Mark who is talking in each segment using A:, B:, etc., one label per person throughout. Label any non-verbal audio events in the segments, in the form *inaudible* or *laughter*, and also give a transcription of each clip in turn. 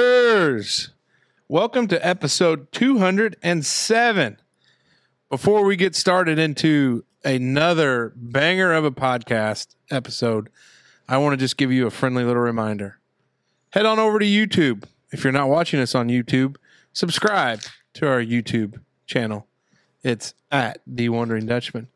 A: Wanderers, welcome to episode 207. Before we get started into another banger of a podcast episode, I want to just give you a friendly little reminder. Head on over to YouTube. If you're not watching us on YouTube, subscribe to our YouTube channel. It's at The Wandering Dutchman.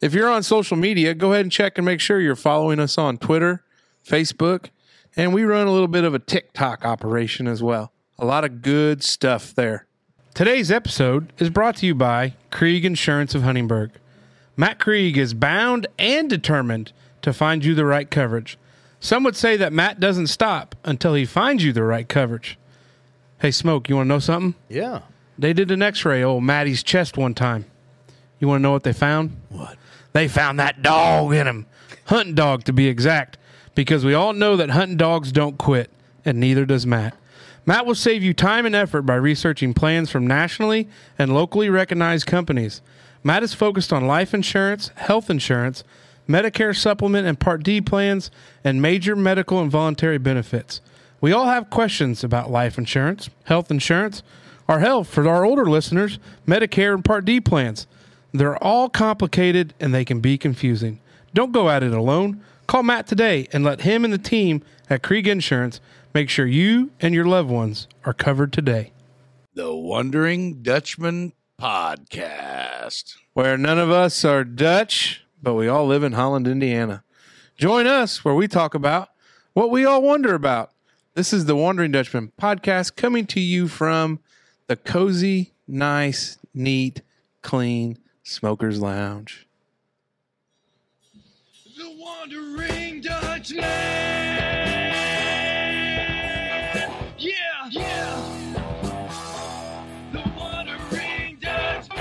A: If you're on social media, go ahead and check and make sure you're following us on Twitter, Facebook, and we run a little bit of a TikTok operation as well. A lot of good stuff there. Today's episode is brought to you by Krieg Insurance of Huntingburg. Matt Krieg is bound and determined to find you the right coverage. Some would say that Matt doesn't stop until he finds you the right coverage. Hey, Smoke, you want to know something?
B: Yeah.
A: They did an x ray old Matty's chest one time. You want to know what they found?
B: What?
A: They found that dog in him. Hunting dog, to be exact. Because we all know that hunting dogs don't quit, and neither does Matt. Matt will save you time and effort by researching plans from nationally and locally recognized companies. Matt is focused on life insurance, health insurance, Medicare supplement and Part D plans, and major medical and voluntary benefits. We all have questions about life insurance, health insurance, our health for our older listeners, Medicare and Part D plans. They're all complicated and they can be confusing. Don't go at it alone. Call Matt today and let him and the team at Krieg Insurance make sure you and your loved ones are covered today.
B: The Wandering Dutchman podcast.
A: Where none of us are Dutch, but we all live in Holland, Indiana. Join us where we talk about what we all wonder about. This is the Wandering Dutchman podcast coming to you from the cozy, nice, neat, clean smokers lounge.
B: The Wandering Dutchman. Yeah. Yeah. The Wandering Dutchman.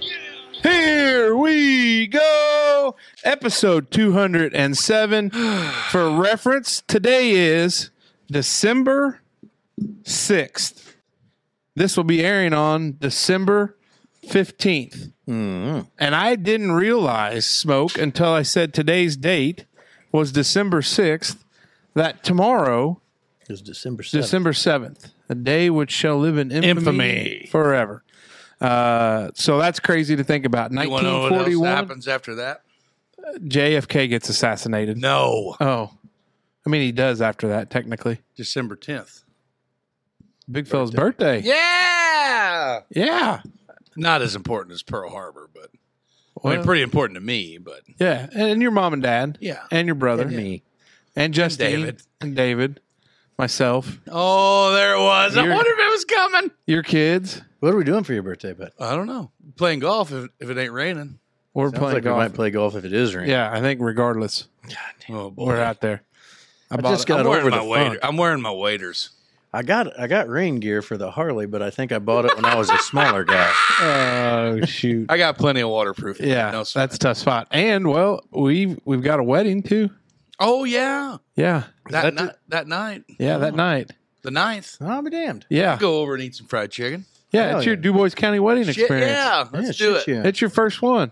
B: Yeah.
A: Here we go. Episode 207. For reference, today is December 6th. This will be airing on December 15th. And I didn't realize, Smoke, until I said today's date was December 6th, that tomorrow,
B: It's December 7th.
A: December 7th, a day which shall live in infamy,
B: Infamy.
A: forever. Uh, so that's crazy to think about.
B: You want to know what else
A: 1941.
B: happens after that?
A: JFK gets assassinated.
B: No.
A: Oh, I mean, he does after that, technically.
B: December 10th.
A: Big fella's birthday.
B: Yeah.
A: Yeah.
B: Not as important as Pearl Harbor, but I
A: Well,
B: mean, pretty important to me, but
A: yeah. And your mom and dad.
B: Yeah.
A: And your brother.
B: And me.
A: And Justine.
B: David.
A: And David. Myself.
B: Oh, there it was.
A: You're-
B: I wonder if it was coming.
A: Your kids.
C: What are we doing for your birthday, bud?
B: I don't know. Playing golf if, if it ain't raining.
A: We're
C: Sounds
A: playing
C: like
A: golf.
C: we might play golf if it is raining.
A: yeah, I think regardless,
B: Oh boy.
A: we're out there. I, bought
C: just
A: it.
C: got-
B: I'm
C: Not
B: wearing
C: over
B: my
C: the
B: wader.
C: funk.
B: I'm wearing my waders.
C: I got I got rain gear for the Harley, but I think I bought it when I was a smaller
B: *laughs*
C: guy.
A: Oh shoot!
B: I got plenty of waterproof.
A: Yeah,
B: No sweat.
A: that's a tough spot. And well, we've we've got a wedding too.
B: oh yeah.
A: Yeah,
B: That
C: that
B: night, that night,
A: yeah, that night.
B: the ninth.
C: I'll be damned.
A: Yeah,
B: Go over and eat some fried chicken.
A: yeah.
C: Hell
A: It's your
C: yeah.
A: DuBois County wedding
B: Shit,
A: experience.
B: yeah. Let's
C: Yeah,
B: do
C: shit,
B: it.
C: yeah.
A: It's your first one.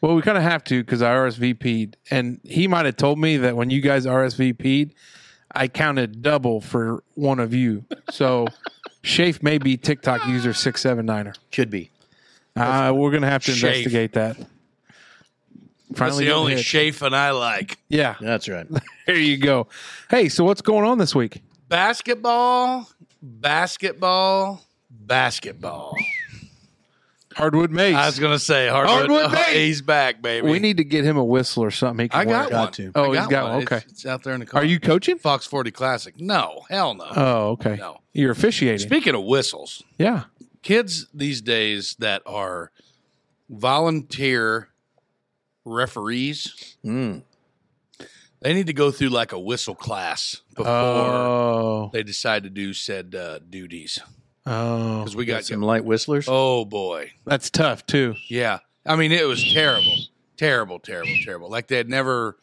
A: Well, we kind of have to because I RSVP'd, and he might have told me that when you guys RSVP'd, I counted double for one of you. So,
B: *laughs*
A: Shafe may be TikTok user six seven niner.
C: Could be.
A: Uh, we're gonna have to
B: Shafe.
A: investigate that.
B: That's
A: Finally,
B: the
A: getting
B: only
A: hit.
B: chafe and I like.
A: yeah.
C: That's right.
A: There you go. Hey, so what's going on this week?
B: Basketball, basketball, basketball.
A: Hardwood Mace.
B: I was gonna say hardwood.
A: Hardwood Bay.
B: he's back, baby.
A: we need to get him a whistle or something. He can
B: I got
A: work.
C: Got
B: one.
C: to.
A: Oh,
B: I
A: he's got one.
B: It's-
A: Okay.
B: It's, out there in the car.
A: Are you coaching?
B: Fox 40 Classic. No, hell no.
A: Oh, okay.
B: No.
A: You're officiating.
B: Speaking of whistles,
A: yeah.
B: kids these days that are volunteer referees,
C: Mm.
B: they need to go through like a whistle class before
A: Oh.
B: they decide to do said uh, duties.
A: Oh.
B: Because we
C: Got
B: got,
C: some light whistlers.
B: oh boy,
A: That's tough too.
B: yeah. I mean, it was terrible, terrible, terrible, terrible. Like they had never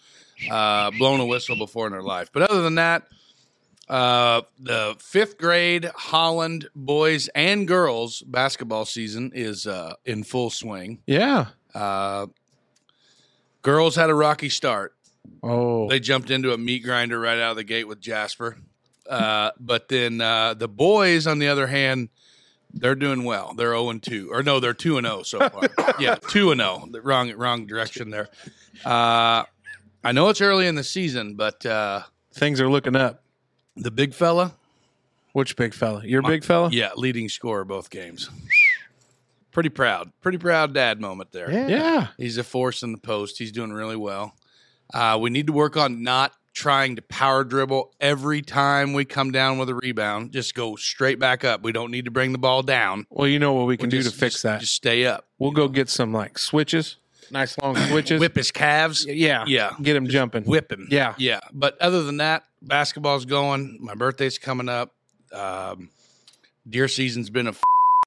B: uh, blown a whistle before in their life. But other than that, uh, the fifth grade Holland boys and girls basketball season is uh, in full swing.
A: Yeah.
B: Uh, girls had a rocky start.
A: Oh,
B: They jumped into a meat grinder right out of the gate with Jasper. Uh, but then uh, the boys, on the other hand, they're doing well. They're 0 and 2. Or no, they're 2 and 0 so far. yeah, 2 and 0. The Wrong wrong direction there. Uh, I know it's early in the season, but uh,
A: things are looking up.
B: the big fella,
A: Which big fella? Your big fella?
B: yeah, leading scorer both games. Pretty proud. Pretty proud dad moment there.
C: Yeah.
A: Yeah.
B: He's a force in the post. He's doing really well. Uh, we need to work on not trying to power dribble every time we come down with a rebound. Just go straight back up. We don't need to bring the ball down.
A: Well, you know what we can do
B: Just-
A: to fix
B: just-
A: that.
B: Just stay up.
A: we'll go get some like switches, nice long switches.
B: Whip his calves.
A: yeah.
B: Yeah.
A: Get him jumping.
B: Whip him.
A: Yeah.
B: Yeah. But other than that, basketball's going. My birthday's coming up. Um, deer season's been a f-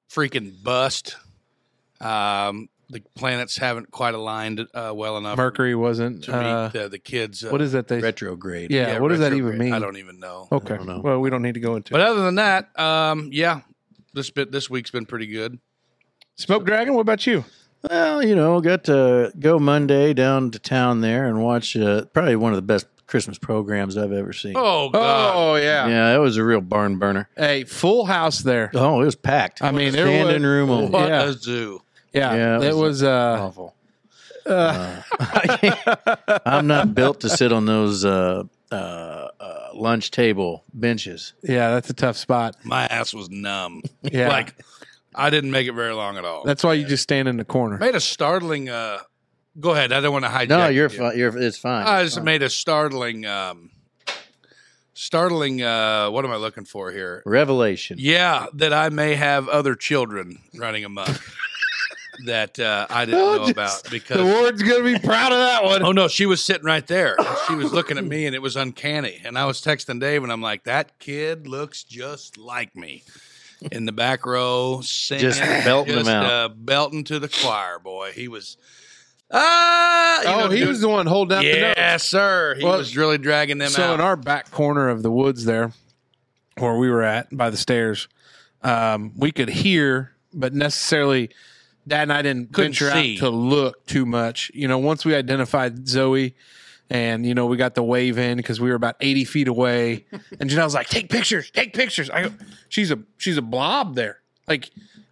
B: freaking bust. Um, the planets haven't quite aligned uh, well enough
A: Mercury wasn't.
B: to
A: Uh,
B: meet the, the kids. Uh,
A: what is that they?
C: Retrograde.
A: yeah, What does that even
B: retrograde.
A: mean? Oh,
B: I don't even know.
A: Okay.
C: I don't know.
A: Well, we don't need to go into
B: But
A: it.
B: other than that, um, yeah, this bit this week's been pretty good.
A: Smoke Dragon. What about you?
C: Well, you know, got to go Monday down to town there and watch uh, probably one of the best Christmas programs I've ever seen.
B: Oh God,
A: yeah.
C: Yeah, that was a real barn burner.
A: Hey, full house there.
C: Oh, it was packed.
A: I mean, there
C: standing
A: was-
C: room only.
B: what
A: Oh, Yeah.
B: a zoo!
A: Yeah.
C: Yeah, it
A: it was.
C: was-
A: uh,
C: *laughs* Awful.
A: uh,
C: Uh, I'm not built to sit on those uh, uh, uh, lunch table benches.
A: yeah. That's a tough spot.
B: My ass was numb.
A: Yeah.
B: Like I didn't make it very long at all.
A: that's why you just stand in the corner.
B: made a startling. Uh, go ahead. I don't want to hijack.
C: No, you're
B: you.
C: fine. You're it's fine.
B: I just made a startling. Um, startling. Uh, what am I looking for here?
C: Revelation.
B: Yeah, that I may have other children
A: *laughs*
B: running amok that uh, I didn't
A: Oh,
B: know
A: just-
B: about because
A: The ward's gonna be proud of that
B: *laughs*
A: one.
B: Oh no, she was sitting right there. She was looking at me, and it was uncanny. And I was texting Dave, and I'm like, "That kid looks just like me." In the back row, singing,
C: Just belting them
B: just,
C: out.
B: uh, belting to the choir. Boy, he was. Ah, you
A: Oh,
B: know,
A: he
B: dude.
A: was the one holding up the notes.
B: Yeah, sir. He
A: Well,
B: was really dragging them
A: so
B: out.
A: in our back corner of the woods there where we were at by the stairs um, we could hear but necessarily dad and i didn't
B: Couldn't
A: venture
B: see.
A: out to look too much you know once we identified zoe and you know we got the wave in because we were about 80 feet
B: *laughs*
A: away and janelle's like take pictures take pictures i go she's a she's a blob there like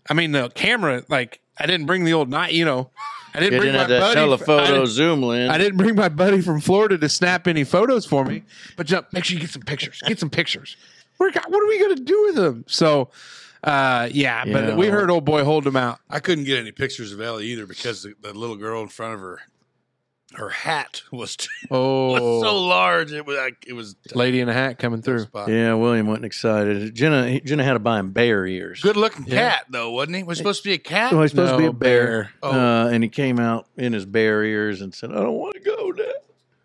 A: i mean the camera like i didn't bring the old night you know i didn't
C: You
A: bring
C: didn't have
A: my
C: that
A: buddy I didn't-
C: telephoto zoom lens.
A: I didn't bring my buddy from Florida to snap any photos for me, but jump, make sure you get some pictures. Get some pictures. We're got, what are we going to do with them? So, uh, yeah,
C: Yeah.
A: but we heard old boy hold him out.
B: I couldn't get any pictures of Ellie either because the, the little girl in front of her, her hat was, *laughs* was
A: Oh,
B: so large. It was like it was
A: lady in a hat coming through.
B: spot.
C: yeah, William wasn't excited. Jenna he- Jenna had to buy him bear ears.
B: Good looking
A: Yeah.
B: cat though, wasn't he? Was supposed to be a cat.
C: Well, Oh, he's supposed to be
A: No,
C: a bear,
B: bear.
C: Uh, and he came out in his bear ears and said, "I don't want to go, Dad." I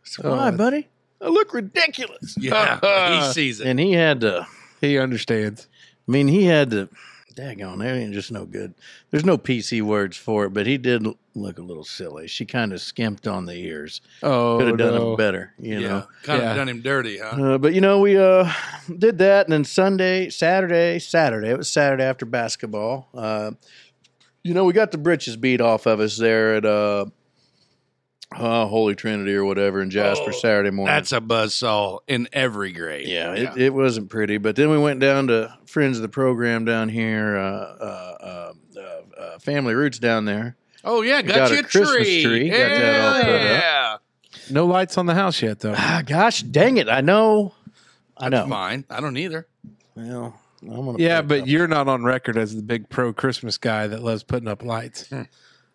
C: said,
A: Oh,
C: Why,
A: that-
C: buddy? I look ridiculous.
B: *laughs* Yeah, he sees it.
C: And he had to.
A: He understands.
C: I mean, he had to. Daggone, that ain't just no good. There's no PC words for it, but he did l- look a little silly. She kind of skimped on the ears.
A: Oh,
C: Could have done
A: no.
C: it better, you
B: yeah,
C: know.
B: kind
A: Yeah.
B: of done him dirty, huh?
C: Uh, but you know, we uh, did that, and then Sunday, Saturday, Saturday. It was Saturday after basketball. Uh, you know, we got the britches beat off of us there at uh, uh, Holy Trinity or whatever in Jasper
B: Oh,
C: Saturday morning.
B: That's a buzzsaw in every grade.
C: Yeah, it, it wasn't pretty. But then we went down to friends of the program down here, uh, uh, uh, uh, uh, family roots down there.
B: oh yeah,
C: Got
B: got, you
C: a
B: a
C: Christmas
B: tree.
C: tree, got
B: Yeah,
C: that all put up.
B: yeah.
A: No lights on the house yet, *laughs* though.
C: Ah, gosh, dang it! I know, I
B: That's
C: know.
B: fine. I don't either.
C: Well, I'm gonna
A: Yeah,
C: put it
A: but
C: up.
A: you're not on record as the big pro Christmas guy that loves putting up lights.
B: Hmm.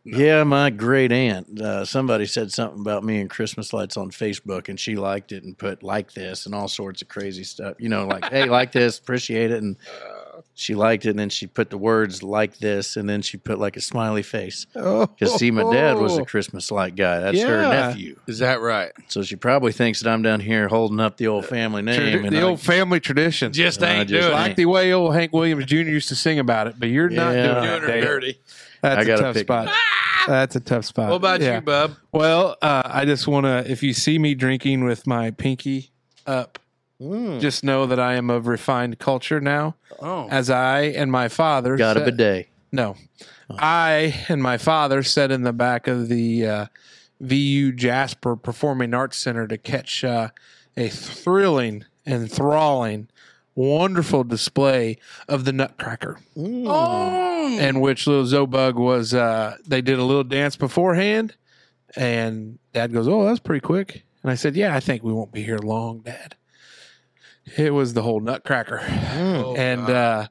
C: yeah, my great aunt. Uh, somebody said something about me and Christmas lights on Facebook, and she liked it and put like this and all sorts of crazy stuff. You know, like hey,
A: *laughs*
C: like this, appreciate it, and. She liked it, and then she put the words like this, and then she put like a smiley face.
A: *laughs* Oh,
C: Because see, my dad was a Christmas light guy. That's her
A: Yeah.
C: nephew.
B: Is that right?
C: So she probably thinks that I'm down here holding up the old family name.
A: Tradi- Uh, the
C: I-
A: old family tradition.
B: Just
C: No, I
B: ain't
C: just
B: doing
A: like the way old Hank Williams Jr. used to sing about it, but you're not
C: Yeah.
A: doing
B: it.
A: it.
B: Doing her
A: Dave.
B: dirty.
A: That's
C: I
A: a
C: gotta
A: tough
C: pick
A: spot.
C: one.
A: That's a tough
C: Uh,
A: spot.
B: Ah! What about
A: Yeah.
B: you, bub?
A: Well, uh, I just want to, if you see me drinking with my pinky up,
C: Mm.
A: just know that I am of refined culture now,
B: Oh,
A: as I Uh, and my father.
C: got a
A: sat-
C: bidet.
A: No. I and my father sat in the back of the uh, VU Jasper Performing Arts Center to catch uh, a thrilling, enthralling, wonderful display of the Nutcracker, *laughs*
B: Oh,
A: in which little Zobug was. Uh, they did a little dance beforehand, and Dad goes, "Oh, that was pretty quick." And I said, "Yeah, I think we won't be here long, Dad." It was the whole Nutcracker.
B: Oh,
A: *laughs* and
B: God.
A: uh,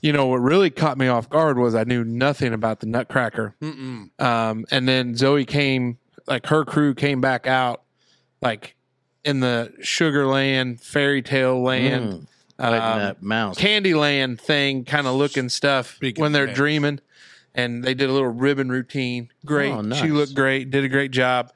A: you know what really caught me off guard was I knew nothing about the Nutcracker.
B: Mm-mm.
A: Um, and then Zoe came, like her crew came back out, like in the Sugar Land, Fairy Tale
C: Hmm,
A: Land,
D: Mm, right in
A: um,
D: that mouth.
A: Candy Land thing, kind of looking stuff
B: Speaking
A: when
B: of
A: they're
B: names.
A: dreaming. And they did a little ribbon routine. Great,
D: Oh, nice.
A: she looked great, did a great job.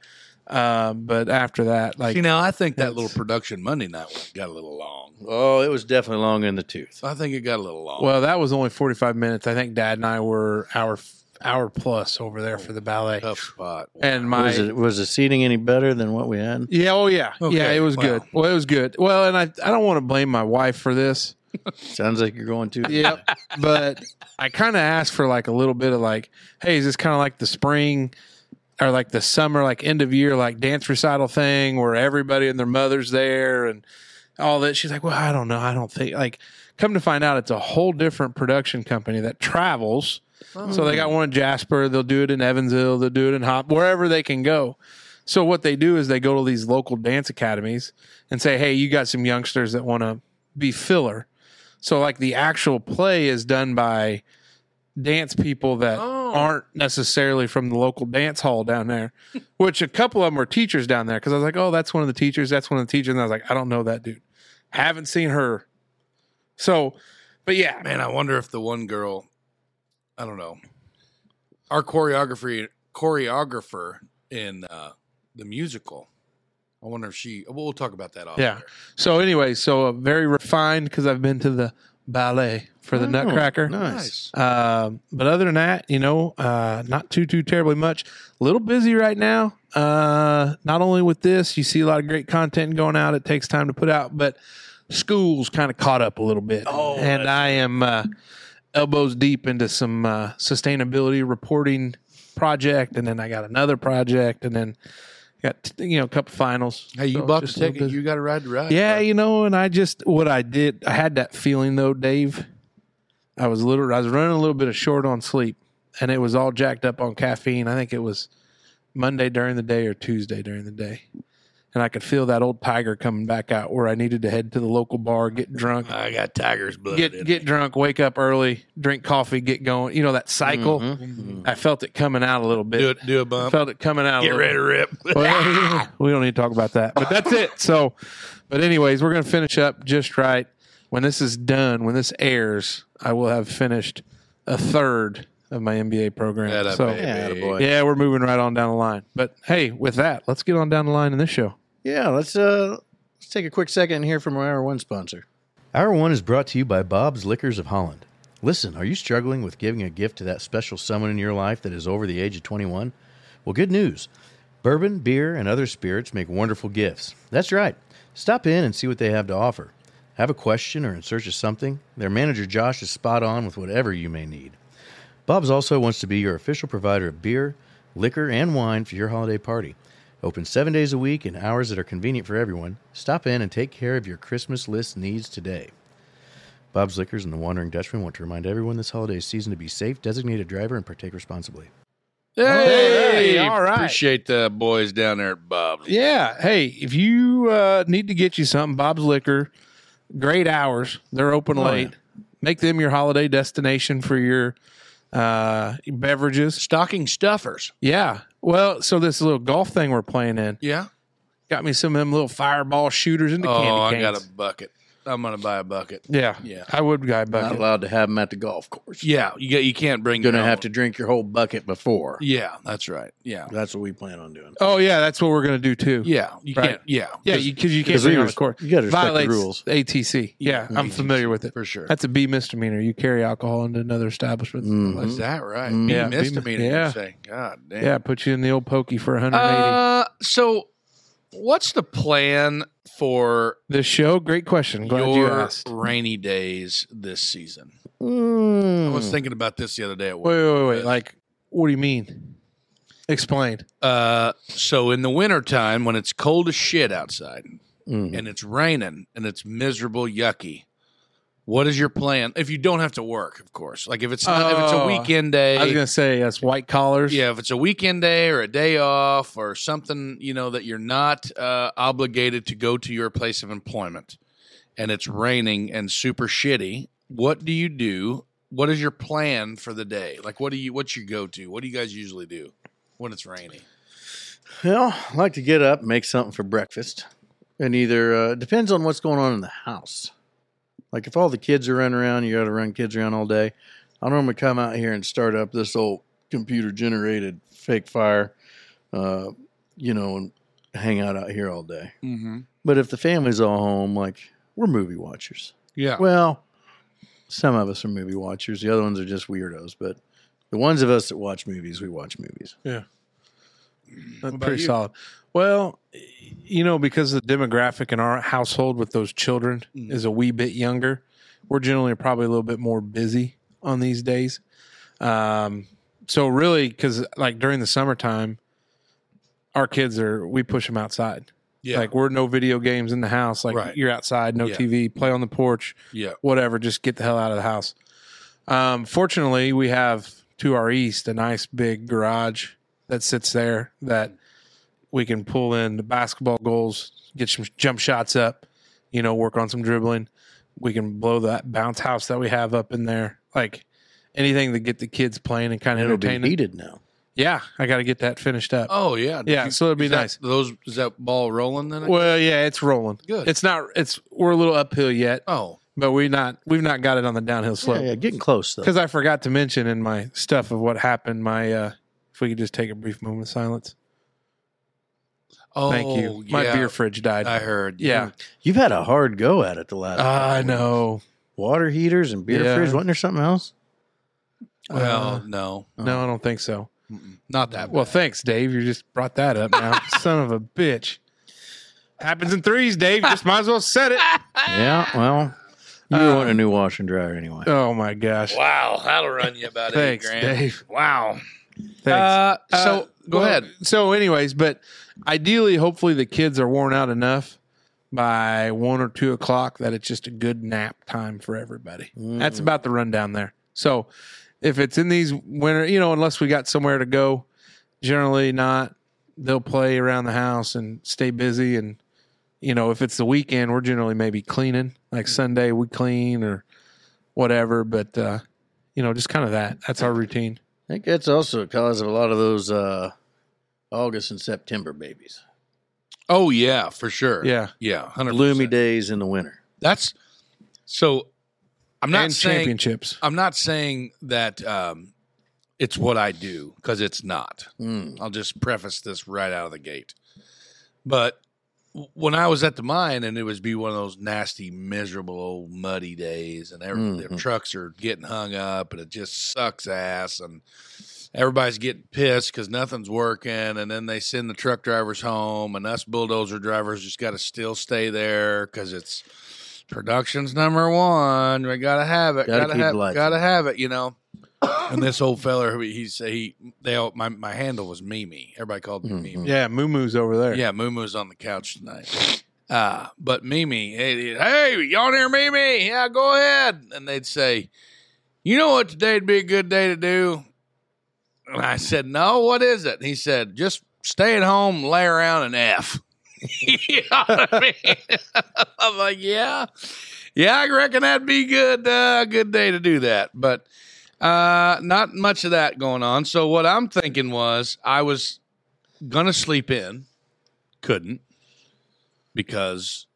A: Um, but after that, like
B: See, now I think that
A: That's-
B: little production Monday night one got a little long.
D: Oh, it was definitely long in the tooth.
B: I think it got a little long.
A: Well, that was only 45 minutes. I think dad and I were hour hour plus over there for the ballet.
B: tough spot.
A: And my
D: was it was the seating any better than what we had?
A: Yeah, oh yeah. Yeah,
B: Okay,
A: it was
B: wow.
A: good. Well, it was good. Well, and I I don't want to blame my wife for this.
D: Sounds like you're going too.
A: Yep. but I kind of asked for like a little bit of like, hey, is this kind of like the spring or like the summer like end of year like dance recital thing where everybody and their mother's there and all that. She's like, "Well, I don't know. I don't think like come to find out it's a whole different production company that travels
B: Oh.
A: So they got one in Jasper. They'll do it in Evansville. They'll do it in Hop, wherever they can go. So what they do is they go to these local dance academies and say, "Hey, you got some youngsters that want to be filler." So like the actual play is done by dance people that
B: Oh.
A: aren't necessarily from the local dance hall down there, *laughs* which a couple of them were teachers down there because I was like, "Oh, that's one of the teachers. That's one of the teachers." And I was like, "I don't know that dude. Haven't seen her." So, but yeah,
B: man, I wonder if the one girl, I don't know, our choreography choreographer in uh, the musical. I wonder if she. Well, we'll talk about that. Off
A: Yeah.
B: air.
A: So anyway, so uh, very refined because I've been to the ballet for the
D: Oh,
A: Nutcracker.
D: Nice.
A: Um, but other than that, you know, uh, not too too terribly much. A little busy right now. Uh, not only with this, you see a lot of great content going out. It takes time to put out, but school's kind of caught up a little bit.
B: Oh,
A: and I am uh, elbows deep into some uh, sustainability reporting project, and then I got another project, and then got t- you know a couple finals.
B: Hey, you
A: So
B: bought the
A: just a little
B: ticket.
A: busy.
B: You got to ride the ride.
A: Yeah,
B: bro.
A: you know, and I just what I did, I had that feeling though, Dave. I was a little, I was running a little bit of short on sleep, and it was all jacked up on caffeine. I think it was Monday during the day or Tuesday during the day, and I could feel that old tiger coming back out where I needed to head to the local bar, get drunk,
B: I got tiger's blood.
A: get
B: in
A: get
B: me.
A: drunk, wake up early, drink coffee, get going. You know that cycle.
D: Mhm.
A: I felt it coming out a little bit.
B: Mm-hmm. do it. Do a
A: I
B: bump.
A: felt it coming out. a
B: Get
A: little
B: ready to rip.
A: well, we don't need to talk about that. But that's it. So, but anyways, we're going to finish up just right. When this is done, when this airs, I will have finished a third of my MBA program.
B: Atta
A: so,
B: baby.
D: Yeah, attaboy.
A: yeah, we're moving right on down the line. But hey, with that, let's get on down the line in this show.
D: Yeah, let's uh let's take a quick second and hear from our hour one sponsor.
C: Hour one is brought to you by Bob's Liquors of Holland. Listen, are you struggling with giving a gift to that special someone in your life that is over the age of 21? Well, good news. Bourbon, beer, and other spirits make wonderful gifts. That's right. Stop in and see what they have to offer. Have a question or in search of something? Their manager Josh is spot on with whatever you may need. Bob's also wants to be your official provider of beer, liquor, and wine for your holiday party. Open seven days a week and hours that are convenient for everyone. Stop in and take care of your Christmas list needs today. Bob's Liquors and the Wandering Dutchman want to remind everyone this holiday season to be safe, designated driver, and partake responsibly.
A: Hey, all right.
B: Appreciate the boys down there at Bob's.
A: Yeah. Hey, if you uh, need to get you something, Bob's Liquor, great hours. They're open
D: Oh,
A: late. Make them your holiday destination for your uh, beverages.
B: Stocking stuffers.
A: Yeah. Well, so this little golf thing we're playing in
B: Yeah.
A: got me some of them little fireball shooters into
B: Oh, I
A: candy canes.
B: got a bucket. I'm gonna buy a bucket.
A: yeah.
B: Yeah.
A: I would guy
D: Not
A: bucket.
D: allowed to have them at the golf course.
B: Yeah. You got. You can't bring.
D: You're
B: your
D: gonna have
B: own.
D: to drink your whole bucket before.
B: Yeah, that's right. Yeah.
D: That's what we plan on doing.
A: oh yeah, that's what we're gonna do too.
B: Yeah. You
A: Right.
B: can't. Yeah.
A: Yeah,
B: Just-
A: because you, can't
D: Because
A: bring
D: we
A: it on
D: res-
A: the court.
D: you gotta respect the
A: Violates
D: rules.
A: ATC. Yeah, I'm familiar with it.
B: for sure.
A: That's a B misdemeanor. You carry alcohol into another establishment.
D: Mhm.
B: Is that right?
D: Mm.
B: Be
A: Mm-hmm. Yeah, be-
B: misdemeanor.
A: yeah.
B: You say. God damn.
A: Yeah, put you in the old pokey for 180.
B: Uh, so, what's the plan for
A: this show, great question. Glad you
B: your
A: asked.
B: rainy days this season? I was
D: Mm.
B: thinking about this the other day at work.
A: Wait, wait, wait. Like, what do you mean? Explained.
B: Uh, so in the wintertime, when it's cold as shit outside
D: Mm-hmm.
C: Mm.
B: and it's raining and it's miserable, yucky, what is your plan? If you don't have to work, of course. Like if it's not, if it's a
A: Oh,
B: weekend day,
A: I was gonna say yes, white collars.
B: yeah, if it's a weekend day or a day off or something, you know, that you're not uh, obligated to go to your place of employment and it's raining and super shitty, what do you do? What is your plan for the day? Like, what do you, what's your go to? What do you guys usually do when it's raining?
C: Well, I like to get up, and make something for breakfast, and either uh, depends on what's going on in the house. Like if all the kids are running around, you got to run kids around all day. I normally come out here and start up this old computer generated fake fire, uh, you know, and hang out out here all day.
B: Mm-hmm.
C: But if the family's all home, like we're movie watchers.
B: Yeah.
C: Well, some of us are movie watchers. The other ones are just weirdos. But the ones of us that watch movies, we watch movies.
A: That's
B: about
A: pretty
B: you?
A: solid. Well, you know, because the demographic in our household with those children
B: Mm.
A: is a wee bit younger, we're generally probably a little bit more busy on these days. Um, so really, because like during the summertime, our kids are we push them outside.
B: Yeah.
A: Like we're no video games in the house. Like
B: Right.
A: you're outside, no
B: Yeah.
A: TV, play on the porch,
B: yeah.
A: whatever. Just get the hell out of the house. Um, fortunately, we have to our east a nice big garage that sits there that we can pull in the basketball goals, get some jump shots up, you know, work on some dribbling. We can blow that bounce house that we have up in there, like anything to get the kids playing and kind of
C: It'll be
A: entertaining.
C: heated now.
A: Yeah, I got to get that finished up.
B: Oh, yeah.
A: yeah, so it'll be
B: Is that-
A: nice.
B: Those, is that ball rolling then?
A: Well, yeah, it's rolling.
B: Oh, Good.
A: It's not. It's we're a little uphill yet,
B: oh,
A: but we not. We've not got it on the downhill slope.
C: Yeah, yeah, getting close though.
A: Because I forgot to mention in my stuff of what happened, my uh if we could just take a brief moment of silence.
B: oh,
A: Thank you. My
B: yeah.
A: beer fridge died.
B: I heard.
A: yeah.
C: You've had a hard go at it the last.
B: Uh,
A: Ah, I know.
C: water heaters and beer
A: Yeah.
C: fridge. Wasn't there something else?
B: Well,
A: Uh,
B: no.
A: no, I don't think so.
B: Mm-mm. Not that.
A: Well, thanks, Dave. You just brought that up
B: *laughs*
A: now. Son of a bitch. Happens in threes, Dave. Just might as well set
B: *laughs*
A: it.
C: Yeah.
B: Ah.
C: Well, you
A: Uh,
C: want a new washer and dryer
B: uh,
C: anyway.
A: Oh my gosh.
B: Wow, that'll run you
A: *laughs*
B: about
A: Thanks,
B: eight grand.
A: Dave.
B: Wow.
A: Thanks.
B: Uh, so
A: Uh,
B: go
A: well,
B: ahead.
A: So, anyways, but ideally, hopefully, the kids are worn out enough by one or two o'clock that it's just a good nap time for everybody.
B: Mm.
A: That's about the rundown there. So, if it's in these winter, you know, unless we got somewhere to go, generally not. They'll play around the house and stay busy. And, you know, if it's the weekend, we're generally maybe cleaning, like Sunday, we clean or whatever. But, uh, you know, just kind of that. That's our routine.
C: I think that's also a cause of a lot of those uh, August and September babies.
B: Oh yeah, for sure.
A: Yeah.
B: yeah, hundred
C: Gloomy
B: percent.
C: days in the winter.
B: That's so. I'm not
A: and
B: saying
A: championships.
B: I'm not saying that um, it's what I do because it's not.
C: Mm.
B: I'll just preface this right out of the gate. But w- when I was at the mine, and it was be one of those nasty, miserable, old muddy days, and every, their
C: Mhm.
B: trucks are getting hung up, and it just sucks ass, and everybody's getting pissed because nothing's working, and then they send the truck drivers home, and us bulldozer drivers just got to still stay there because it's production's number one. We gotta have it.
C: Gotta
B: Gotta,
C: keep
B: have.
C: the lights
B: Gotta have it. You know. and this old fella, he he say he they all, my my handle was Mimi. Everybody called me
C: Mhm.
B: Mimi.
A: Yeah, Moo Moo's over there.
B: Yeah, Mumu's on the couch tonight. Uh, but Mimi, hey, hey, you on here, Mimi? Yeah, go ahead. And they'd say, you know what today'd be a good day to do? And I said, no, what is it? And he said, just stay at home, lay around and F. *laughs* you know what I mean? *laughs* I'm like, yeah, yeah, I reckon that'd be good, uh, good day to do that. But uh, not much of that going on. So what I'm thinking was I was gonna sleep in, couldn't because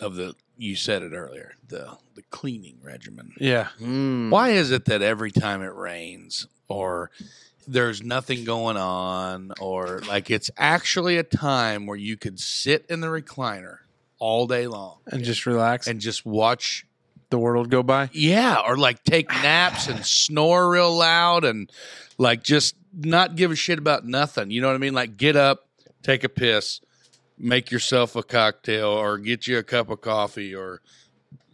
B: of the you said it earlier the the cleaning regimen.
A: Yeah.
C: Mm.
B: Why is it that every time it rains or there's nothing going on or like it's actually a time where you could sit in the recliner all day long
A: And just relax and
B: and just watch
A: the world go by.
B: yeah, or like take naps *sighs* and snore real loud and like just not give a shit about nothing. You know what I mean? Like get up, take a piss, make yourself a cocktail or get you a cup of coffee or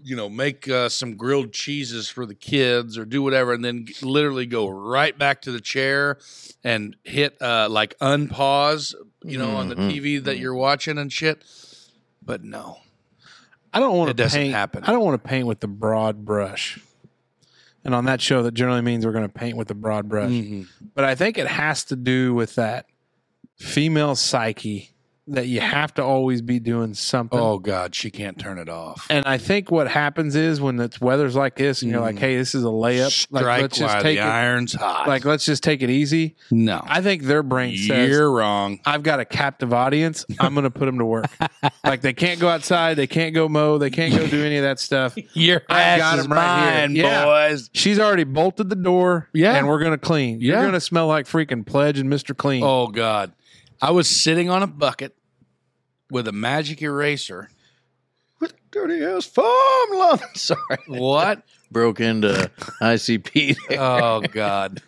B: you know, make uh, some grilled cheeses for the kids or do whatever, and then literally go right back to the chair and hit uh, like unpause, you know, on the
C: Mm-hmm.
E: Mhm.
B: TV that you're watching and shit. But no,
A: I don't want
B: It
A: to
B: doesn't
A: paint.
B: happen.
A: I don't want to paint with the broad brush. And on that show, that generally means we're going to paint with the broad brush.
B: Mm. Mm-hmm.
A: But I think it has to do with that female psyche that you have to always be doing something.
B: oh god, she can't turn it off.
A: And I think what happens is when the weather's like this, and you're like,
B: Mhm.
A: "Hey, this is a layup.
B: Strike
A: Like, let's just
B: while
A: take
B: the
A: it.
B: iron's hot.
A: Like, let's just take it easy."
B: no,
A: I think their brain says,
B: you're wrong.
A: I've got a captive audience. I'm going to put them to work. like they can't go outside. They can't go mow. They can't go do any of that stuff.
B: Your
A: I've got
B: ass is
A: him right here.
B: mine,
A: Yeah.
B: boys.
A: She's already bolted the door.
B: Yeah.
A: And we're going to clean. You're
B: Yeah.
A: going to smell like freaking Pledge and Mr. Clean.
B: Oh God. I was sitting on a bucket with a magic eraser.
E: With dirty ass farm
C: *laughs*
E: lawn. Sorry.
A: *laughs*
B: What?
C: Broke into ICP.
B: *laughs*
C: there.
B: oh God.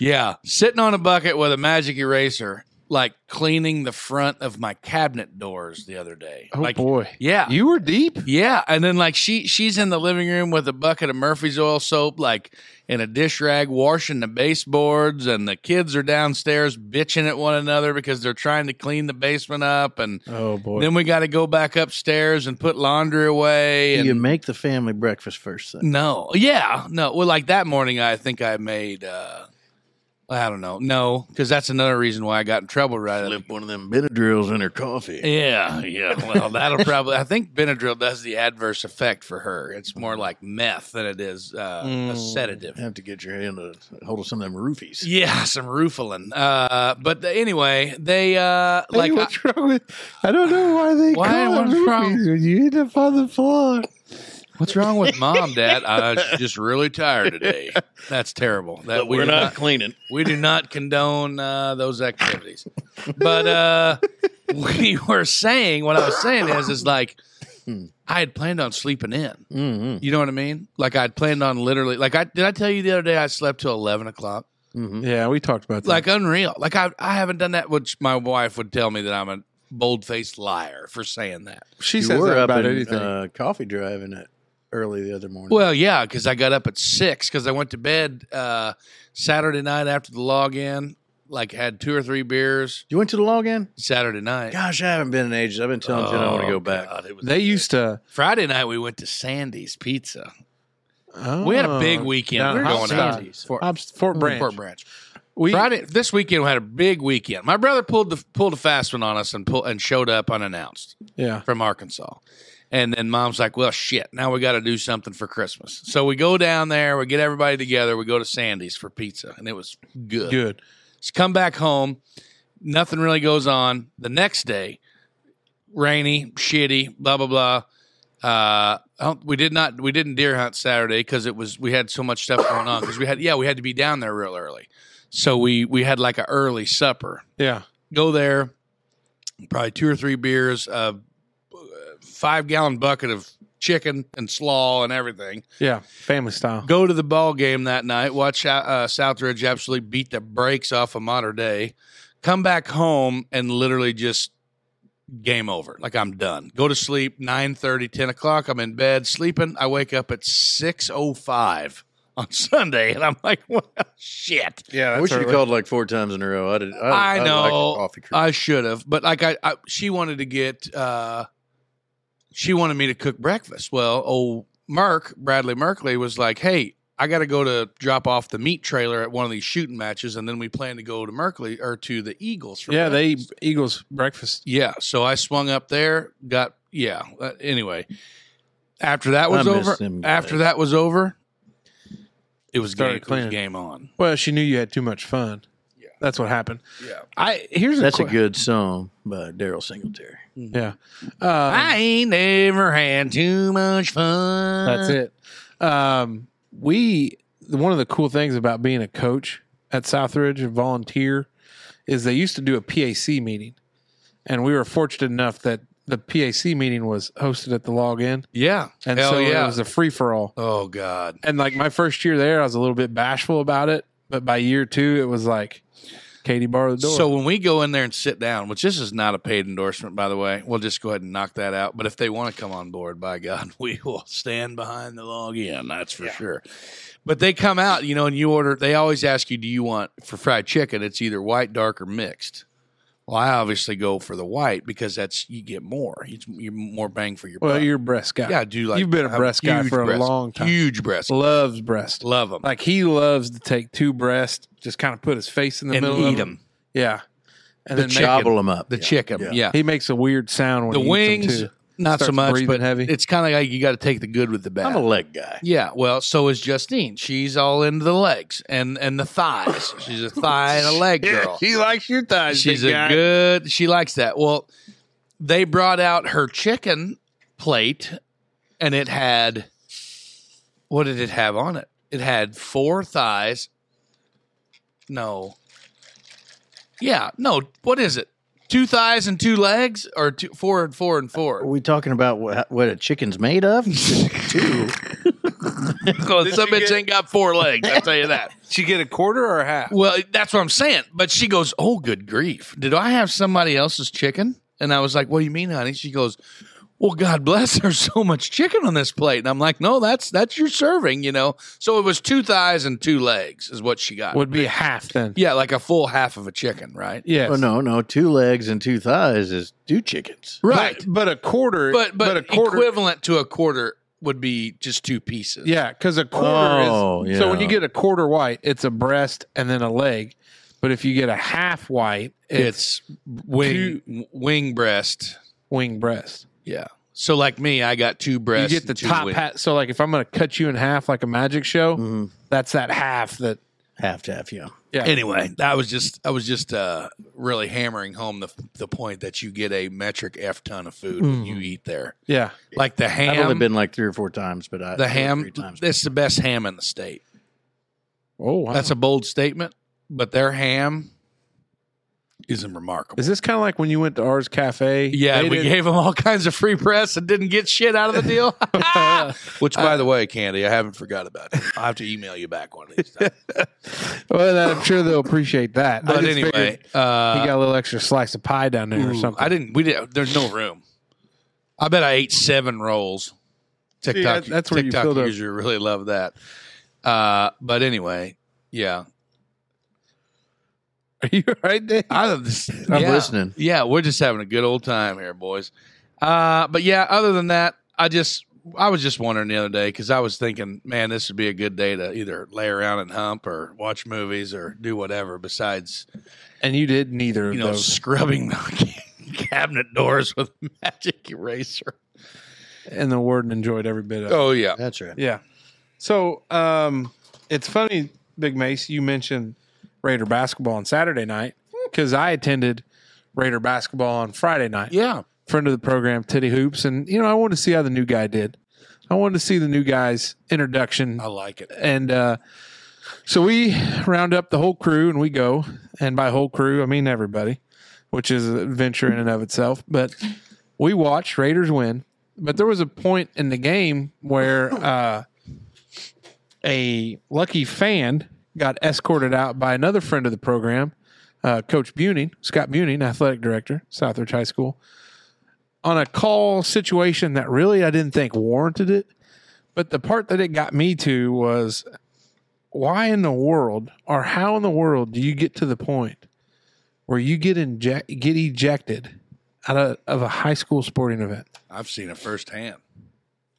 B: Yeah. Sitting on a bucket with a magic eraser, like cleaning the front of my cabinet doors the other day.
A: Oh,
B: like
A: boy.
B: yeah.
A: You were deep.
B: yeah. And then like she she's in the living room with a bucket of Murphy's oil soap, like in a dish rag, washing the baseboards, and the kids are downstairs bitching at one another because they're trying to clean the basement up and
A: Oh, boy.
B: Then we got to go back upstairs and put laundry away. And
C: you make the family breakfast first thing.
B: no, yeah, no. Well, like that morning, I think I made. uh I don't know. No, because that's another reason why I got in trouble. Right? at the-
C: Slip one of them Benadryls in her coffee.
B: Yeah, yeah. Well, *laughs* that'll probably. I think Benadryl does the adverse effect for her. It's more like meth than it is uh, a
A: Mm.
B: sedative.
C: Have to get your hand a hold of some of them roofies.
B: Yeah, *laughs* some Rufalin. Uh, but the, anyway, they uh,
A: Hey,
B: like
A: what's wrong with? I don't know why they
B: Why-
A: call it
B: what's wrong-
A: movies when you end up on the floor.
B: What's wrong with *laughs* mom, dad? I was just really tired today. *laughs* That's terrible. That
C: But we're
B: do
C: not cleaning.
B: We do not condone uh, those activities. But uh, *laughs* we were saying what I was saying is is like I had planned on sleeping in.
C: Mm-hmm.
B: You know what I mean? Like I'd planned on literally like I did I tell you the other day I slept till eleven o'clock.
C: Mm-hmm.
A: Yeah, we talked about that.
B: Like unreal. Like I I haven't done that, which my wife would tell me that I'm a bold faced liar for saying that.
A: she
C: you
A: says
C: were
A: that
C: up
A: about
C: in,
A: anything.
C: Uh, coffee driving it early the other morning.
B: Well, yeah, because I got up at six because I went to bed uh, Saturday night after the login. Like had two or three beers
C: you went to the login?
B: Saturday night.
C: Gosh, I haven't been in ages. I've been telling Jen I want to go back.
B: Oh, God, it was
A: they
B: good.
A: used to.
B: Friday night. We went to Sandy's Pizza. We had a big
A: Oh.
B: weekend.
A: Down
B: we were
A: in
B: going out.
A: Sandy's.
B: Fort,
A: Ops- Fort Branch.
B: Fort Branch.
A: We,
B: Friday this weekend we had a big weekend. My brother pulled the pulled a fast one on us and pull, and showed up unannounced
A: yeah.
B: from Arkansas. And then mom's like, "Well, shit. Now we got to do something for Christmas." So we go down there. We get everybody together. We go to Sandy's for pizza, and it was good.
A: Good.
B: Just come back home. Nothing really goes on. The next day, rainy, shitty, blah blah blah. Uh, I don't- we did not we didn't deer hunt Saturday because it was we had so much stuff going on because we had yeah we had to be down there real early, so we we had like a early supper.
A: Yeah.
B: Go there, probably two or three beers, a uh, five gallon bucket of chicken and slaw and everything
A: Yeah. Family style.
B: go to the ball game that night. Watch uh, Southridge absolutely beat the brakes off of modern day. Come back home and literally just game over. Like I'm done. Go to sleep 9 10 o'clock. I'm in bed sleeping. I wake up at six oh five on *laughs* Sunday and I'm like, well, shit.
A: Yeah.
C: I wish you called like four times in a row. I did. I,
B: I,
C: I like a
B: know.
C: coffee crew.
B: I should have, but like I, I, she wanted to get, uh, she wanted me to cook breakfast. Well, old Merck Bradley Merkley was like, "Hey, I got to go to drop off the meat trailer at one of these shooting matches, and then we plan to go to Merkley or to the Eagles." For
A: Yeah. They
B: breakfast."
A: eat Eagles breakfast.
B: Yeah, so I swung up there, got yeah. Uh, anyway, after that was
C: I miss
B: over,
C: them guys.
B: after that was over, it was, game,
A: Started
B: it was
A: cleaning.
B: game on.
A: Well, she knew you had too much fun.
B: Yeah.
A: That's what happened.
B: Yeah,
A: I here's
C: That's
A: a,
C: a
A: que-
C: good song by Daryl Singletary.
A: Yeah. Um,
B: I ain't never had too much fun.
A: that's it. Um, we one of the cool things about being a coach at Southridge and volunteer is they used to do a PAC meeting, and we were fortunate enough that the PAC meeting was hosted at the login,
B: Yeah.
A: and
B: Hell
A: so
B: yeah.
A: it was a free for all.
B: oh God.
A: And like my first year there, I was a little bit bashful about it, but by year two, it was like, Katie bar the door.
B: So when we go in there and sit down, which this is not a paid endorsement, by the way, we'll just go ahead and knock that out. But if they want to come on board, by God, *laughs* we will stand behind the login. That's for sure. But they come out, you know, and you order. They always ask you, "Do you want for fried chicken?" It's either white, dark, or mixed. Well, I obviously go for the white because that's you get more. It's, you're more bang for your
A: well,
B: buck.
A: you're a breast guy.
B: yeah, I do like
A: You've been a
B: I'm
A: breast guy
B: huge
A: for a
B: breast-
A: long time.
B: Huge breast,
A: loves breast.
B: love them
A: Like he loves to take two breasts, just kind of put his face in the
B: and
A: middle
B: eat
A: of
B: them.
A: Yeah, and then make
C: Chobble
A: it-
C: them up.
B: The chicken,
C: Yeah.
B: yeah.
A: He makes a weird sound when
B: The
A: he eats 'em,
B: wings,
A: too.
B: not so
A: Starts
B: much,
A: breathing
B: but
A: heavy.
B: it's kind of like you got to take the good with the bad.
C: I'm a leg guy.
B: Yeah, well, so is Justine. She's all into the legs and and the thighs. She's a thigh and a
C: *laughs*
B: leg girl.
A: she likes your thighs.
B: She's a good. She likes that. Well, they brought out her chicken plate, and it had what did it have on it? It had four thighs. No. Yeah, no. What is it? Two thighs and two legs, or two, four and four and
C: Are
B: four?
C: we talking about what, what a chicken's made of? Two.
B: Because some
A: you
B: bitch
A: get-
B: ain't got four legs. I'll tell you that.
A: She get a quarter or a half?
B: Well, that's what I'm saying. But she goes, Oh, good grief. Did I have somebody else's chicken? And I was like, What do you mean, honey? She goes, Well, God bless, *laughs* there's so much chicken on this plate. And I'm like, No, that's that's your serving, you know. So it was two thighs and two legs is what she got.
A: Would be half then.
B: yeah, like a full half of a chicken, right?
A: Yes.
C: Oh no, no, two legs and two thighs is two chickens.
B: Right.
A: But, but a quarter.
B: But but,
A: a quarter.
B: equivalent to a quarter would be just two pieces.
A: Yeah, because a quarter
C: Oh,
A: is. So when you
C: yeah.
A: get a quarter white, it's a breast and then a leg. But if you get a half white, it's,
B: It's wing wing breast.
A: wing breast.
B: Yeah. So like me, I got two
A: You
B: breasts.
A: get the
B: and Mm. two
A: top
B: wings.
A: hat. So like if I'm going to cut you in half like a magic show,
B: Mm-hmm.
A: that's that half that.
C: Half to half, yeah.
A: Yeah.
B: anyway that was just i was just uh really hammering home the the point that you get a metric f ton of food when you eat there
A: yeah.
B: like the ham
C: I've only been like three or four times, but I two
B: the
C: or
B: ham
C: three times.
B: it's the best ham in the state
A: Oh, wow.
B: that's a bold statement but their ham isn't remarkable
A: is this kind of like when you went to ours cafe?
B: yeah,
A: They
B: we
A: didn't-
B: gave them all kinds of free press and didn't get shit out of the deal. *laughs* Which, *laughs* by the way, Candy, I haven't forgot about it. I'll have to email you back one *laughs* of these times.
A: *laughs* Well, that, I'm sure they'll appreciate that. I
B: But
A: just
B: anyway,
A: figured
B: uh,
A: he got a little extra slice of pie down there or
B: Ooh,
A: something.
B: I didn't. We didn't. There's no room. I bet I ate seven rolls.
A: that-
B: TikTok.
A: that's where you
B: TikTok
A: filled up.
B: user really loved that. Uh, but anyway, yeah.
A: *laughs* Are you all right, Dave?
B: I,
C: I'm
B: yeah.
C: listening.
B: Yeah, we're just having a good old time here, boys. Uh, but yeah, other than that, I just I was just wondering the other day because I was thinking, man, this would be a good day to either lay around and hump or watch movies or do whatever besides
A: And you did neither of
B: you know,
A: those.
B: scrubbing *laughs* the cabinet doors with a magic eraser.
A: And the warden enjoyed every bit of it.
B: Oh yeah.
C: That's right.
A: Yeah. So um, it's funny, Big Mace, you mentioned Raider basketball on Saturday night because I attended Raider basketball on Friday night.
B: Yeah.
A: Friend of the program, Teddy Hoops. And, you know, I wanted to see how the new guy did. I wanted to see the new guy's introduction.
B: I like it.
A: And uh, so we round up the whole crew and we go. And by whole crew, I mean everybody, which is an adventure in and of itself. But we watched Raiders win. But there was a point in the game where uh, a lucky fan got escorted out by another friend of the program, uh, Coach Buning, Scott Buning, athletic director, Southridge High School, on a call situation that really I didn't think warranted it. But the part that it got me to was why in the world or how in the world do you get to the point where you get inject, get ejected out of, of a high school sporting event?
B: I've seen it firsthand.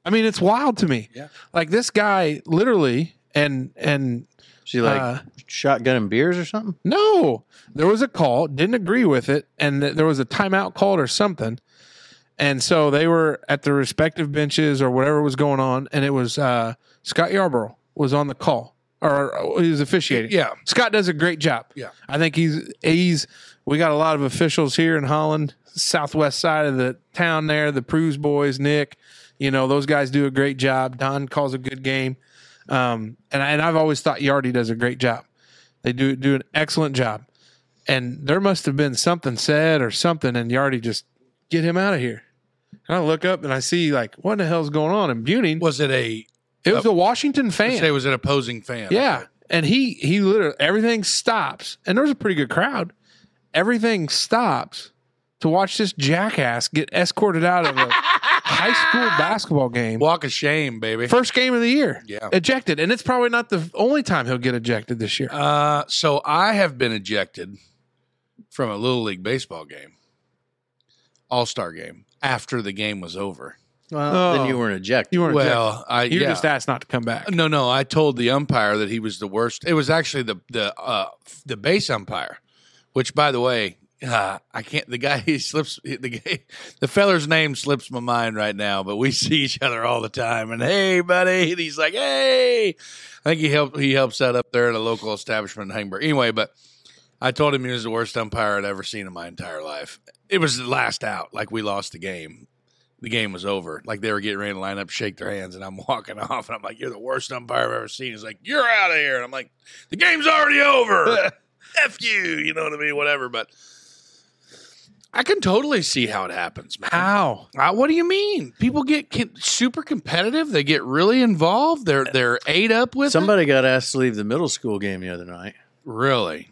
A: I mean, it's wild to me.
B: Yeah.
A: Like this guy literally and and
C: She like
A: Uh,
C: shotgun and beers or something?
A: No, there was a call, didn't agree with it, and th- there was a timeout called or something. And so they were at their respective benches or whatever was going on, and it was uh, Scott Yarborough was on the call or uh, he was officiating.
B: Yeah.
A: Scott does a great job.
B: Yeah.
A: I think he's he's we got a lot of officials here in Holland, southwest side of the town there, the Proves boys, Nick, you know, those guys do a great job. Don calls a good game. Um and I, and I've always thought Yardi does a great job. They do do an excellent job. And there must have been something said or something and Yardi just get him out of here. And I look up and I see like what in the hell's going on in Buning.
B: Was it a
A: It was a Washington
B: I
A: fan.
B: say it was an opposing fan?
A: Yeah.
B: Okay.
A: and he he literally everything stops, and there was a pretty good crowd. Everything stops to watch this jackass get escorted out of
B: *laughs*
A: a high school basketball game,
B: Walk of shame, baby.
A: first game of the year.
B: Yeah.
A: ejected, and it's probably not the only time he'll get ejected this year.
B: Uh, so I have been ejected from a little league baseball game, all star game after the game was over.
C: Well, then
A: Oh.
C: you weren't ejected.
A: You weren't ejected.
B: Well, I
A: You were
B: yeah.
A: just asked not to come back.
B: no, no. I told the umpire that he was the worst. It was actually the the uh, the base umpire, which, by the way, uh, I can't. The guy *laughs* he slips the guy, the feller's name slips my mind right now. But we *laughs* see each other all the time, and hey, buddy, *laughs* and he's like, hey. I think he helped. He helps out up there at a local establishment in Hangberg. Anyway, but I told him he was the worst umpire I'd ever seen in my entire life. It was the last out. Like we lost the game the game was over. Like they were getting ready to line up, shake their hands, and I'm *laughs* walking off, and I'm like, "You're the worst umpire I've ever seen." He's like, "You're out of here," and I'm like, "The game's
A: *laughs*
B: already over. F you." You know what I mean? Whatever. But I can totally see how it happens, man.
A: How?
B: Uh, what do you mean? People get con- super competitive. They get really involved. They're they're ate up with it?
C: Somebody got asked to leave the middle school game the other night.
B: Really?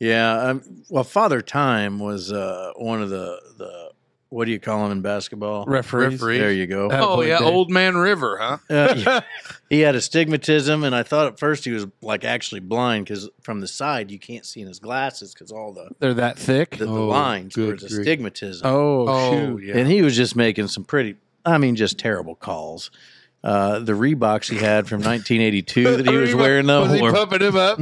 C: Yeah. Um, well, Father Time was uh, one of the, the, what do you call him in basketball?
A: Referees.
B: Referee.
C: There you go.
A: That
B: oh
A: boy
B: yeah,
A: did.
B: Old Man River, huh?
C: Uh, yeah. *laughs* he had astigmatism, and I thought at first he was like actually blind because from the side you can't see in his glasses because all the
A: They're that thick.
C: the, the
B: Oh,
C: lines were
B: good
C: his
B: grief.
C: astigmatism.
A: Oh, shoot.
B: yeah.
C: And he was just making some pretty, I mean, just terrible calls. Uh, the Reeboks he had from
A: *laughs*
C: 1982 that he was wearing
B: Oh,
C: though,
A: Was he
C: were-
A: pumping him *laughs* up?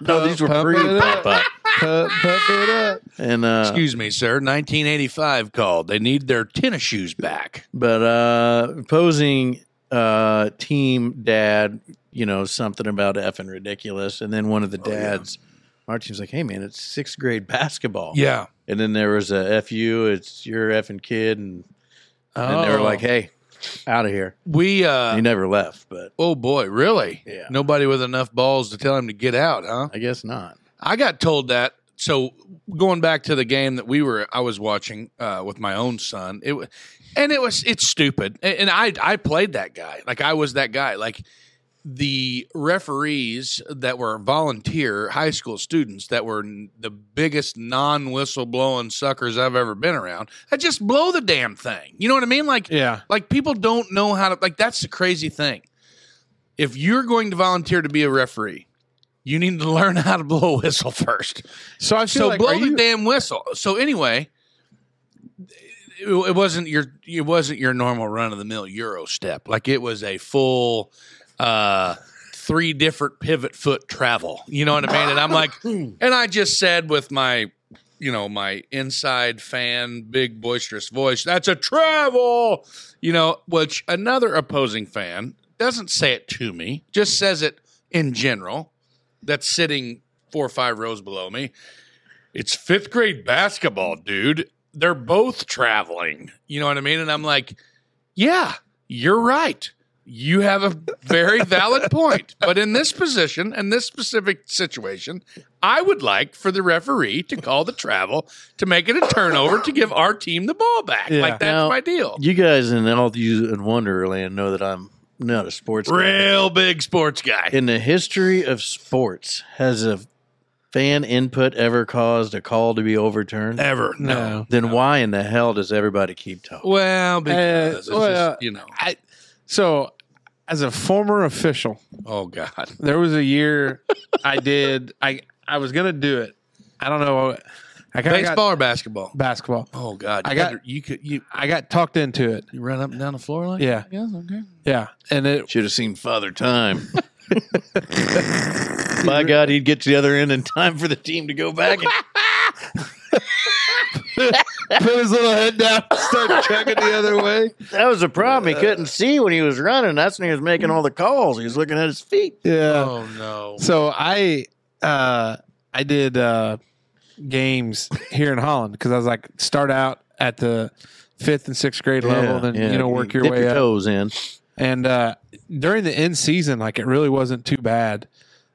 C: *laughs* no, these were
A: pumping
C: pre
A: it up?
C: pop up.
A: Pump, pump it up.
C: And uh,
B: Excuse me, sir. 1985 called. They need their tennis shoes back.
C: but uh, opposing uh, team dad, you know, something about effing ridiculous, and then one of the
B: Oh, yeah.
C: dads. Our team's like, hey man, it's sixth grade basketball.
B: Yeah.
C: And then there was a FU, it's your effing kid. And, and they were
A: Oh.
C: like, hey, out of here.
B: We
C: And
B: uh
C: he never left, but
B: Oh boy, really?
C: Yeah.
B: Nobody with enough balls to tell him to get out, huh?
C: I
A: *clears throat*
C: guess not.
B: I got told that. So going back to the game that we were, I was watching uh, with my own son. It wa- and it was it's stupid. A- And I I played that guy. Like I was that guy. Like the referees that were volunteer high school students that were n- the biggest non whistle blowing suckers I've ever been around. I just blow the damn thing. You know what I mean? Like
A: Yeah.
B: like people don't know how to like that's the crazy thing. If you're going to volunteer to be a referee, you need to *laughs* learn how to blow a whistle first.
A: So I feel
B: So
A: like
B: blow
A: are
B: the
A: you,
B: damn whistle. So anyway, it, it wasn't your it wasn't your normal run of the mill euro step. Like it was a full uh three different pivot foot travel. You know what I mean? And I'm like and I just said with my you know, my inside fan, big boisterous voice, that's a travel, you know, which another opposing fan doesn't say it to me, just says it in general. That's sitting four or five rows below me. It's fifth grade basketball, dude. They're both traveling. You know what I mean? And I'm like, yeah, you're right. You have a very valid point. But in this position, in this specific situation, I would like for the referee to call the travel to make it a turnover to give our team the ball back.
A: Yeah.
B: Like, that's
C: Now-
B: my deal.
C: You guys and all you in Wonderland know that I'm not a sports guy.
B: Real big sports guy.
C: In the history of sports, has a fan input ever caused a call to be overturned?
B: Ever. No.
A: no.
C: then why in the hell does everybody keep talking?
B: Well, because it's
A: Uh, well,
B: just, you know.
A: I, so as a former official,
B: Oh, God.
A: there was a year I did I I was gonna do it. I don't know. I kind of got
B: Baseball or basketball?
A: basketball.
B: Oh God!
A: I
B: You
A: got-
B: had to- you could you
A: I got talked into it.
B: you run up and down the floor like
A: Yeah.
B: that, I guess? okay.
A: Yeah, and it
C: Should have seen Father Time. By God, he'd get to the other end in time for the team to go back. And,
A: *laughs* *laughs* put his little head down, *laughs* start chugging the other way.
C: that was the problem. He couldn't see when he was running. That's when he was making all the calls. He was looking at his feet.
A: Yeah.
B: Oh no!
A: So I uh I did uh games here in Holland because I was like start out at the fifth and sixth grade level, then you know work your
C: Dip
A: way up.
C: toes in.
A: And uh, during the end season, like it really wasn't too bad.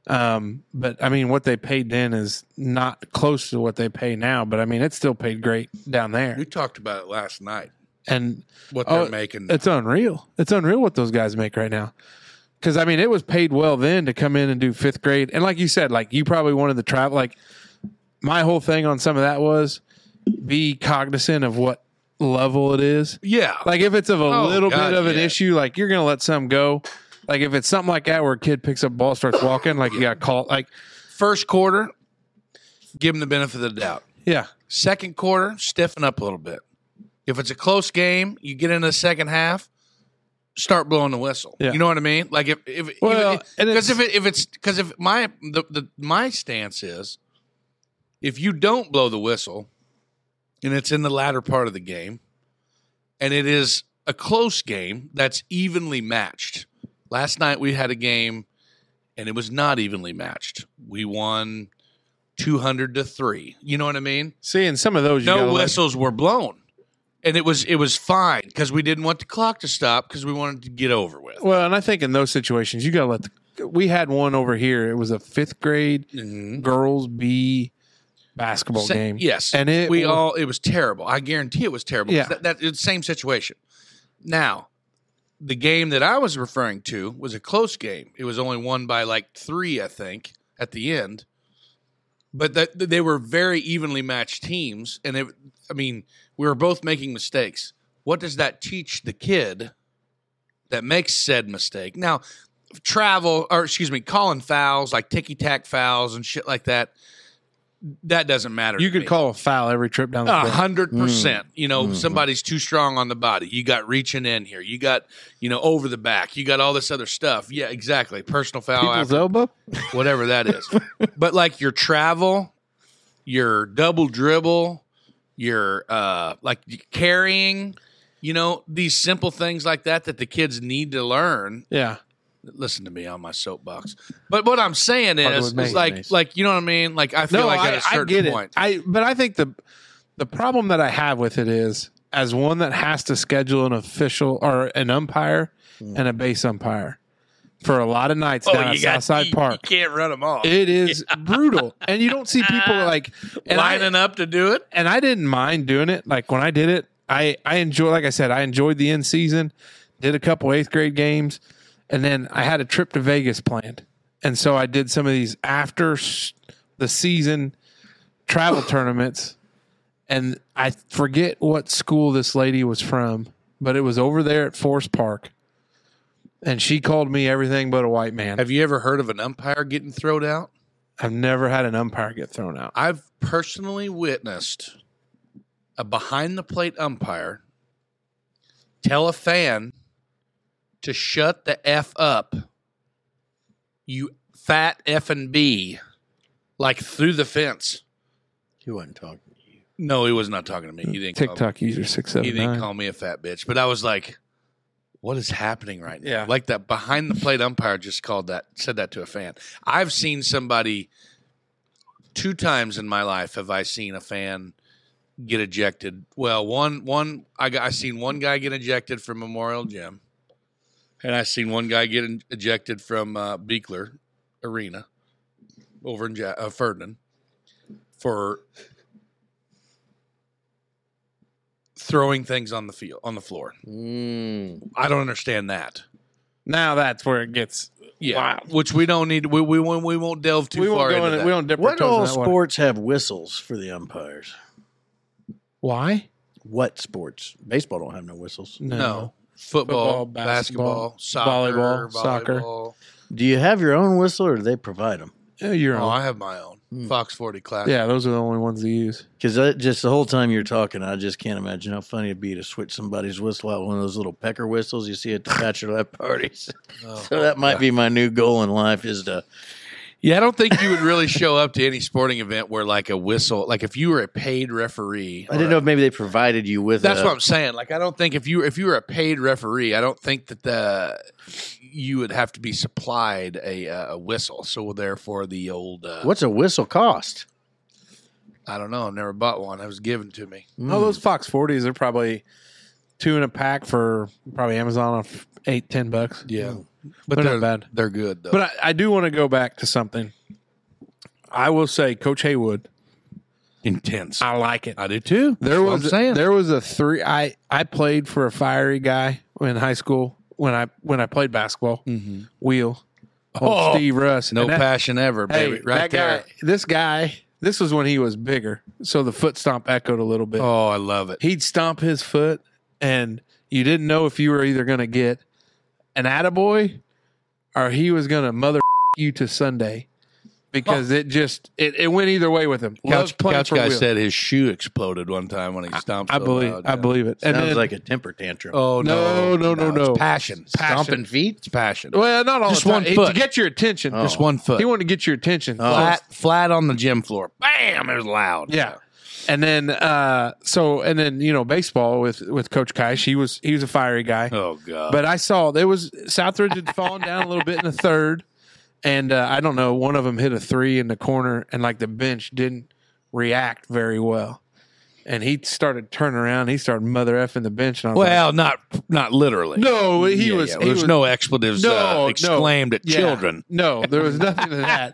A: Um, but I mean, what they paid then is not close to what they pay now. But I mean, it still paid great down there,
B: We talked about it last night.
A: and
B: What
A: Oh,
B: they're making.
A: it's unreal. It's unreal what those guys make right now. Because I mean, it was paid well then to come in and do fifth grade, and like you said, like you probably wanted to travel. Like my whole thing on some of that was be cognizant of what level it is.
B: Yeah.
A: Like if it's of a
B: Oh,
A: little
B: God,
A: bit of an
B: yeah.
A: issue, like you're gonna let some go. Like if it's something like that where a kid picks up ball, starts walking, like you got caught. Like
B: First quarter, give them the benefit of the doubt.
A: yeah,
B: Second quarter, stiffen up a little bit. If it's a close game, you get into the second half, start blowing the whistle.
A: Yeah.
B: You know what I mean? Like if if
A: Well, and it's-
B: because if it, if it's because if my the, the my stance is if you don't blow the whistle and it's in the latter part of the game and it is a close game that's evenly matched. Last night we had a game and it was not evenly matched. We won 200 to 3. You know what I mean?
A: seeing some of those, you gotta
B: no
A: let-
B: whistles were blown and it was it was fine because we didn't want the clock to stop because we wanted to get over with
A: Well, and I think in those situations, you got to let the. We had one over here. It was a fifth grade
B: Mhm.
A: girls B basketball
B: Sa-
A: game.
B: yes
A: and it
B: we
A: was-
B: all it was terrible i guarantee it was terrible 'cause
A: Yeah.
B: that, that it's the same situation now the game that i was referring to was a close game it was only won by like three i think at the end but that they were very evenly matched teams and it, i mean we were both making mistakes what does that teach the kid that makes said mistake now travel or excuse me calling fouls like ticky tack fouls and shit like that that doesn't matter
A: you
B: to
A: could
B: me.
A: call a foul every trip down the
B: A
A: court.
B: hundred percent. You know,
A: Mm-hmm.
B: somebody's too strong on the body. You got reaching in here. You got, you know, over the back. You got all this other stuff. Yeah, exactly. Personal foul,
A: People's
B: after-
A: elbow.
B: whatever that is.
A: *laughs*
B: but like your travel, your double dribble, your uh, like carrying. You know, these simple things like that that the kids need to learn
A: Yeah,
B: listen to me on my soapbox. But what I'm saying
A: Pardon
B: is,
A: with me.
B: is like,
C: Nice.
B: like you know what I mean? Like I feel
A: no,
B: like at
A: I,
B: a
A: I
B: certain
A: get
B: point,
A: it. I but I think the the problem that I have with it is as one that has to schedule an official or an umpire
B: Hmm.
A: and a base umpire for a lot of nights
B: oh,
A: down at Southside Park.
B: can't run them off.
A: It is brutal, and you don't see
B: *laughs*
A: people like and I-
B: lining up to do it.
A: and I didn't mind doing it. Like when I did it, I I enjoy. Like I said, I enjoyed the end season. Did a couple eighth grade games, and then I had a trip to Vegas planned, and so I did some of these after s- the season travel tournaments. And I forget what school this lady was from, but it was over there at Forest Park, and she called me everything but a white man.
B: Have you ever heard of an umpire getting thrown out?
A: I've never had an umpire get thrown out.
B: I've personally witnessed a behind the plate umpire tell a fan to shut the F up, you fat F and B, like through the fence.
C: He wasn't talking to you.
B: No, he was not talking to me. He didn't call me.
A: TikTok user six
B: he
A: seven
B: didn't
A: nine.
B: call me a fat bitch, but I was like, "What is happening right now?"
A: Yeah.
B: Like that behind the plate umpire just called that, said that to a fan. I've seen somebody two times in my life. Have I seen a fan get ejected? Well, one one I got I seen one guy get ejected from Memorial Gym, and I seen one guy get in- ejected from uh, Beekler Arena over in ja- uh, Ferdinand for throwing things on the field on the floor.
C: Mm.
B: I don't understand that.
A: Now that's where it gets
B: Yeah, which we don't need. We we won't- we won't delve too
A: we won't
B: far
A: go
B: into
A: in it.
B: that.
A: We don't dip our
C: What
A: toes in
C: all
A: that water.
C: sports have whistles for the umpires?
A: Why?
C: What sports? Baseball don't have no whistles.
B: no. Football,
A: Football,
B: basketball,
A: basketball,
B: soccer, volleyball, Oh,
A: volleyball, soccer.
C: Do you have your own whistle, or do they provide them?
A: Yeah, you're
B: Oh,
A: on.
B: I have my own
C: Hmm.
B: Fox Forty class.
A: Yeah, those are the only ones they use.
C: Because just the whole time you're talking, I just can't imagine how funny it'd be to switch somebody's whistle out one of those little pecker whistles you see
A: *laughs*
C: at the bachelorette parties. *laughs*
B: Oh.
C: so that might be my new goal in life is to
B: Yeah, I don't think you would really show up to any sporting event where like a whistle, like if you were a paid referee.
C: I didn't
B: or-
C: know if maybe they provided you with
B: That's
C: a,
B: what I'm saying. Like, I don't think if you if you were a paid referee, I don't think that the you would have to be supplied a uh, a whistle. So therefore, the old uh,
C: what's a whistle cost?
B: I don't know. I've never bought one. It was given to me.
A: Oh, those Fox 40s are probably two in a pack for probably Amazon of eight, ten bucks.
B: Yeah,
A: but
B: they're,
A: they're not bad.
B: uh, They're good though.
A: But I, I do want to go back to something. I will say, Coach Haywood,
B: intense.
A: I like it.
B: I do too.
A: There
B: That's what
A: was
B: I'm saying.
A: there was a three. I I played for a fiery guy in high school when I when I played basketball.
B: Mhm.
A: Wheel, old
B: Oh,
A: Steve Russ,
B: No
A: And Mm-hmm. that-
B: passion ever,
A: Hey,
B: baby. right
A: that
B: there.
A: guy, this guy, this was when he was bigger, so the foot stomp echoed a little bit.
B: Oh, I love it.
A: He'd stomp his foot, and you didn't know if you were either going to get an attaboy or he was going to mother *laughs* you to Sunday because it just it, it went either way with him.
B: Couch,
A: Loved playing
B: couch
A: for
B: guy
A: Will.
B: said his shoe exploded one time when he stomped.
A: I
B: so
A: believe,
B: loud,
A: I
B: yeah.
A: believe it.
C: Sounds
A: and then,
C: like a temper tantrum.
B: Oh
A: No,
B: no,
A: no, no, no.
B: It's passion.
C: Stomping feet.
B: It's passion.
A: well, not all
B: Just
A: the time.
B: one
A: He- to
B: foot.
A: get your attention.
C: Oh.
B: Just one foot. Uh-huh. Oh.
A: He wanted to get your attention.
B: flat, flat on the gym floor. Bam! It was loud.
A: Yeah. And then uh so and then you know baseball with with coach Kai, he was he was a fiery guy.
B: Oh god.
A: But I saw there was Southridge had fallen down a little bit in the third and uh, I don't know, one of them hit a 3 in the corner and like the bench didn't react very well. And he started turning around, he started mother effing the bench and I was like,
B: well, not not literally.
A: no, he
B: Yeah,
A: was
B: yeah.
A: he
B: There's
A: was
B: no expletives
A: No,
B: uh,
A: no.
B: exclaimed at
A: yeah.
B: children.
A: No, there was nothing to that.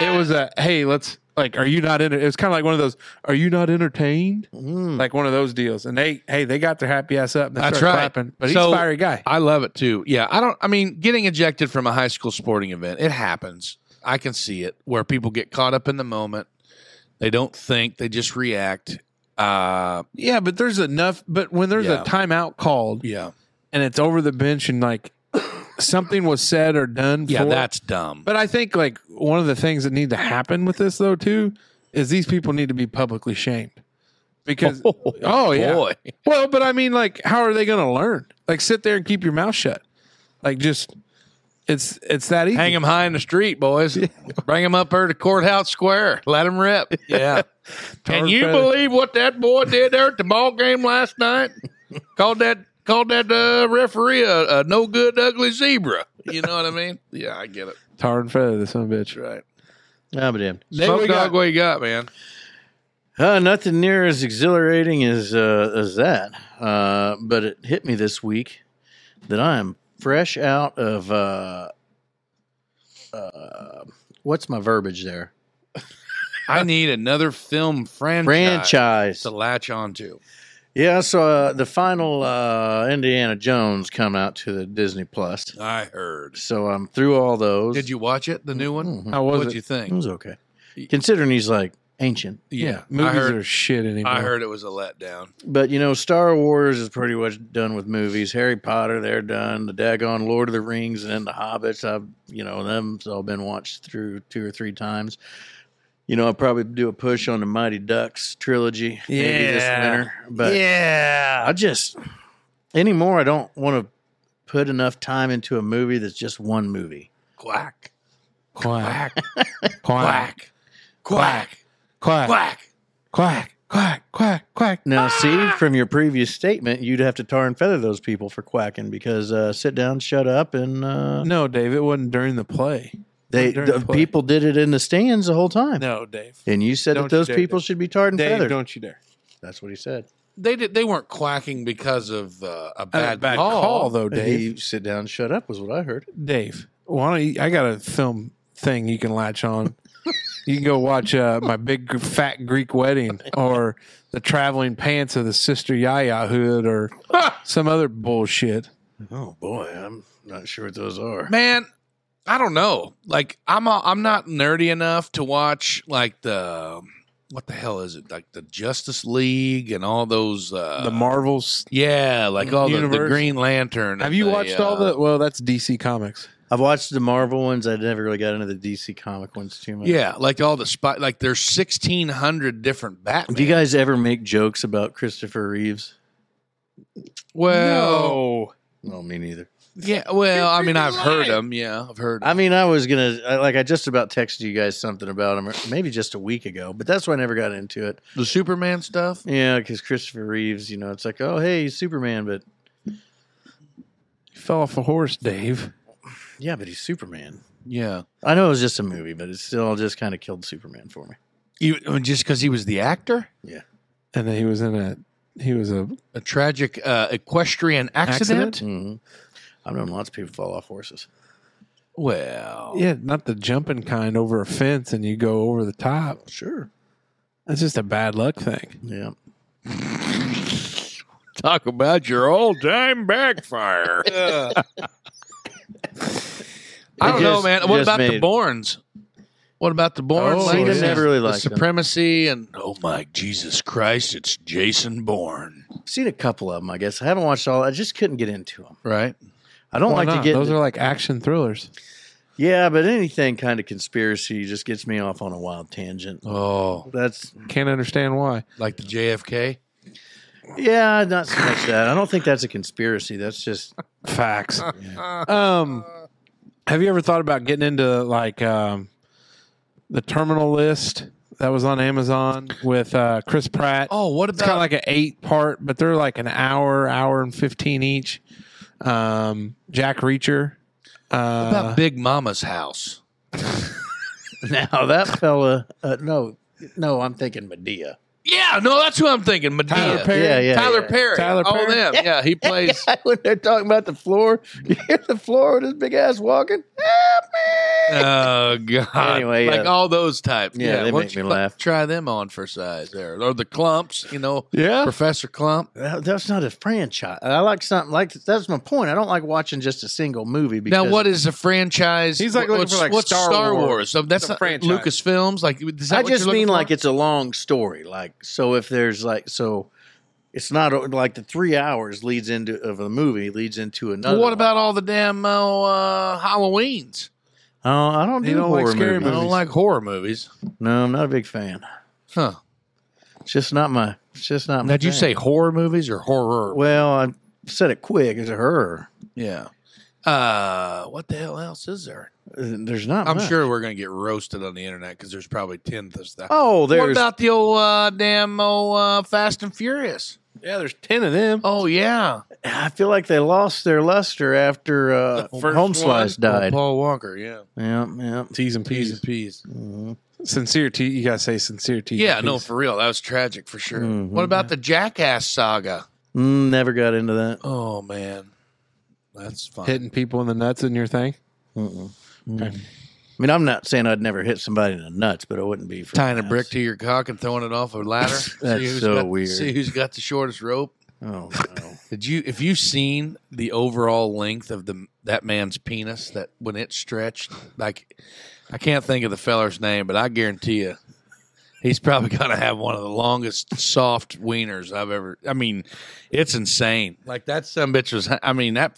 A: It was a hey, let's like are you not enter-? it was kind of like one of those are you not entertained?
C: Mm.
A: like one of those deals. And they, hey, they got their happy ass up. And they
B: That's
A: started
B: right.
A: Clapping, but he's
B: So-
A: a fiery guy.
B: I love it too. Yeah, I don't. I mean, getting ejected from a high school sporting event, it happens. I can see it where people get caught up in the moment. They don't think. They just react. Uh,
A: Yeah, but there's enough. But when there's
B: Yeah.
A: a timeout called
B: yeah,
A: and it's over the bench and like *coughs* something was said or done,
B: yeah.
A: for it-
B: That's *laughs* dumb.
A: But I think like one of the things that need to happen with this though too is these people need to be publicly shamed because
B: oh,
A: oh, yeah.
B: boy.
A: well, but I mean like how are they going to learn? Like sit there and keep your mouth shut, like just. It's it's that easy.
B: hang them high in the street, boys. Bring them up there to courthouse square. Let them rip. *laughs* Yeah. Can
A: Tar
B: you
A: feather.
B: believe what that boy did there at the ball game last *laughs* night? called that called that uh, referee a, a no good ugly zebra. You know what I mean? Yeah, I get it.
A: tar and feather this son of a bitch.
B: Right.
C: Ah, but damn.
A: Then
B: Smoke
A: we
B: dog,
A: got-
B: what you got, man?
C: Uh, nothing near as exhilarating as uh, as that. Uh, but it hit me this week that I am fresh out of uh, uh, what's my verbiage there?
B: *laughs* I need another film franchise,
C: Franchise.
B: to latch onto.
C: Yeah, so uh, the final uh, Indiana Jones come out to the Disney Plus.
B: I heard.
C: So I'm through all those.
B: Did you watch it, the new one?
C: Mhm.
A: How was
B: What'd
A: it?
B: you
C: It
B: think?
C: was okay, considering he's like ancient.
A: Yeah,
B: I
A: movies
B: heard,
A: are shit anymore.
B: I heard it was a letdown.
C: But you know, Star Wars is pretty much done with movies. Harry Potter, they're done. The daggone Lord of the Rings and then the Hobbits. I've you know them all been watched through two or three times. You know, I'll probably do a push on the Mighty Ducks trilogy maybe this
A: Yeah.
C: winter. But
A: yeah,
C: I just anymore, I don't want to put enough time into a movie that's just one movie.
B: Quack.
A: Quack,
B: Quack.
A: quack,
B: Quack. Quack.
A: quack,
B: Quack.
A: quack, quack, quack, quack.
C: Now, see, from your previous statement, you'd have to tar and feather those people for quacking because uh, sit down, shut up, and uh,
A: No, Dave, it wasn't during the play.
C: They
A: during
C: the
A: the play.
C: people did it in the stands the whole time.
A: No, Dave.
C: And you said
A: Don't
C: that those
A: you dare,
C: people
A: Dave.
C: should be tarred and
A: Dave,
C: feathered.
A: don't you dare.
C: That's what he said.
B: They did. They weren't quacking because of uh, a
A: Bad,
B: bad,
A: a bad
B: call.
A: call. though, Dave.
C: He sit down, shut up was what I heard.
A: Dave, why don't you? I got a film thing you can latch
B: *laughs*
A: on. you can go watch uh, my big Gr- fat Greek wedding, or the traveling pants of the sister Yaya hood,
B: *laughs*
A: or some other bullshit.
C: Oh boy, I'm not sure what those are.
B: Man, I don't know. Like I'm, a, I'm not nerdy enough to watch like the what the hell is it? Like the Justice League and all those. Uh,
A: the Marvels.
B: yeah, like all the, the
A: Universe.
B: Green Lantern.
A: Have
B: and
A: you
B: the,
A: watched all
B: uh,
A: the? Well, that's DC Comics.
C: I've watched the Marvel ones. I never really got into the DC comic ones too much.
B: Yeah, like all the spot. Like there's 1,600 different Batman.
C: Do you guys ever make jokes about Christopher Reeves?
B: well,
C: No, me neither.
B: yeah, well, I mean, I've heard
A: lying.
B: them. Yeah, I've heard. 'em.
C: I mean, I was gonna I, like I just about texted you guys something about him, or maybe just a week ago, but that's why I never got into it.
B: the Superman stuff.
C: Yeah, because Christopher Reeves, you know, it's like, oh hey, he's Superman, but
A: You fell off a horse, Dave.
C: yeah, but he's Superman.
B: Yeah,
C: I know it was just a movie, but it still just kind of killed Superman for me.
B: you just because he was the actor.
A: and then he was in a he was a
B: a tragic uh, equestrian accident?
A: Accident?
C: hmm I've known lots of people fall off horses.
B: Well,
A: yeah not the jumping kind over a fence and you go over the top
C: Sure.
A: that's just a bad luck thing
C: Yeah.
F: talk about your all time
A: *laughs*
F: backfire.
B: I don't
C: It
B: know,
C: just-
B: man. What
C: just
B: about the
C: made-
B: Bournes? What about the Bournes?
C: Oh,
B: like
C: yeah.
B: the-
C: Never really
B: the
C: liked them.
B: supremacy and oh my Jesus Christ, it's Jason Bourne,
C: Seen a couple of them, I guess. I haven't watched all. I just couldn't get into them.
B: right?
C: I don't like to get.
A: those are like action thrillers.
C: yeah, but anything kind of conspiracy just gets me off on a wild tangent.
B: Oh,
C: That's
A: Can't understand why.
B: like the JFK.
C: yeah, not so much that. I don't think that's a conspiracy. That's just *laughs*
A: Facts. um, have you ever thought about getting into like um, the terminal list that was on Amazon with uh, Chris Pratt?
B: Oh, what
A: It's kind
B: about
A: of like an eight part, but they're like an hour, hour and fifteen each. Um, Jack Reacher. Uh,
B: about Big Mama's house?
C: now that fella. Uh, no, no, I'm thinking Medea.
B: Yeah, no, that's who I'm thinking. Medea.
A: Tyler
B: Tyler Perry.
A: Perry.
C: Yeah, yeah.
B: Tyler Perry.
A: Tyler
B: All
A: Perry.
B: them.
A: *laughs*
B: Yeah, he
C: *laughs*
B: plays.
C: when they're talking about the floor, you hear the floor with his big ass walking. Help me!
B: oh God!
C: Anyway,
B: like
C: yeah.
B: all those types.
C: Yeah, they
B: why
C: make
B: don't you
C: me
B: fu-
C: laugh.
B: Try them on for size there, or the clumps. You know,
A: yeah.
B: Professor Clump.
C: That, that's not a franchise. I like something like that's my point. I don't like watching just a single movie. Because
B: Now, what is a franchise?
A: He's like looking
B: What- what's,
A: for, like,
B: what's
A: Star Wars.
B: So that's
A: It's a
B: not
A: franchise.
B: Lucasfilms. Like, is that
C: I
B: what you're
C: just
B: looking
C: mean
B: for?
C: like it's a long story. Like so, if there's like so, it's not uh, like the three hours leads into of a movie leads into another.
B: Well, what
C: one.
B: about all the damn oh, uh, Halloweens?
C: Oh, I don't do
A: You don't like
C: horror
A: scary
B: I
C: movies.
B: don't like horror movies,
C: No, I'm not a big fan.
B: huh?
C: It's just not my. It's just not. My
B: Now, did you
C: thing.
B: say horror movies or horror?
C: Well, I said it quick. It's a her.
B: Yeah. Uh, what the hell else is there?
C: Uh, There's not.
B: I'm
C: much.
B: sure we're gonna get roasted on the internet because there's probably ten of that.
C: Oh,
B: what
C: there's
B: about the old uh, damn old uh, Fast and Furious?
A: Yeah, there's ten of them.
B: Oh yeah,
C: I feel like they lost their luster after uh,
A: The first
C: Home Slice
B: Oh,
C: died.
B: Paul Walker. Yeah,
C: Yeah, yeah.
A: T's and
B: peas
A: P's.
B: and peas.
A: Sincere T. You gotta say sincere T.
B: Yeah, no, for real, that was tragic for sure.
C: Mhm.
B: What about the Jackass saga?
C: Mm, never got into that.
B: Oh man, that's fine.
A: hitting people in the nuts in your thing.
C: Mm-mm.
A: Okay.
C: Mm. I mean, I'm not saying I'd never hit somebody in the nuts, but it wouldn't be for
B: Tying a
C: nuts.
B: brick to your cock and throwing it off
C: *laughs*
B: a ladder.
C: That's
B: who's
C: so
B: got-
C: weird.
B: See who's got the shortest rope.
C: Oh
B: *laughs*
C: no!
B: Did you? If you seen the overall length of the that man's penis, that when it stretched, like I can't think of the feller's name, but I guarantee you, he's probably *laughs* gonna have one of the longest soft wieners I've ever. I mean, it's insane. Like that some bitch was. I mean that.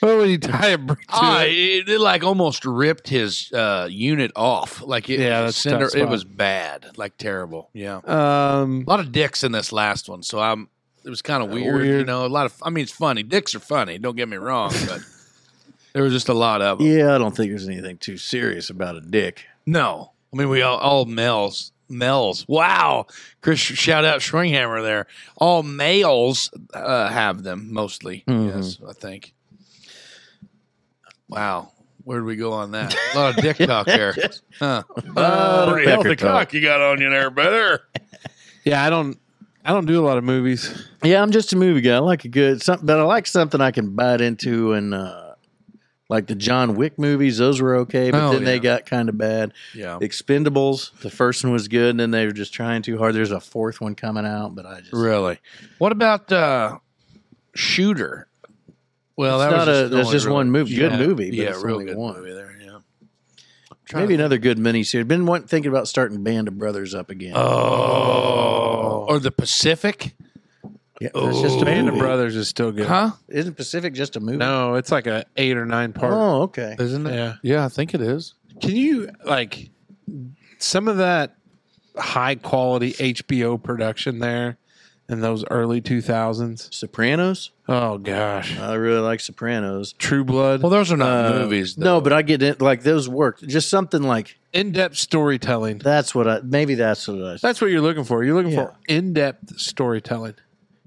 A: What would you tie a brick to?
B: Ah, it, it like almost ripped his uh, unit off. Like it,
A: Yeah,
B: yeah,
A: that's a
B: cinder,
A: tough
B: it
A: spot.
B: was bad, like terrible. Yeah,
A: um,
B: a lot of dicks in this last one, so I'm. It was kind of weird, you
A: weird.
B: know. A lot of, I mean, it's funny. Dicks are funny. Don't get me wrong,
A: *laughs*
B: but there was just a lot of 'em.
C: Yeah, I don't think there's anything too serious about a dick.
B: No, I mean, we all, all males, males. Wow, Chris, shout out Schwinghammer there. All males uh, have them mostly.
F: Mm-hmm.
C: Mhm.
B: Yes, I think. Wow, where did we go on that? A lot
F: *laughs*
B: of dick talk there. Huh.
C: Uh,
F: Pretty healthy
C: Becker talk.
F: cock you got on you there, brother.
A: yeah, I don't. I don't do a lot of movies.
C: Yeah, I'm just a movie guy. I like a good something, but I like something I can bite into and. uh like the John Wick movies, those were okay, but
B: Oh,
C: then
B: yeah.
C: they got kind of bad.
B: Yeah.
C: Expendables, the first one was good, and then they were just trying too hard. There's a fourth one coming out, but I just
B: Really? What about uh, Shooter? Well,
C: It's
B: that was
C: not a-
B: the
C: that's
B: only
C: just
B: real-
C: one movie- good
B: Yeah.
C: movie, but
B: Yeah,
C: it's
B: real
C: only
B: good
C: one.
B: movie there. Yeah. Trying
C: maybe
B: to
C: another good miniseries. Been one, thinking about starting Band of Brothers up again.
B: Uh, Oh, or the Pacific?
C: yeah, that's just a
A: Band of
C: movie.
A: Brothers is still good.
B: Huh?
C: Isn't Pacific just a movie?
A: No, it's like a eight or nine part.
C: Oh, okay.
B: Isn't it?
A: Yeah.
B: Yeah, I think it is.
A: Can you like some of that high quality HBO production there in those early two thousands?
C: Sopranos.
A: Oh gosh,
C: I really like Sopranos.
A: True Blood,
B: Well, those are not
C: Uh,
B: movies. Though.
C: No, but I get it. Like those worked. Just something like
A: in depth storytelling.
C: that's what I. Maybe that's what I.
A: That's what you're looking for. You're looking
C: Yeah.
A: for in depth storytelling.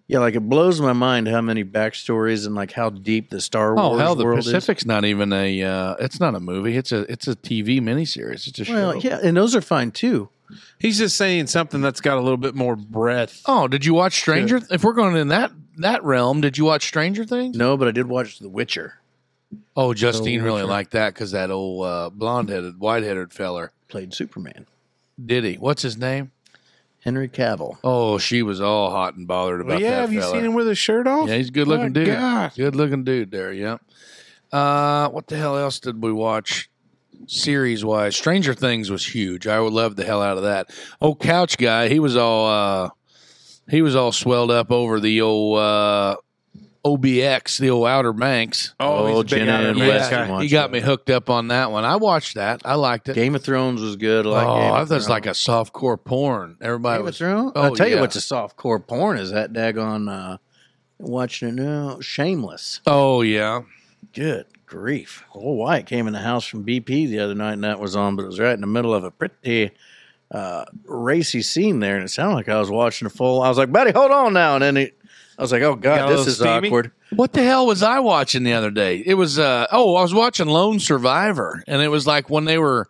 C: Yeah, like it blows my mind how many backstories and like how deep the Star Wars
B: oh hell, the
C: world
B: Pacific's not even a. Uh, it's not a movie. It's a. It's a TV miniseries. It's a
C: is.
B: show.
C: Well, yeah, and those are fine too.
A: He's just saying something that's got a little bit more breadth.
B: Oh, did you watch Stranger? If we're going in that that realm, did you watch Stranger Things?
C: No, but I did watch The Witcher.
B: Oh, Justine
A: No,
B: really
A: sure.
B: liked that because that old uh, blonde headed, white headed feller.
C: Played Superman.
B: Did he? What's his name?
C: Henry Cavill.
B: Oh, she was all hot and bothered about
A: Well, yeah,
B: that.
A: have you
B: fella.
A: seen him with his shirt off?
B: Yeah, he's a good looking
A: My
B: dude.
A: God.
B: Good looking dude there. Yep. Uh, what the hell else did we watch? Series wise, Stranger Things was huge. I would love the hell out of that. Old couch guy, he was all uh, he was all swelled up over the old uh, OBX, the old Outer Banks.
A: Oh, he's a
C: Oh,
A: big
C: Jenna
A: Outer
C: and
A: Banks
C: Wes.
A: guy.
C: you want
B: he got
C: that.
B: me hooked up on that one. I watched that. I liked it.
C: Game of Thrones was good. I
B: oh,
C: Like Game
B: I
C: of
B: thought it was
C: Thrones.
B: like a soft core porn. Everybody
C: Game of
B: was
C: Thrones.
B: oh,
C: I'll tell
B: yeah.
C: you what's a soft core porn is that daggone uh, watching it now. Shameless.
B: Oh yeah.
C: Good grief. Old White came in the house from BP the other night and that was on, but it was right in the middle of a pretty uh, racy scene there. And it sounded like I was watching a full. I was like, buddy, hold on now. And then it, I was like, oh,
A: Got a
C: God, this
A: little
C: is
A: steamy?
C: awkward.
B: What the hell was I watching the other day? It was uh oh, I was watching Lone Survivor and it was like when they were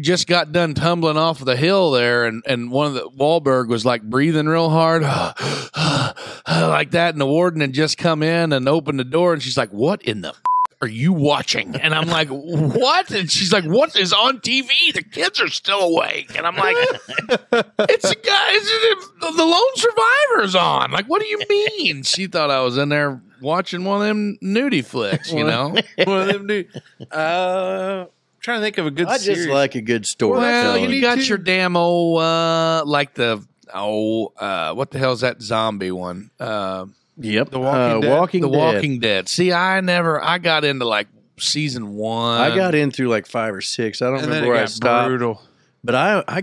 B: just got done tumbling off of the hill there and and one of the Wahlberg was like breathing real hard *sighs* like that and the warden had just come in and opened the door and she's like, "What in the f- are you watching? And I'm like, what? And she's like, what is on TV? The kids are still awake. And I'm like, *laughs* it's a guy. It's a, the lone survivor's on. Like, what do you mean? *laughs* She thought I was in there watching one of them nudie flicks. You *laughs* know?
A: *laughs* One of them dude. Uh, trying to think of a good
C: I just
A: series.
C: like a good story.
B: well,
A: telling
B: you
A: you.
B: got
A: Me too.
B: your damn old uh, like the oh uh, what the hell's that zombie one? Uh,
C: yep.
A: The Walking
C: Uh,
A: Dead?
C: Walking
B: the
C: Dead.
B: Walking Dead. See, I never. I got into like season one.
C: I got in through like five or six. I don't
A: and then
C: remember
A: it
C: where I
A: got
C: stopped.
A: brutal.
C: But I, I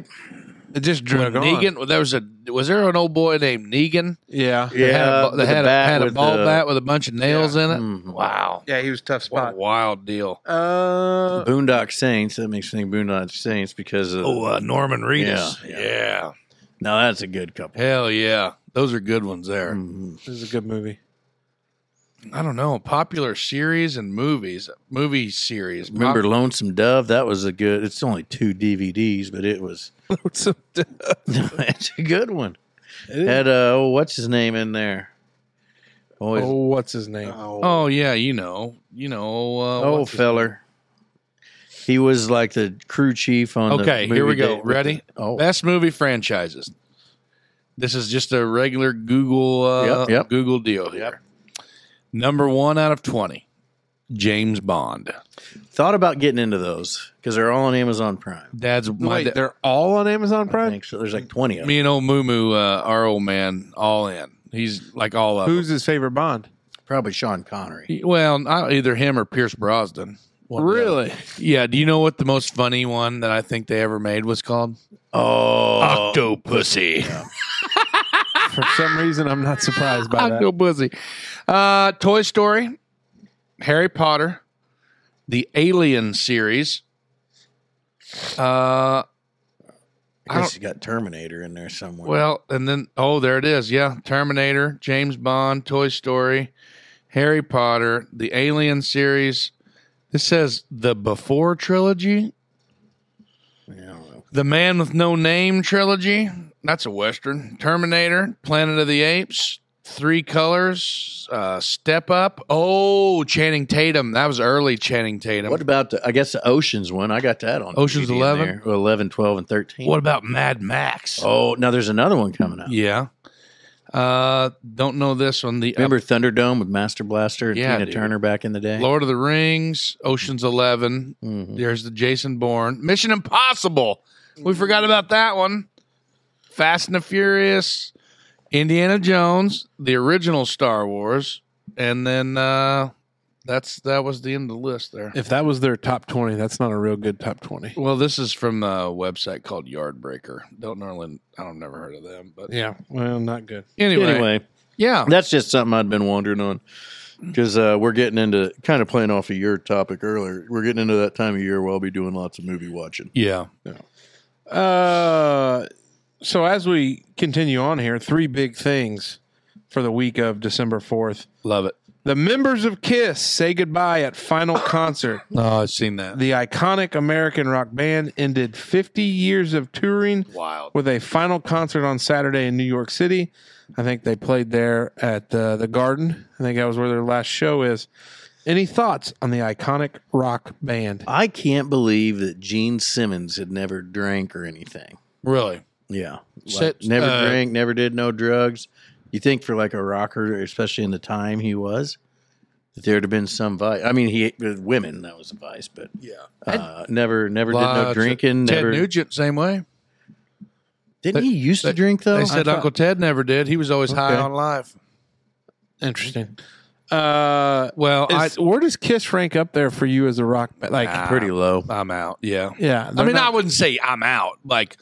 A: It just
B: When
A: drug on.
B: Negan, there was a was there an old boy named Negan?
A: Yeah.
B: that had a,
C: yeah,
B: ba- that had a, had a ball bat with a bunch of nails in it.
C: Mhm.
B: Wow,
A: Yeah, he was tough
B: what a wild deal!
A: Uh,
C: Boondock Saints. That makes me think Boondock Saints because of,
B: Oh, uh, Norman Reedus.
C: Yeah.
B: Yeah.
C: now that's a good couple.
B: Hell yeah. Those are good ones there.
C: Mhm.
A: this is a good *laughs* movie.
B: I don't know. Popular series and movies. Movie series. Pop-
C: Remember Lonesome Dove? That was a good. It's only two DVDs, but it was *laughs* that's a good one. Had uh, oh, what's his name in there? Oh,
A: oh,
C: his-
A: what's his name?
B: oh, yeah. You know. You know. Uh,
C: oh,
B: what's-
C: feller. He was like the crew chief on. the
B: Okay, here
C: movie
B: we go.
C: date with
B: Ready?
C: the- oh,
B: Best movie franchises. This is just a regular Google uh,
C: Yep, yep.
B: Google deal here. Number one out of 20, James Bond.
C: thought about getting into those because they're all on Amazon Prime.
B: Dad's my
A: Wait,
B: da-
A: they're all on Amazon
C: I
A: Prime.
C: think so. There's like twenty of them.
B: me and old Moo Moo, uh, our old man, all in. He's like all up.
A: Who's his favorite Bond?
C: Probably Sean Connery.
B: Well, not either him or Pierce Brosnan. One or the other.
A: *laughs*
B: Yeah. Do you know what the most funny one that I think they ever made was called?
C: Oh,
B: Octopussy.
A: For some reason, I'm not surprised by that.
B: Octopussy. Uh, Toy Story, Harry Potter, the Alien series.
C: I
B: Uh,
C: guess you got Terminator in there somewhere.
B: well, and then oh, there it is. Yeah, Terminator, James Bond, Toy Story, Harry Potter, the Alien series. This says the Before trilogy.
C: I don't know.
B: The Man with No Name trilogy. That's a Western. Terminator, Planet of the Apes, Three Colors, uh, Step Up. Oh, Channing Tatum. That was early Channing Tatum.
C: What
B: What,
C: about the? I guess the Oceans one. I got that on
B: Ocean's
C: DVD in
B: 11?
C: there. Well, 11, 12, and thirteen.
B: about Mad Max?
C: Oh, now there's another one coming out.
B: yeah. Uh, don't know this one. The
C: Remember Thunderdome with Master Blaster and
B: Yeah,
C: Tina
B: dude.
C: Turner back in the day?
B: Lord of the Rings, Ocean's 11
C: Mhm.
B: There's the Jason Bourne, Mission Impossible. We forgot about that one. Fast and the Furious, Indiana Jones, the original Star Wars, and then uh, that's that was the end of the list there.
A: If that was their top 20, that's not a real good top 20.
B: Well, this is from a website called Yardbreaker. Don't normally, I don't never heard of them, but
A: Yeah. Well, not good.
B: anyway,
C: Anyway,
B: yeah,
C: that's just something I'd been wondering on because uh, we're getting into kind of playing off of your topic earlier. We're getting into that time of year where I'll be doing lots of movie watching.
B: yeah.
A: Uh, so as we continue on here, three big things for the week of December 4th.
B: Love it.
A: The members of Kiss say goodbye at final *coughs* concert.
B: Oh, I've seen that.
A: The iconic American rock band ended 50 years of touring
B: Wild.
A: with a final concert on Saturday in New York City. I think they played there at uh, the Garden. I think that was where their last show is. Any thoughts on the iconic rock band?
C: I can't believe that Gene Simmons had never drank or anything.
B: Really?
C: Yeah. Like,
B: Set-
C: never
B: uh,
C: drank, never did no drugs. You think for like a rocker, especially in the time he was, that there'd have been some vice. I mean, he with women that was a vice, but
B: Yeah.
C: uh, never, never did
B: Lots
C: no
B: of-
C: drinking.
B: Ted
C: Never
B: Nugent, same way.
C: didn't he used to drink though?
B: They said
C: Oh, I thought-
B: Uncle Ted never did. He was always high
C: Okay.
B: on life.
A: Interesting. Uh,
B: Well,
A: is- where does Kiss rank up there for you as a rock band? Like,
B: Ah.
C: pretty low.
B: I, I'm out. Yeah.
A: yeah.
B: I
A: they're
B: mean, I
A: not-
B: wouldn't say I'm out. Like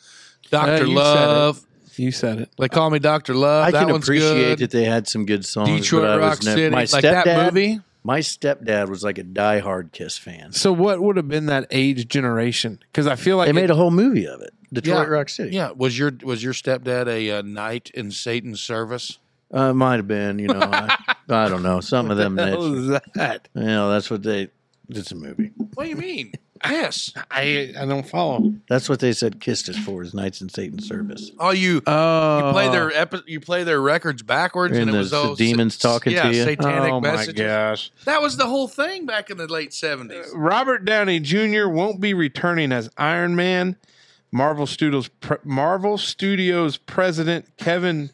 A: Yeah,
B: Doctor
A: you said it.
B: Love,
A: you said it.
B: they call me Doctor Love.
C: I
B: "Oh, that
C: can
B: one's
C: appreciate
B: good.
C: that they had some good songs. but I
B: Detroit
C: was
B: Rock
C: nev-
B: City,
C: my
B: like that
C: stepdad-
B: movie.
C: My stepdad was like a diehard Kiss fan.
A: So, what would have been that age generation? Because I feel like
C: They
A: it-
C: made a whole movie of it. Detroit
B: Yeah.
C: Rock City.
B: Yeah, was your was your stepdad a uh, knight in Satan's service?
C: Uh, it might have been, you know, I,
B: *laughs*
C: I don't know. Some of
A: *laughs*
C: them, that,
A: hell
C: you
A: is that?
C: know, that's what they, it's a movie.
B: What do you
C: *laughs*
B: mean? yes,
A: I I don't follow.
C: That's what they said Kissed is for, is Knights in Satan's Service.
B: all you
A: Oh,
B: you play their epi- you play their records backwards, and,
C: And
B: it was
C: Uh, the- the
B: those
C: demons talking to
B: yeah,
C: you?
B: satanic
A: oh
B: messages.
A: my gosh.
B: That was the whole thing back in the late seventies.
A: Robert Downey Jr. won't be returning as Iron Man. Marvel Studios pre- Marvel Studios president Kevin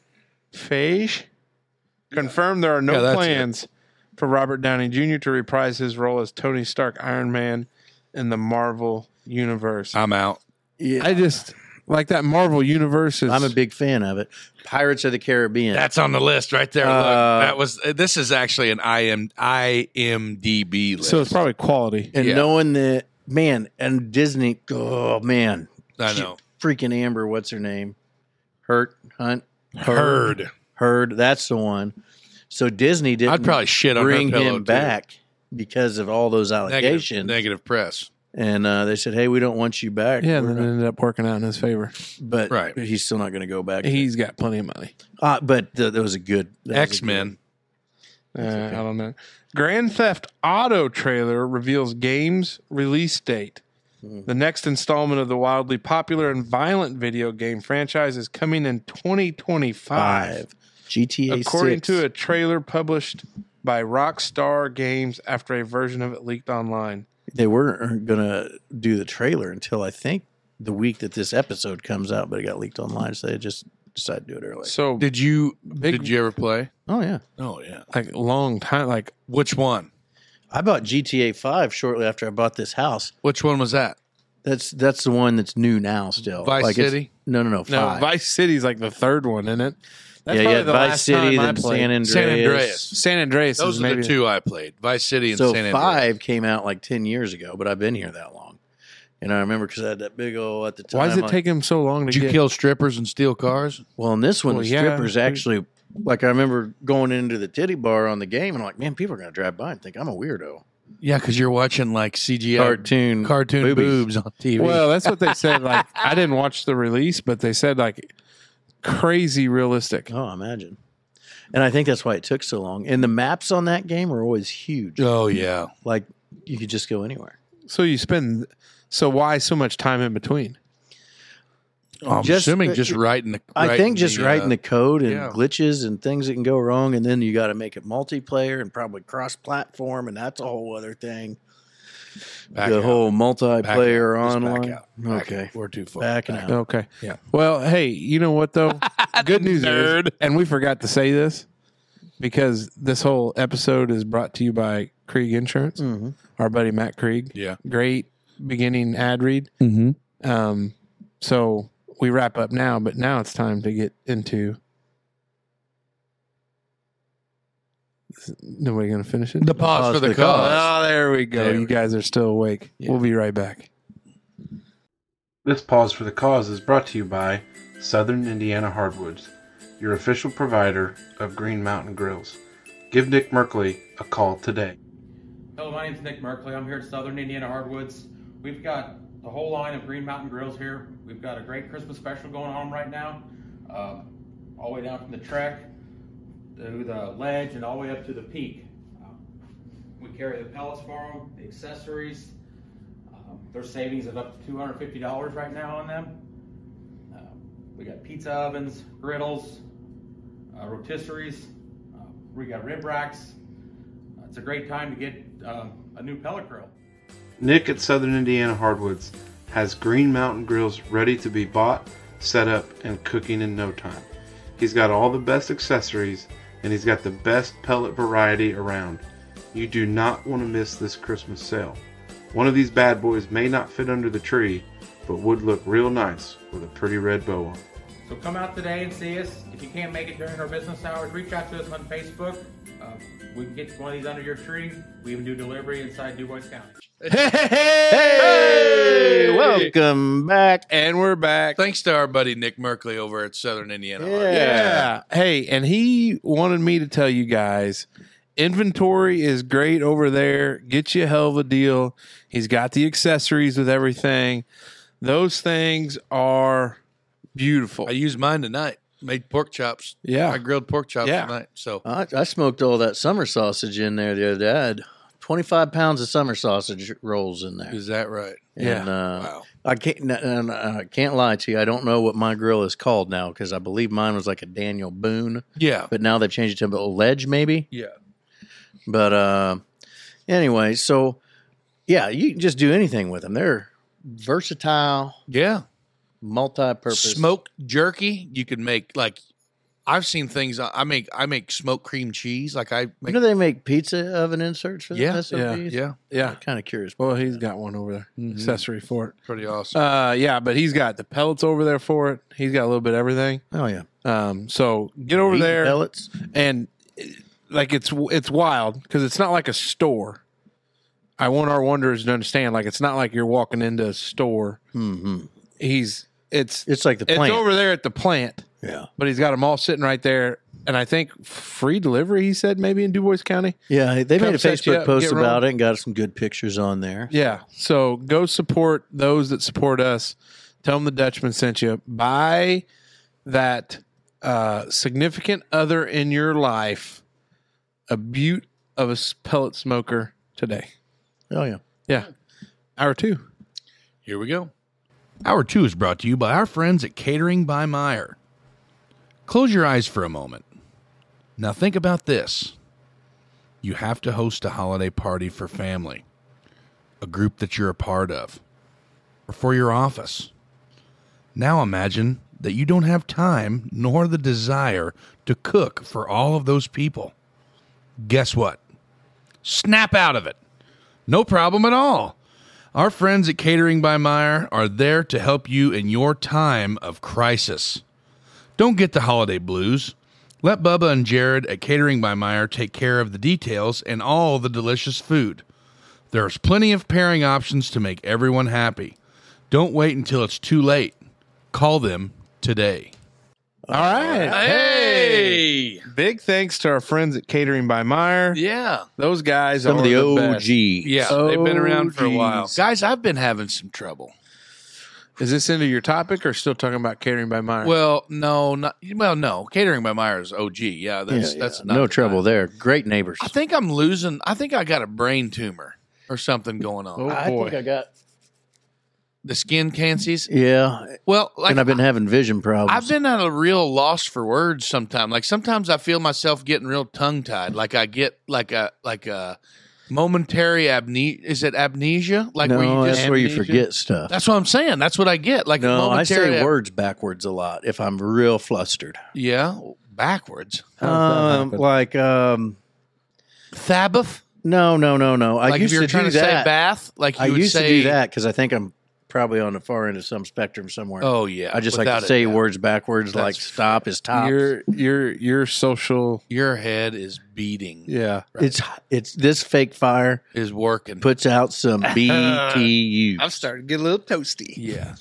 A: Feige confirmed there are
B: Yeah,
A: no
B: that's it.
A: plans for Robert Downey Jr. to reprise his role as Tony Stark, Iron Man, in the Marvel universe.
B: I'm out.
C: Yeah.
A: I just like that Marvel universe is.
C: I'm a big fan of it. Pirates of the Caribbean.
B: That's on the list right there. Look,
C: Uh,
B: that was this is actually an IM, IMDb list.
A: so it's probably quality.
C: and
B: yeah.
C: knowing that, man, and Disney, oh, man.
B: I
C: She-
B: know.
C: Freaking Amber, what's her name? Hurt, Hunt,
B: Heard.
C: Heard. That's the one. So Disney didn't
B: I'd probably shit on
C: bring
B: her pillow
C: him
B: too.
C: back because of all those
B: Negative,
C: allegations.
B: negative press.
C: And uh, they said, hey, we don't want you back.
A: Yeah, and
C: We're
A: then it
C: not-
A: ended up working out in his favor.
C: but
B: Right.
C: he's still not going to go back.
A: He's got plenty of money.
C: uh, but th- that was a good that was a
B: X Men.
A: Uh, I don't know. Grand Theft Auto trailer reveals game's release date. The next installment of the wildly popular and violent video game franchise is coming in 2025,
C: five. GTA
A: according
C: six.
A: to a trailer published by Rockstar Games after a version of it leaked online.
C: they weren't gonna do the trailer until I think the week that this episode comes out, but it got leaked online, so they just decided to do it early.
A: So,
B: Did you
A: Big-
B: did you ever play?
C: Oh yeah,
B: Oh yeah.
A: like long time, like
B: Which one?
C: I bought GTA Five shortly after I bought this house.
B: Which one was that?
C: That's that's the one that's new now still.
B: Vice
C: Like, it's-
B: City?
C: No, no, no. Five.
A: no, Vice City's like the third one, isn't it? That's
C: yeah,
A: probably
C: yeah.
A: the
C: Vice
A: last
C: City,
A: time I
C: then
A: played.
C: San Andreas.
B: San Andreas.
A: San Andreas.
B: Those
A: is
B: are
A: maybe
B: the two I played. Vice City and
C: So
B: San Andreas.
C: Five came out like ten years ago, but I've been here that long, and I remember because I had that big old at the time.
A: Why does it
C: like-
A: take him so long to
B: Did you
A: get?
B: kill strippers and steal cars?
C: Well, in this one,
A: Well,
C: the
A: yeah.
C: strippers actually, like, I remember going into the titty bar on the game and, like, man, people are going to drive by and think I'm a weirdo.
B: Yeah, because you're watching like CGI
C: Cartoon.
B: cartoon
C: boobies.
B: boobs on TV.
A: Well, that's what they said.
B: *laughs*
A: Like, I didn't watch the release, but they said like crazy realistic.
C: Oh, I imagine. And I think that's why it took so long. And the maps on that game are always huge.
B: oh yeah.
C: Like, you could just go anywhere.
A: So you spend. So why so much time in between?
B: I'm
C: Just-
B: assuming just writing the. uh,
C: I think just writing the code and
B: yeah.
C: glitches and things that can go wrong. And then you got to make it multiplayer and probably cross platform. And that's a whole other thing.
B: uh, Back
C: the
B: out.
C: whole
B: Back
C: multiplayer
B: out. Just back
C: online.
B: out. Back
C: okay.
B: out. we're too far.
C: Backing out.
A: Okay.
B: Yeah.
A: Well, hey, you know what
B: *laughs*
A: though? Good news
B: Nerd.
A: is, and we forgot to say this because this whole episode is brought to you by Krieg Insurance.
B: Mm.
C: Mhm.
A: Our buddy Matt Krieg.
B: Yeah.
A: Great beginning ad read.
B: Mm-hmm.
A: Um, so we wrap up now, but now it's time to get into. Nobody gonna finish it.
B: The pause, for the,
C: the
B: cause. Ah,
A: Oh, there we go.
B: There we
A: you guys are still awake.
C: Yeah.
A: We'll be right back. This pause for the cause is brought to you by Southern Indiana Hardwoods, your official provider of Green Mountain Grills. Give Nick Merkley a call today.
G: Hello, my name's Nick Merkley. I'm here at Southern Indiana Hardwoods. We've got the whole line of Green Mountain Grills here. We've got a great Christmas special going on right now, uh, all the way down from the trek to the ledge and all the way up to the peak. Um, we carry the pellets for them, the accessories. Um, there's savings of up to $250 right now on them. Uh, we got pizza ovens, griddles, uh, rotisseries. Uh, we got rib racks. Uh, It's a great time to get um, a new pellet grill.
H: Nick at Southern Indiana Hardwoods has Green Mountain Grills ready to be bought, set up, and cooking in no time. He's got all the best accessories, and he's got the best pellet variety around. You do not want to miss this Christmas sale. One of these bad boys may not fit under the tree, but would look real nice with a pretty red bow on.
G: So come out today and see us. If you can't make it during our business hours, reach out to us on Facebook. Uh, we can get one of these under your tree. We even do delivery inside DuBois County.
A: Hey, hey,
C: Hey,
A: hey!
C: welcome back.
A: And we're back.
B: Thanks to our buddy Nick Merkley over at Southern Indiana. Hardware.
A: Yeah. Hey, and he wanted me to tell you guys inventory is great over there. Get you a hell of a deal. He's got the accessories with everything. Those things are beautiful.
B: I used mine tonight. Made pork chops. I
A: Yeah.
B: grilled pork chops
A: Yeah.
B: tonight. So
C: I, I smoked all that summer sausage in there the other day. I had 25 pounds of summer sausage rolls in there.
B: is that right?
A: Yeah.
C: And, uh,
B: Wow.
C: I can't, n- n- I can't lie to you. I don't know what my grill is called now because I believe mine was like a Daniel Boone,
B: Yeah.
C: but now they've changed it to a Ledge, maybe.
B: Yeah.
C: But uh, anyway, so yeah, you can just do anything with them. They're versatile,
B: Yeah.
C: multi-purpose.
B: Smoked jerky. You could make like I've seen things. I make I make smoked cream cheese. Like I
C: You
B: make.
C: know they make pizza oven inserts for
B: Yeah,
C: the SOBs.
B: yeah,
A: Yeah.
C: Kind of curious.
A: Well, he's got one over there, accessory for it.
B: pretty awesome.
A: Uh, yeah, but he's got the pellets over there for it. He's got a little bit of everything.
C: Oh yeah,
A: Um, so get over
C: Meat
A: there.
C: pellets.
A: and like it's it's wild because it's not like a store. I want our wanderers to understand, like it's not like you're walking into a store.
C: hmm
A: He's it's
C: It's like the
A: it's
C: plant.
A: over there at the plant,
C: Yeah,
A: but he's got them all sitting right there. And I think free delivery. He said maybe in Du Bois County.
C: yeah. They
A: Come
C: made a
A: set you
C: Facebook
A: up,
C: post
A: get rolling.
C: about it and got some good pictures on there.
A: Yeah, so go support those that support us. Tell them the Dutchman sent you. Buy that uh, significant other in your life a butte of a s- pellet smoker today.
C: Oh yeah.
A: Hour two.
B: Here we go. Hour two is brought to you by our friends at Catering by Meyer. Close your eyes for a moment. Now think about this. You have to host a holiday party for family, a group that you're a part of, or for your office. Now imagine that you don't have time nor the desire to cook for all of those people. Guess what? Snap out of it. No problem at all. Our friends at Catering by Meyer are there to help you in your time of crisis. Don't get the holiday blues. Let Bubba and Jared at Catering by Meyer take care of the details and all the delicious food. There's plenty of pairing options to make everyone happy. Don't wait until it's too late. Call them today.
A: All right.
B: Hey!
A: Big thanks to our friends at Catering by Meyer.
B: Yeah.
A: Those guys
C: Some
A: are
C: of the
A: best.
C: OG.
B: Yeah.
A: they've been around for a while.
B: Guys, I've been having some trouble.
A: Is this into your topic or still talking about Catering by Meyer?
B: Well, no, not well, no. Catering by Meyer is OG. Yeah, that's
C: Yeah,
B: that's
C: yeah.
B: not
C: no trouble there. Great neighbors.
B: I think I'm losing. I think I got a brain tumor or something going on.
A: Oh, boy.
C: I got.
B: The skin cancers.
C: Yeah,
B: Well, like
C: and I've been having vision problems.
B: I've been at a real loss for words sometimes. Like sometimes I feel myself getting real tongue tied. Like I get like a like a momentary amnesia. Is it amnesia? Like
C: no,
B: where you
C: that's
B: just.
C: where you
A: amnesia?
C: forget stuff.
B: That's what I'm saying. That's what I get. Like a
C: no, I
B: momentary.
C: say words backwards a lot if I'm real flustered.
B: Yeah, backwards.
C: Um, like um,
B: Thabbath.
C: no, no, no, no. I
B: like
C: used
B: if
C: to
B: you're trying
C: do
B: to say
C: that.
B: bath, like you
C: I
B: would
C: used to
B: say
C: do that because I think I'm probably on the far end of some spectrum somewhere.
B: Oh yeah,
C: I just like
B: without
C: to
B: a
C: say
B: doubt.
C: words backwards,
B: That's-
C: like stop is top.
A: your your your social
B: Your head is beating.
A: yeah.
C: It's it's this fake fire
B: Is working.
C: puts out some
B: *laughs*
C: BTU.
A: starting to get a little toasty.
B: Yeah.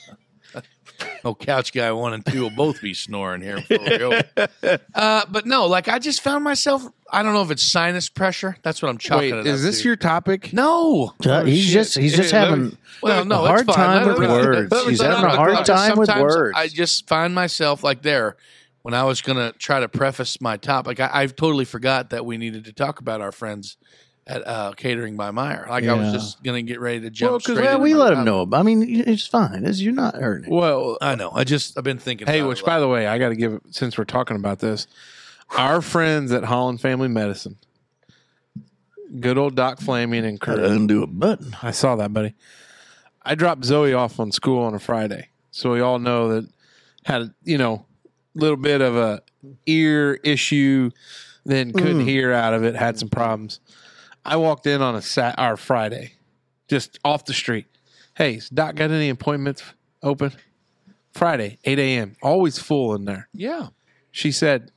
B: *laughs* oh, couch guy one and two will both be snoring here. Before we go.
C: *laughs*
B: Uh, but no, like I just found myself. I don't know if it's sinus pressure. That's what I'm chalking
A: Wait,
B: it
A: is
B: up
A: this
B: to.
A: your topic?
B: No.
C: Uh, he's
A: shit.
C: just he's just
A: Yeah, let me-
C: having
B: Well, no,
C: a hard
B: it's fine.
C: time
B: Let
C: with
B: me-
C: words.
B: let me
C: He's
B: put it
C: having
B: on
C: a
B: the
C: hard
B: clock.
C: time with
B: Sometimes
C: words.
B: I just find myself like there when I was going to try to preface my topic. I, I've totally forgot that we needed to talk about our friends at uh, Catering by Meyer. Like I was
C: Yeah.
B: just going to get ready to jump.
A: Well, 'cause
B: straight
C: Well,
B: into
C: we
B: my
C: let him
B: topic.
C: know. I mean, it's fine. It's, you're not hurting. it.
A: Well,
B: I know. I just I've been thinking.
A: hey,
B: about it
A: which
B: a
A: by
B: lot.
A: the way, I got to give since we're talking about this, our friends at Holland Family Medicine, good old Doc Flaming and
C: Gotta
A: Kurt.
C: undo a button.
A: I saw that, buddy. I dropped Zoe off on school on a Friday, so we all know that had you know a little bit of a ear issue, then couldn't hear out of it, had some problems. I walked in on a sat or Friday, just off the street. Hey, has Doc got any appointments open? Friday, eight a.m. Always full in there.
I: Yeah.
A: She said,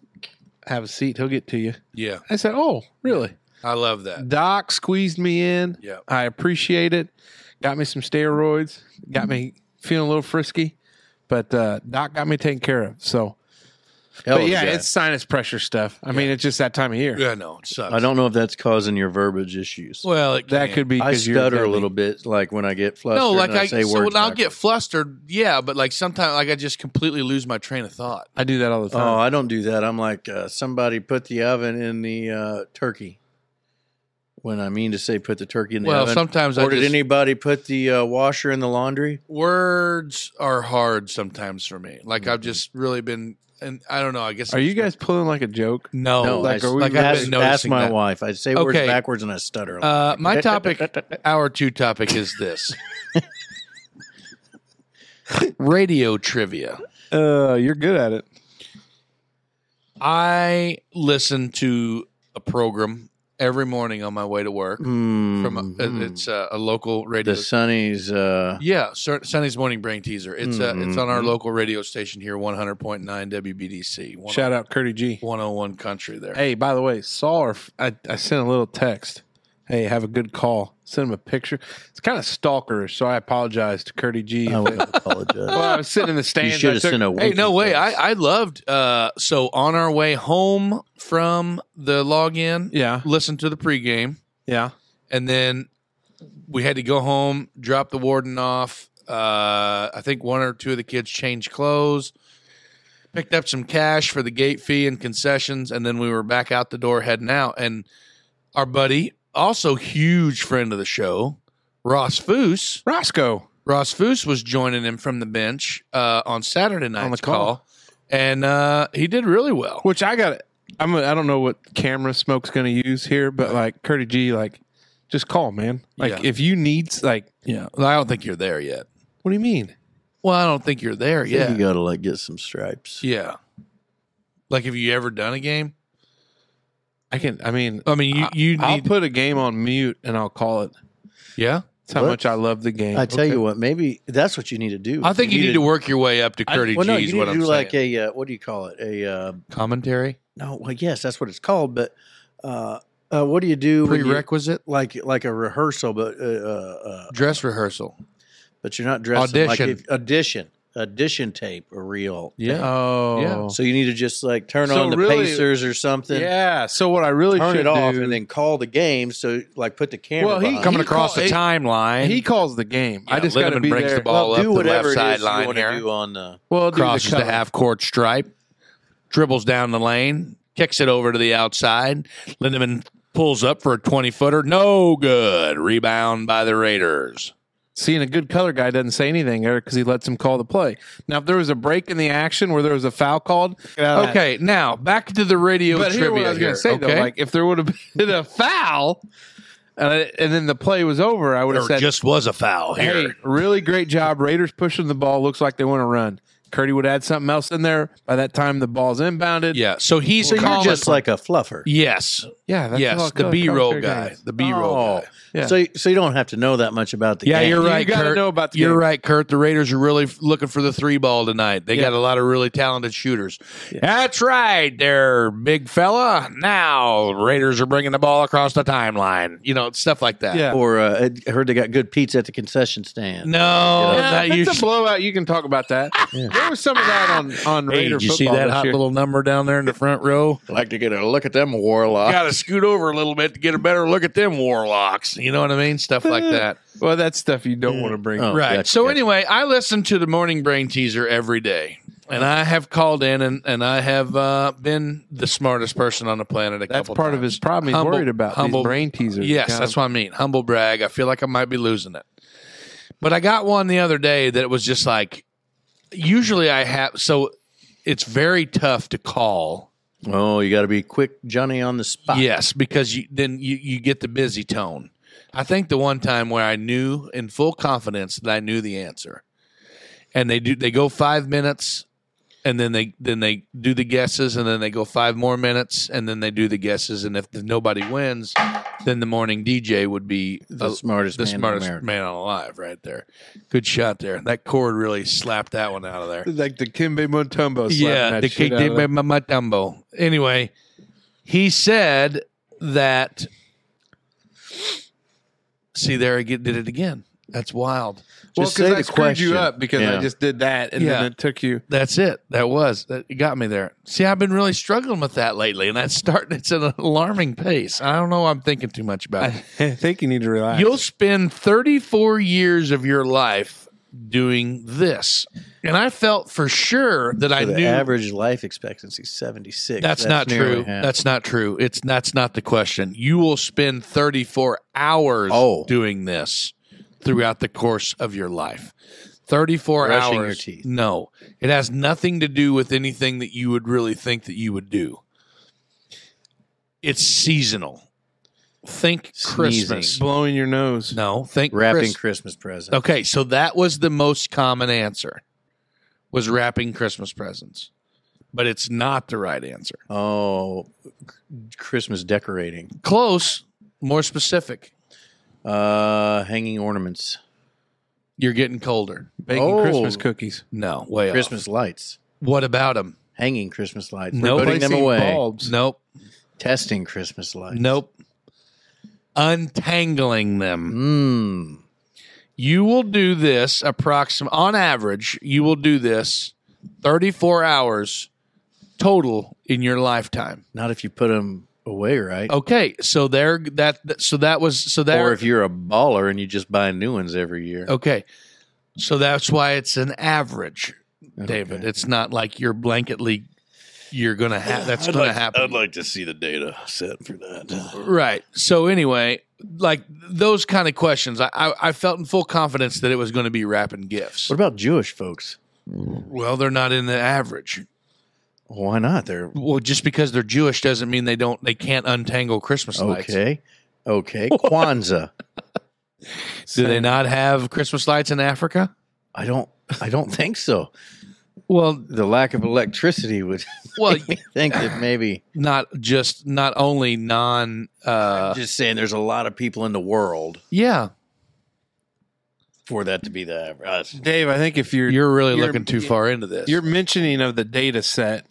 A: "Have a seat. He'll get to you."
I: Yeah.
A: I said, "Oh, really?"
I: I love that.
A: Doc squeezed me in.
I: Yep.
A: I appreciate it. Got me some steroids. Got me feeling a little frisky, but uh, Doc got me taken care of. So,
C: Hell
A: but
C: of a
A: yeah,
C: guy.
A: it's sinus pressure stuff. I mean, it's just that time of year.
I: Yeah, no, it sucks.
C: I don't know if that's causing your verbiage issues.
I: Well, it
A: That
I: can.
A: could be
C: I
A: because you're
C: stutter a
A: deadly.
C: little bit, like when I get flustered.
I: no, like
C: and I,
I: I,
C: say
I: so
C: words. "Oh,
I: when I'll get
C: backwards.
I: flustered, yeah, but like sometimes like I just completely lose my train of thought.
A: I do that all the
C: Oh,
A: time.
C: I don't do that. I'm like uh, somebody put the oven in the uh, turkey. When I mean to say put the turkey in the
I: Well,
C: oven,
I: sometimes I
C: or did
I: just,
C: anybody put the uh, washer in the laundry?
I: words are hard sometimes for me. Like
C: Mm-hmm.
I: I've just really been, and I don't know. I guess
A: Are you guys pulling like a joke?
I: no?
A: like,
C: I,
A: are we
I: Oh, like, I've
C: ask,
I: been
C: ask
I: noticing
C: my
I: that.
C: wife. I say words
I: Okay.
C: backwards and I stutter.
I: Uh,
A: *laughs*
I: my topic, our two topic is this: radio trivia.
A: Uh, you're good at it.
I: I listen to a program every morning on my way to work.
C: Mm,
I: From a,
A: Mm-hmm.
I: it's uh, a, a local radio
C: the Sunny's.
I: *laughs*
C: Uh,
I: Yeah, Sur- Sunday's morning brain teaser. It's uh, it's on our
A: Mm-hmm.
C: Mhm.
I: local radio station here, one hundred point nine WBDC. One,
A: Shout out Curdy G.
I: one hundred one country there.
A: Hey, by the way, Saul, or F- I, I sent a little text. Hey, have a good call. Send him a picture. It's kind of stalkerish, so I apologize to Curdy G.
C: I would apologize.
A: well, I was sitting in the
C: Oh, you
A: stands.
C: should
A: I
C: have
A: took-
C: sent a.
I: Hey, no
C: winky
I: way!
C: face.
I: I I loved uh, so on our way home from the login,
A: Yeah,
I: listen to the pregame,
A: yeah.
I: and then we had to go home, drop the warden off. Uh, I think one or two of the kids changed clothes, picked up some cash for the gate fee and concessions, and then we were back out the door heading out. And our buddy, also huge friend of the show, Ross Foose.
A: Roscoe.
I: Ross Foose was joining him from the bench uh, on Saturday night's
A: call.
I: call. and uh, he did really well.
A: Which I got. I'm. A, I don't know what camera Smoke's going to use here, but like Curdy G, like just call, man. Like
I: Yeah.
A: if you need, like,
I: Yeah, I don't think you're there yet.
A: what do you mean?
I: Well, I don't think you're there
C: I think
I: yet.
C: you got to like get some stripes.
I: Yeah. Like, have you ever done a game?
A: I can. I mean,
I: I mean, you, you
A: I'll
I: need.
A: put a game on mute and I'll call it.
I: yeah.
A: That's how
C: What?
A: much I love the game.
C: I tell you what, maybe that's what you need to do.
I: I think you need to work your way up to
C: I-
I: Curdy
C: well, no,
I: G. Is
C: you need
I: what
C: to
I: I'm
C: do
I: saying.
C: like a uh, what do you call it? A uh,
I: Commentary
C: no, well, yes, that's what it's called. But uh, uh, what do you do? when you-
I: prerequisite
C: like like a rehearsal, but uh, uh, uh,
I: dress rehearsal.
C: but you're not dressed like
I: Audition.
C: if, audition audition tape or reel.
I: Yeah.
A: Oh,
I: Yeah.
C: So you need to just like turn
A: So
C: on the
A: really-
C: pacers or something.
A: yeah. So what I really
C: Turn
A: should
C: it off
A: do,
C: and then call the game. So like put the camera.
A: Well, he-
C: behind.
A: Coming
I: Coming
A: He across
I: across
A: call- the he-
I: the timeline.
A: he calls the game. I just got to be
I: brings
A: there.
I: the ball up
C: do
I: the
C: whatever it
I: left
C: is you
I: sideline
C: want
I: here.
C: to do on the.
A: well, I'll do
I: crosses the
A: cover.
I: half court stripe, dribbles down the lane, kicks it over to the outside. Lindemann pulls up for a 20 footer. No good. Rebound by the Raiders.
A: seeing a good color guy doesn't say anything there because he lets him call the play. Now, if there was a break in the action where there was a foul called, okay.
I: Okay, now back to the radio
A: But
I: trivia.
A: here, what I was going
I: here,
A: to say
I: okay?
A: though, like if there would have *laughs* been a foul, and, I, and then the play was over, I would have
I: there
A: said,
I: just was a foul here.
A: "Hey, really great job, Raiders pushing the ball. Looks like they want to run." Curdy would add something else in there. By that time, the ball's inbounded.
I: Yeah, so he's
C: So you're
I: calling-
C: just like a fluffer.
I: yes,
A: yeah, that's all
I: yes, the
A: color
I: B roll
A: commentary
I: guy,
A: guys.
I: the B roll
C: Oh.
I: guy.
A: Yeah.
C: So so you don't have to know that much about the
I: Yeah,
C: game.
I: you're
A: You
I: right.
A: gotta
I: Kurt.
A: know about the
I: You're
A: game.
I: right, Kurt. The Raiders are really f- looking for the three ball tonight. They
A: Yeah.
I: got a lot of really talented shooters. That's right, there, big fella. Now Raiders are bringing the ball across the timeline. You know, stuff like that.
A: Yeah.
C: Or uh, I heard they got good pizza at the concession stand.
I: No,
A: Yeah,
I: not
A: if it's a
I: usually.
A: blowout. You can talk about that. There was some of that on on
I: Hey,
A: Raider
I: did you see
A: football
I: that
A: this
I: hot
A: year.
I: little number down there in the front row?
C: like to get a look at them
I: *laughs*
C: warlock.
I: Got to scoot over a little bit to get a better look at them warlocks. You know what I mean? Stuff like that.
A: Well, that's stuff you don't want to bring.
C: Oh.
A: up.
I: *laughs* right.
C: gotcha,
I: so
C: gotcha.
I: anyway, I listen to the morning brain teaser every day. And I have called in and, and I have uh, been the smartest person on the planet a
A: That's
I: couple
A: part of
I: times.
A: his problem. He's
I: Humble-
A: worried about
I: humble-
A: these brain teasers.
I: Yes,
A: Kind
I: that's
A: of-
I: what I mean. Humble brag. I feel like I might be losing it. But I got one the other day that it was just like usually I have so it's very tough to call.
C: Oh, you got to be quick, Johnny, on the spot.
I: Yes, because you then you, you get the busy tone. I think the one time where I knew in full confidence that I knew the answer, and they do they go five minutes, and then they then they do the guesses and then they go five more minutes and then they do the guesses and if nobody wins then the morning dj would be
C: The
I: uh,
C: smartest
I: the
C: man in
I: smartest
C: America.
I: man alive right there good shot there that cord really slapped that one out of there
A: Like the Kimbe Mutombo. slapping
I: yeah
A: that
I: the
A: shit
I: cake
A: out
I: did
A: of that.
I: my my dumbo anyway he said that see there i get- did it again that's wild
A: Well,
J: Just
A: because
J: say
A: I
J: the
A: screwed
J: question.
A: you up because I
J: Yeah.
A: just did that, and then
I: Yeah.
A: it took you.
I: That's it. That was that it got me there. See, I've been really struggling with that lately, and that's *laughs* starting. It's at an alarming pace. I don't know. I'm thinking too much about it.
A: I *laughs* think you need to relax.
I: You'll spend 34 years of your life doing this, and I felt for sure that I
C: So the
I: knew
C: average life expectancy is 76.
I: that's, not
C: nearly
I: true.
C: half.
I: That's not true. It's that's not the question. You will spend 34 hours
C: Oh.
I: doing this throughout the course of your life. 34
C: Brushing your
I: hours.
C: teeth.
I: No. It has nothing to do with anything that you would really think that you would do. It's seasonal. Think
C: Sneezing.
I: Christmas.
A: blowing your nose.
I: No, think
C: wrapping
I: Christ-
C: Christmas presents.
I: Okay, so that was the most common answer. Was wrapping Christmas presents. But it's not the right answer.
C: Oh, c- Christmas decorating,
I: Close, more specific.
C: uh, hanging ornaments,
I: You're getting colder.
A: Baking
C: Oh.
A: Christmas cookies.
I: No, way Christmas.
C: Christmas lights,
I: What about them?
C: hanging Christmas lights, We're
I: Nope.
C: putting them away,
A: bulbs.
I: Nope.
C: testing Christmas lights.
I: Nope. Untangling
C: Mm.
I: them. You will do this approximate on average, you will do this 34 hours total in your lifetime.
C: Not if you put them away, right?
I: Okay, so there that so that was so Oh, there
C: Or if you're a baller and you just buy new ones every year.
I: Okay. So that's why it's an average, David.
C: Okay.
I: It's not like you're blanketly you're going to have that's
C: I'd
I: going
C: like-
I: to happen.
C: like to see the data set for that.
I: Right. So anyway, like those kind of questions, I, I, I felt in full confidence that it was going to be wrapping gifts.
C: What about Jewish folks?
I: Well, they're not in the average.
C: Why not? They're
I: Well, just because they're Jewish doesn't mean they don't they can't untangle Christmas lights.
C: okay. *laughs* Okay. Kwanzaa.
I: Do they not have Christmas lights in Africa?
C: I don't. I don't think so.
I: Well,
C: The lack of electricity would *laughs*
I: *laughs* well,
C: make me think that *laughs* maybe.
I: not just not only non. uh
C: just saying, there's a lot of people in the world
I: Yeah,
C: for that to be the average.
A: Dave, I think if you're
I: you're really
A: you're-
I: looking too far into this.
A: your mentioning of the data set,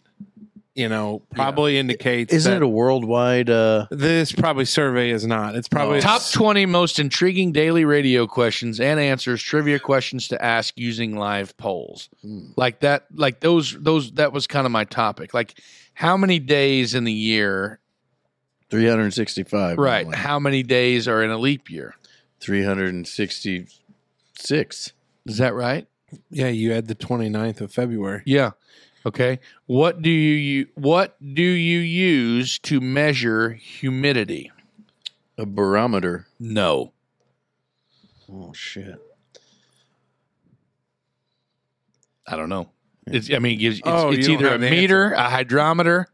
A: you know, probably indicates
C: Isn't
A: that
C: it a worldwide? Uh,
A: this probably survey is not. It's probably
I: Top 20 most intriguing daily radio questions and answers, trivia questions to ask using live polls. Like that, like those, those, that was kind of my topic. Like how many days in the year,
C: 365.
I: right? How many days are in a leap year?
C: 366.
I: Is that right?
A: yeah. You had the 29th of February.
I: Yeah. Okay. What do you, u- what do you use to measure humidity?
C: A barometer.
I: No.
C: Oh, shit.
I: I don't know. It's, I mean, it gives, it's,
A: Oh, you
I: it's
A: don't
I: either a
A: have an
I: meter, a hydrometer,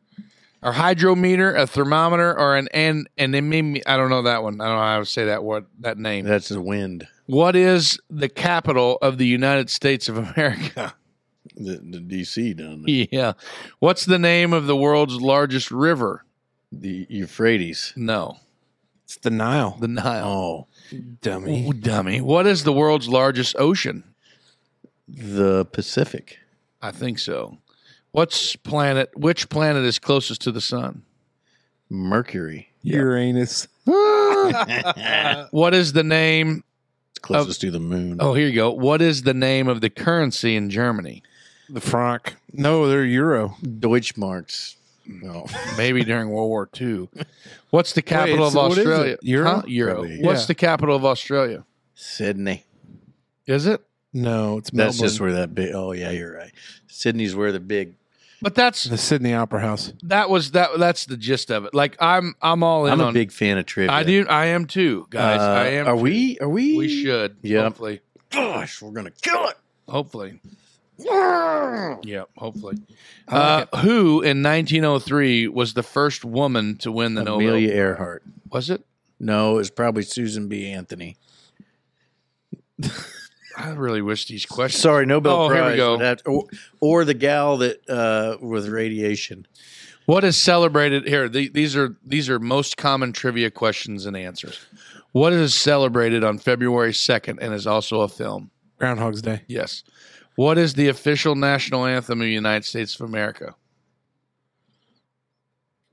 I: or hydrometer, a thermometer, or an and and it made me, I don't know that one. I don't know how to say that what that name.
C: That's the wind.
I: What is the capital of the United States of America?
C: The, the DC down there.
I: *laughs* yeah. What's the name of the world's largest river?
C: The Euphrates.
I: No,
A: It's the Nile,
I: the Nile.
C: Oh.
A: dummy.
I: Ooh, dummy. What is the world's largest ocean?
C: The Pacific.
I: I think so. What's planet? Which planet is closest to the sun?
C: Mercury.
A: Uranus.
C: it's
I: What is the name
C: closest to the moon.
I: Oh, here you go. What is the name of the currency in Germany?
A: The Franc. No, they're Euro.
C: Deutschmarks. No.
I: Maybe during World War II. What's the capital
A: it's-
I: of
A: what is it?
I: Australia?
A: Euro?
I: Huh? Euro.
C: Probably,
I: What's
A: yeah.
I: the capital of Australia?
C: *laughs* Sydney.
I: Is it?
A: No, it's Melbourne.
C: That's just where that big. Oh, yeah, you're right. Sydney's where the big.
I: But that's
A: the Sydney Opera House.
I: that was that that's the gist of it. Like I'm I'm all in
C: I'm a
I: on
C: big fan of trivia.
I: I do I am too, guys.
C: Uh,
I: I am
C: Are
I: too.
C: we? Are we?
I: we should.
C: Yep.
I: Hopefully.
C: Gosh, we're gonna kill it.
I: Hopefully. yeah, hopefully. uh, who in 1903 was the first woman to win the
C: Amelia
I: Nobel?
C: Earhart.
I: Was it?
C: No, it's probably Susan B. Anthony.
I: I really wish these questions.
C: Sorry, Nobel
I: Oh,
C: Prize.
I: here we go.
C: would have to- or, or the gal that uh, with radiation.
I: What is celebrated here? The, these are these are most common trivia questions and answers. What is celebrated on February second and is also a film?
A: Groundhog's Day.
I: Yes. What is the official national anthem of the United States of America?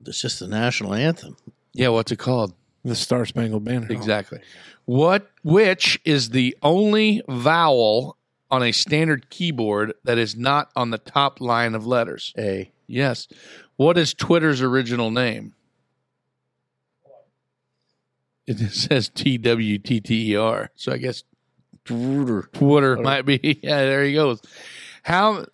C: It's just the national anthem.
I: Yeah, what's it called?
A: The Star Spangled Banner.
I: Exactly. What which is the only vowel on a standard keyboard that is not on the top line of letters?
C: A
I: Yes. What is Twitter's original name? It *laughs* says T W T T E R. So I guess
C: Twitter.
I: Twitter might be. *laughs* Yeah, there he goes. How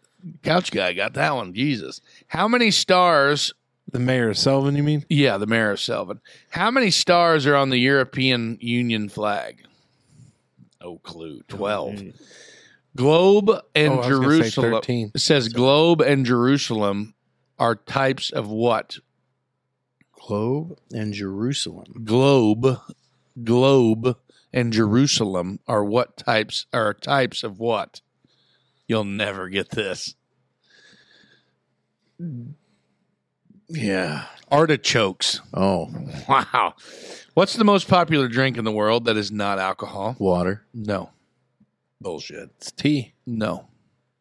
I: couch guy got that one? Jesus. How many stars?
A: The mayor of Selvin, you mean?
I: Yeah, the mayor of Selvin. How many stars are on the European Union flag? No clue. Twelve. Globe and
A: Oh, I was gonna say
I: Jerusalem.
A: 13.
I: It says globe and Jerusalem are types of what?
C: globe and Jerusalem.
I: globe globe and jerusalem are what types are types of what you'll never get this
C: Yeah.
I: artichokes
C: Oh,
I: wow what's the most popular drink in the world that is not alcohol
C: water,
I: no
C: bullshit,
A: It's tea.
I: no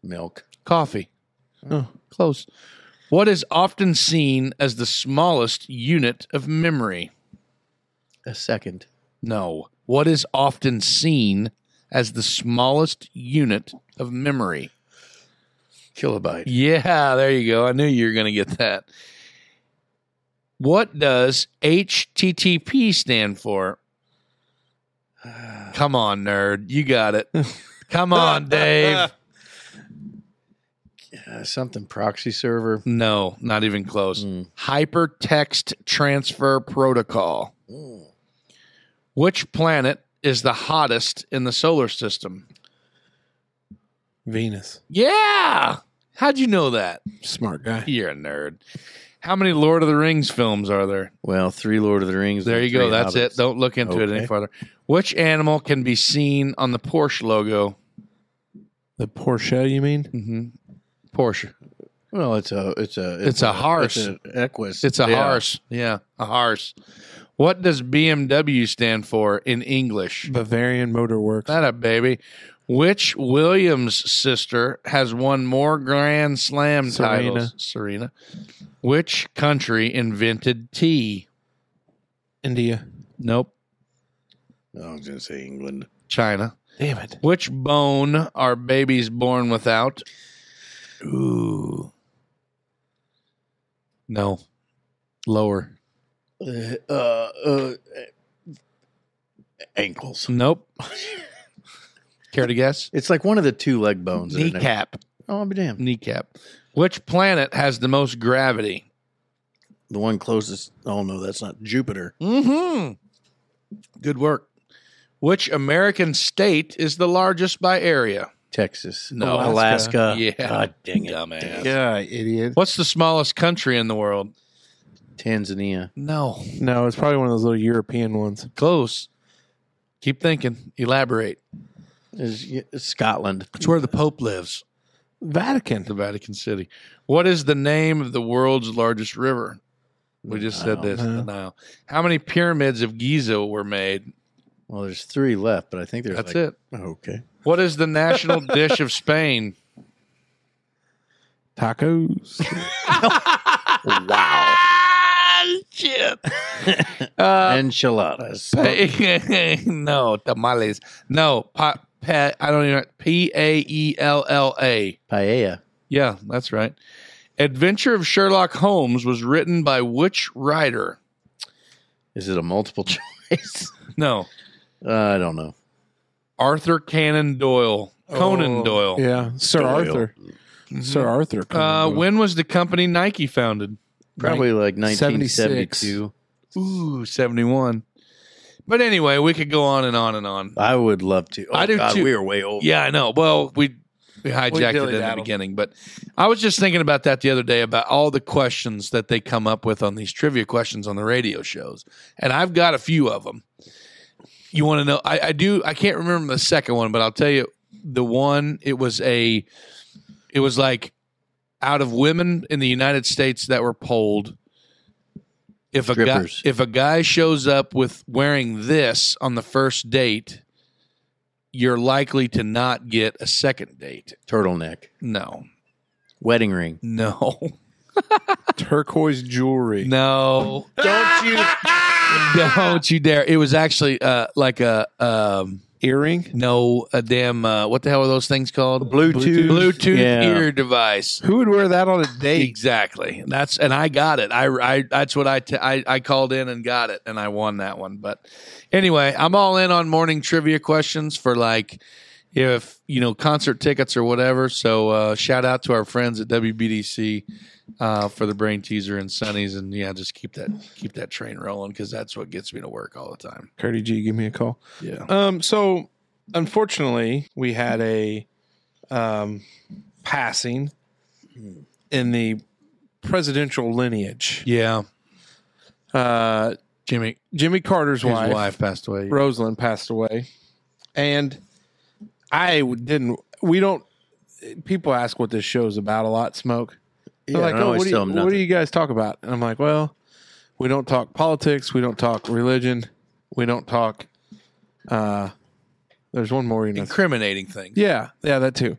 C: milk.
I: coffee
A: Oh.
I: close what is often seen as the smallest unit of memory
C: A second.
I: no what is often seen as the smallest unit of memory
C: Kilobyte.
I: Yeah, there you go. I knew you were going to get that. What does HTTP stand for? Come on, nerd. You got it. Come on, Dave.
C: Uh, something proxy server.
I: No, not even close.
C: Mm.
I: Hypertext Transfer Protocol. Which planet is the hottest in the solar system?
A: Venus.
I: Yeah. How'd you know that?
A: Smart guy.
I: You're a nerd. How many Lord of the Rings films are there?
C: Well, three Lord of the Rings.
I: There
C: and
I: you go.
C: three
I: That's
C: Hobbits.
I: it. Don't look into it any
C: Okay.
I: further. Which animal can be seen on the Porsche logo?
A: The Porsche, you mean?
I: Mm-hmm. Porsche.
C: Well, it's a it's a
I: It's a horse.
C: It's a equus.
I: It's a
C: Yeah.
I: horse. Yeah, a horse. What does BMW stand for in English?
A: Bavarian Motor Works.
I: That up, baby. Which Williams sister has won more Grand Slam
A: Serena.
I: titles? Serena. Which country invented tea?
A: India.
I: Nope.
C: Oh, I was gonna say England.
I: China.
A: Damn it.
I: Which bone are babies born without? Ooh. No. Lower.
C: Uh, uh, uh, ankles.
I: Nope. Care to guess?
C: It's like one of the two leg bones. that are next-
I: Kneecap.
C: Oh, I'll be damned.
I: Kneecap. Which planet has the most gravity?
C: The one closest. Oh no, that's not Jupiter.
I: Mm-hmm. Good work. Which American state is the largest by area?
C: Texas.
I: No.
C: Alaska.
I: Oh, Yeah.
C: God dang it.
I: Dumbass.
A: Yeah, idiot.
I: What's the smallest country in the world?
C: Tanzania.
I: No.
A: No, it's probably one of those little European ones.
I: Close. Keep thinking. Elaborate.
C: Is is Scotland.
I: It's where the Pope lives.
A: Vatican.
I: the Vatican City. What is the name of the world's largest river? We just said
C: Nile.
I: this.
A: Nile.
I: The Nile. How many pyramids of Giza were made?
C: Well, there's three left, but I think there's.
I: That's
C: like,
I: it.
C: it. Okay.
I: What is the national dish of Spain?
A: *laughs* Tacos.
I: Shit. Uh,
C: Enchiladas.
I: pa- *laughs* no tamales. No pa- pa- I don't even P A E L L A.
C: Paella.
I: Yeah, that's right. Adventure of Sherlock Holmes was written by which writer?
C: Is it a multiple choice? *laughs*
I: No,
C: Uh, I don't know.
I: Arthur Conan Doyle. Conan
A: Oh,
I: Doyle.
A: Yeah. Sir Arthur. Sir Arthur.
I: Uh,
A: Conan Doyle.
I: when was the company Nike founded?
C: Probably like
A: 76.
C: 1972.
I: Ooh, 71. But anyway, we could go on and on and on.
C: I would love to. Oh,
I: I do
C: God,
I: too.
C: We are way over.
I: Yeah, I know. Well, we we
A: We
I: hijacked it in the
A: dilly-daddled.
I: beginning, but I was just thinking about that the other day about all the questions that they come up with on these trivia questions on the radio shows, and I've got a few of them. You want to know? I, I do. I can't remember the second one, but I'll tell you the one. It was a, it was like, out of women in the United States that were polled, if a
C: Strippers.
I: guy if a guy shows up with wearing this on the first date, you're likely to not get a second date.
C: turtleneck,
I: No,
C: wedding ring.
I: no,
A: turquoise jewelry.
I: *laughs* no. Don't you? don't you dare! It was actually uh, like a. Um,
A: Earring?
I: No, a damn. Uh, what the hell are those things called?
A: Bluetooth.
I: Bluetooth
C: Yeah.
I: ear device.
A: Who would wear that on a date?
I: Exactly. That's and I got it. I, I that's what I, t- I I called in and got it, and I won that one. But anyway, I'm all in on morning trivia questions for like if you know concert tickets or whatever. So uh, shout out to our friends at WBDC uh, for the brain teaser and Sunnies, and yeah, just keep that keep that train rolling because that's what gets me to work all the time.
A: Curdy G, give me a call.
I: Yeah.
A: Um, so unfortunately, we had a um, passing Hmm. in the presidential lineage.
I: Yeah.
A: Uh,
I: Jimmy,
A: Jimmy Carter's
I: his
A: wife,
I: wife, passed away.
A: Rosalind, passed away, and I didn't. We don't. People ask what this show's about a lot. Smoke. They're
C: Yeah,
A: like,
C: I
A: oh,
C: always
A: what do, you,
C: tell 'em
A: what do
C: nothing."
A: you guys talk about? And I'm like, well, we don't talk politics. We don't talk religion. We don't talk. Uh, there's one more. You know,
I: Incriminating thing.
A: Yeah, yeah, that too.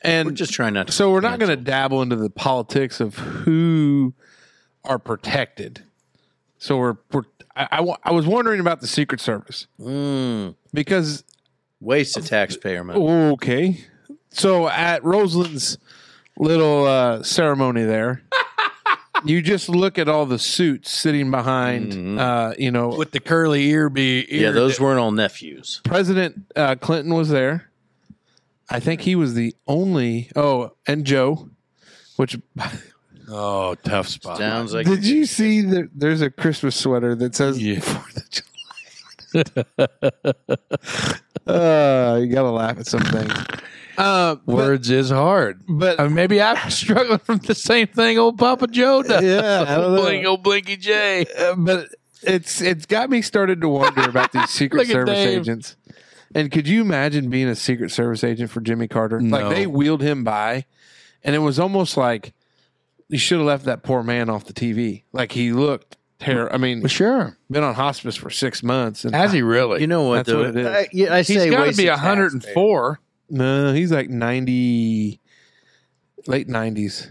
A: And
C: We're just trying not to.
A: so we're not going to dabble into the politics of who are protected. So we're, we're I, I wa- I was wondering about the Secret Service
C: Mm,
A: because
C: waste of taxpayer
I: oh,
C: money.
A: okay, so at Rosalind's little uh, ceremony there. You just look at all the suits sitting behind,
C: Mhm.
A: uh, you know,
I: With the curly ear be
C: Yeah, those weren't all nephews.
A: President uh, Clinton was there. I think he was the only. Oh, and Joe, which
I: Oh, tough spot.
C: Sounds like
A: did
C: *laughs*
A: you see? The, there's a Christmas sweater that says
I: Yeah.
A: Fourth of July. uh, you gotta laugh at some things. Uh, but,
I: *laughs* Words is hard.
A: but
I: I mean, maybe I'm *laughs* struggling from the same thing old Papa Joe does.
A: yeah, I
I: *laughs*
A: don't know.
I: Blink, old Blinky J.
A: Uh, but it's it's got me started to wonder about
I: *laughs*
A: these Secret
I: Look at
A: Service
I: Dave.
A: agents. And could you imagine being a Secret Service agent for Jimmy Carter?
I: No.
A: Like they wheeled him by, and it was almost like you should have left that poor man off the TV. Like he looked terror. I mean,
I: sure.
A: been on hospice for six months, and
I: Has he really?
C: You know what?
A: That's
C: though?
A: what it is.
C: I, yeah, I
I: he's
C: say
I: got to
C: waste
I: be
C: of
I: 104.
A: no, he's like ninety, late nineties,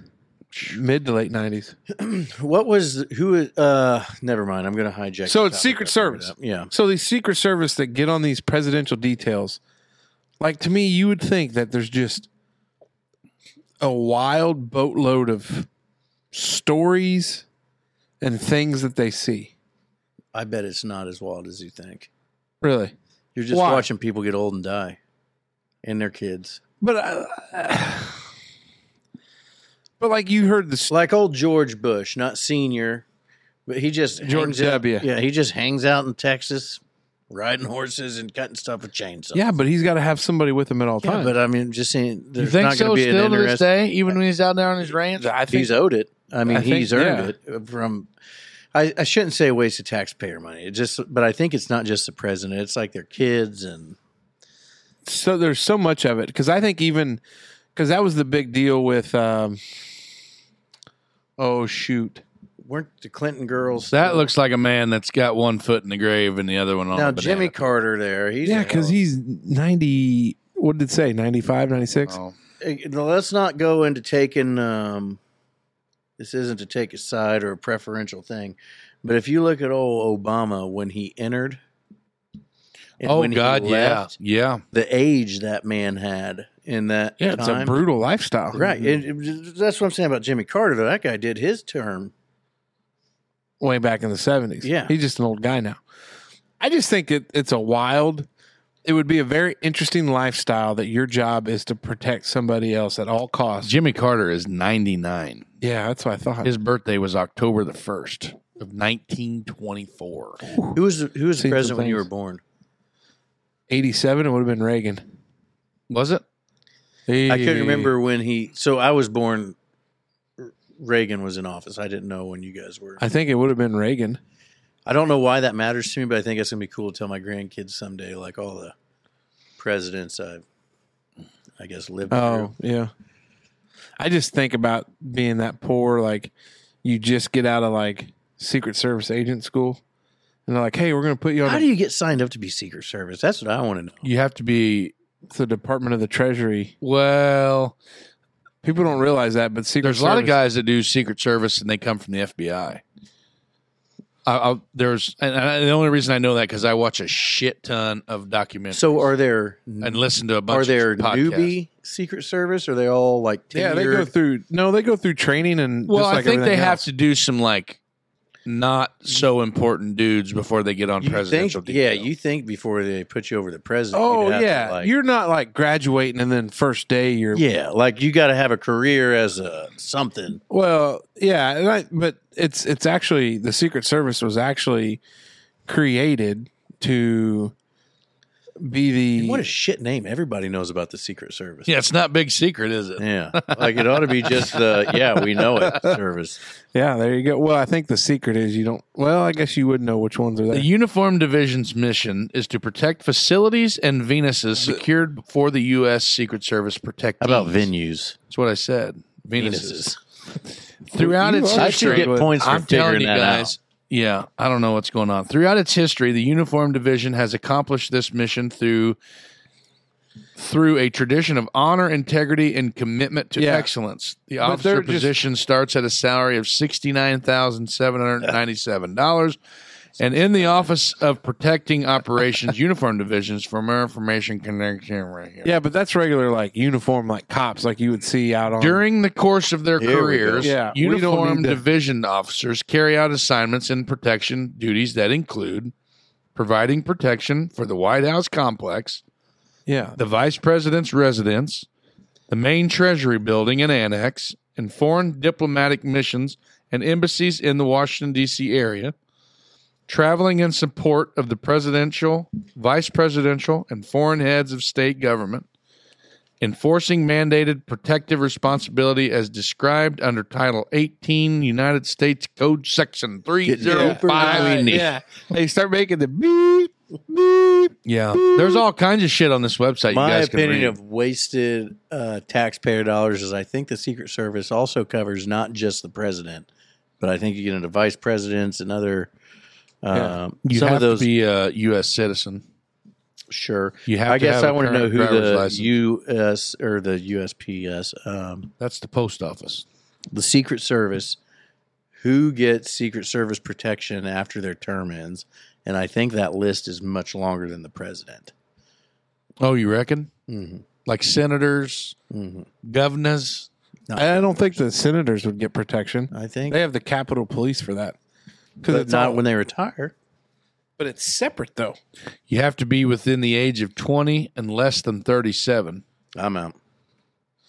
A: mid to late nineties.
C: taxpayer. What was who? is- Uh, never mind. I'm going to hijack.
A: So
C: the
A: it's
C: topic.
A: Secret
C: I'll bring it
A: Service.
C: up. Yeah.
A: So these Secret Service that get on these presidential details, like to me, you would think that there's just a wild boatload of stories and things that they see.
C: I bet it's not as wild as you think.
A: Really,
C: You're just
A: Why?
C: watching people get old and die, and their kids.
A: but I, *sighs* but like you heard the st-
C: Like old George Bush, not senior, but he just
A: George
C: hangs out-
A: W.
C: yeah, he just hangs out in Texas, riding horses and cutting stuff with chainsaws.
A: yeah, but he's got to have somebody with him at all
C: Yeah,
A: times.
C: but I mean, just saying,
I: You
C: there's
I: think
C: not
I: so
C: going to be
I: still
C: an
I: to this
C: interesting.
I: day, even when he's out there on his ranch? I
C: He's owed it. I mean,
A: I think-
C: he's earned it from. I, I shouldn't say a waste of taxpayer money. It just, but I think it's not just the president. It's like their kids and
A: so there's so much of it because I think even because that was the big deal with um, oh shoot.
C: weren't the Clinton girls.
I: that looks like a man that's got one foot in the grave and the other one on
C: now
I: a banana.
C: Jimmy Carter there. He's
A: Yeah, because he's 90. What did it say? 95, 96?
I: Oh.
C: Uh, Let's not go into taking. Um, this isn't to take a side or a preferential thing, but if you look at old Obama when he entered, and
I: Oh,
C: when he
I: God, yeah.
C: left,
I: Yeah.
C: the age that man had in that
A: Yeah, it's a
C: time.
A: brutal lifestyle.
C: Right. And it- that's what I'm saying about Jimmy Carter. though. That guy did his term.
A: Way back in the 70s.
C: Yeah.
A: He's just an old guy now. I just think it, it's a wild, it would be a very interesting lifestyle that your job is to protect somebody else at all costs.
I: Jimmy Carter is 99.
A: Yeah, that's what I thought.
I: His birthday was October the 1st of 1924.
C: Who was the, who was
A: Seen
C: the
A: some
C: president when you were
A: things.
C: born?
A: 87, it would have been Reagan.
I: Was it?
C: I couldn't remember when he. So I was born. Reagan was in office. I didn't know when you guys were.
A: I think it would have been Reagan.
C: I don't know why that matters to me, but I think it's gonna be cool to tell my grandkids someday, like all the presidents I've I guess, lived
A: Oh, yeah. I just think about being that poor, like you just get out of like Secret Service agent school and they're like, Hey, we're gonna put you
C: through.
A: on
C: How
A: a-
C: do you get signed up to be Secret Service? That's what I want to know.
A: you have to be the Department of the Treasury.
I: Well,
A: People don't realize that, but Secret
I: there's a lot of
A: Service-
I: guys that do Secret Service and they come from the FBI. I, I, there's and, and the only reason I know that because I watch a shit ton of documentaries
C: So are there
I: and listen to a bunch.
C: are there
I: of podcasts.
C: newbie Secret Service? Are they all like tenured?
A: Yeah, they go through no, they go through training and
I: Well,
A: just like
I: I think they
A: everything
I: have
A: else.
I: to do some like not so important dudes before they get on
C: You
I: presidential.
C: think, yeah,
I: detail.
C: you think before they put you over the president?
A: Oh
C: you'd have to,
A: yeah.
C: like-
A: you're not like graduating and then first day you're
C: yeah, like you got to have a career as a something.
A: Well, yeah, and I, but it's it's actually the Secret Service was actually created to be the
C: What a shit name! Everybody knows about the Secret Service.
I: yeah, it's not big secret, is it?
C: Yeah, like it ought to be just the yeah we know
I: *laughs*
C: it service.
A: yeah. There you go. Well, I think the secret is you don't. Well, I guess you would know which ones are there.
I: The Uniform Division's mission is to protect facilities and venuses secured for the U.S. Secret Service protect.
C: How about venues?
I: That's what I said. Venuses.
C: Penises.
I: Throughout
A: You
I: its
A: are
C: I
I: history,
C: should get points for
I: I'm telling
C: figuring
I: you
C: that
I: guys.
C: out.
I: Yeah, I don't know what's going on. Throughout its history, the Uniform Division has accomplished this mission through through a tradition of honor, integrity, and commitment to
A: Yeah.
I: excellence. The
A: But they're
I: officer
A: just-
I: position starts at a salary of sixty nine thousand seven hundred ninety seven
A: *laughs*
I: dollars. And in the Office of Protecting Operations Uniform Divisions, for more information, connection right here.
A: yeah, but that's regular like uniform like cops like you would see out on.
I: During the course of their
C: Here we go.
I: careers,
A: Yeah, we don't
I: uniform
A: need to-
I: division officers carry out assignments and protection duties that include providing protection for the White House complex,
A: yeah,
I: the vice president's residence, the main treasury building and annex, and foreign diplomatic missions and embassies in the Washington, D.C. area, traveling in support of the presidential, vice presidential, and foreign heads of state government, enforcing mandated protective responsibility as described under Title 18 United States Code Section
A: deeper than
I: 305.
A: we need. Yeah. they start making the beep beep.
I: Yeah. There's all kinds of shit on this website. you
C: My
I: guys can read.
C: opinion of wasted uh, taxpayer dollars is I think the Secret Service also covers not just the president, but I think you get into vice presidents and other.
A: Yeah.
C: Um,
I: you
C: some
I: have
C: of those,
I: to be a U.S. citizen.
C: sure.
I: You have.
C: I
I: to
C: guess
I: have
C: I
I: a
C: want to know
I: current
C: who
I: driver's
C: the
I: license.
C: U.S. or the USPS, um,
I: That's the post office.
C: the Secret Service, who gets Secret Service protection after their term ends, and I think that list is much longer than the president.
I: Oh, you reckon?
C: hmm
I: Like senators,
C: hmm
I: governors.
A: I don't think the senators would get protection.
C: I think,
A: They have the Capitol Police for that because
C: but
A: it's
C: not
A: all-
C: when they retire.
A: but it's separate though.
I: You have to be within the age of twenty and less than thirty-seven.
C: I'm out.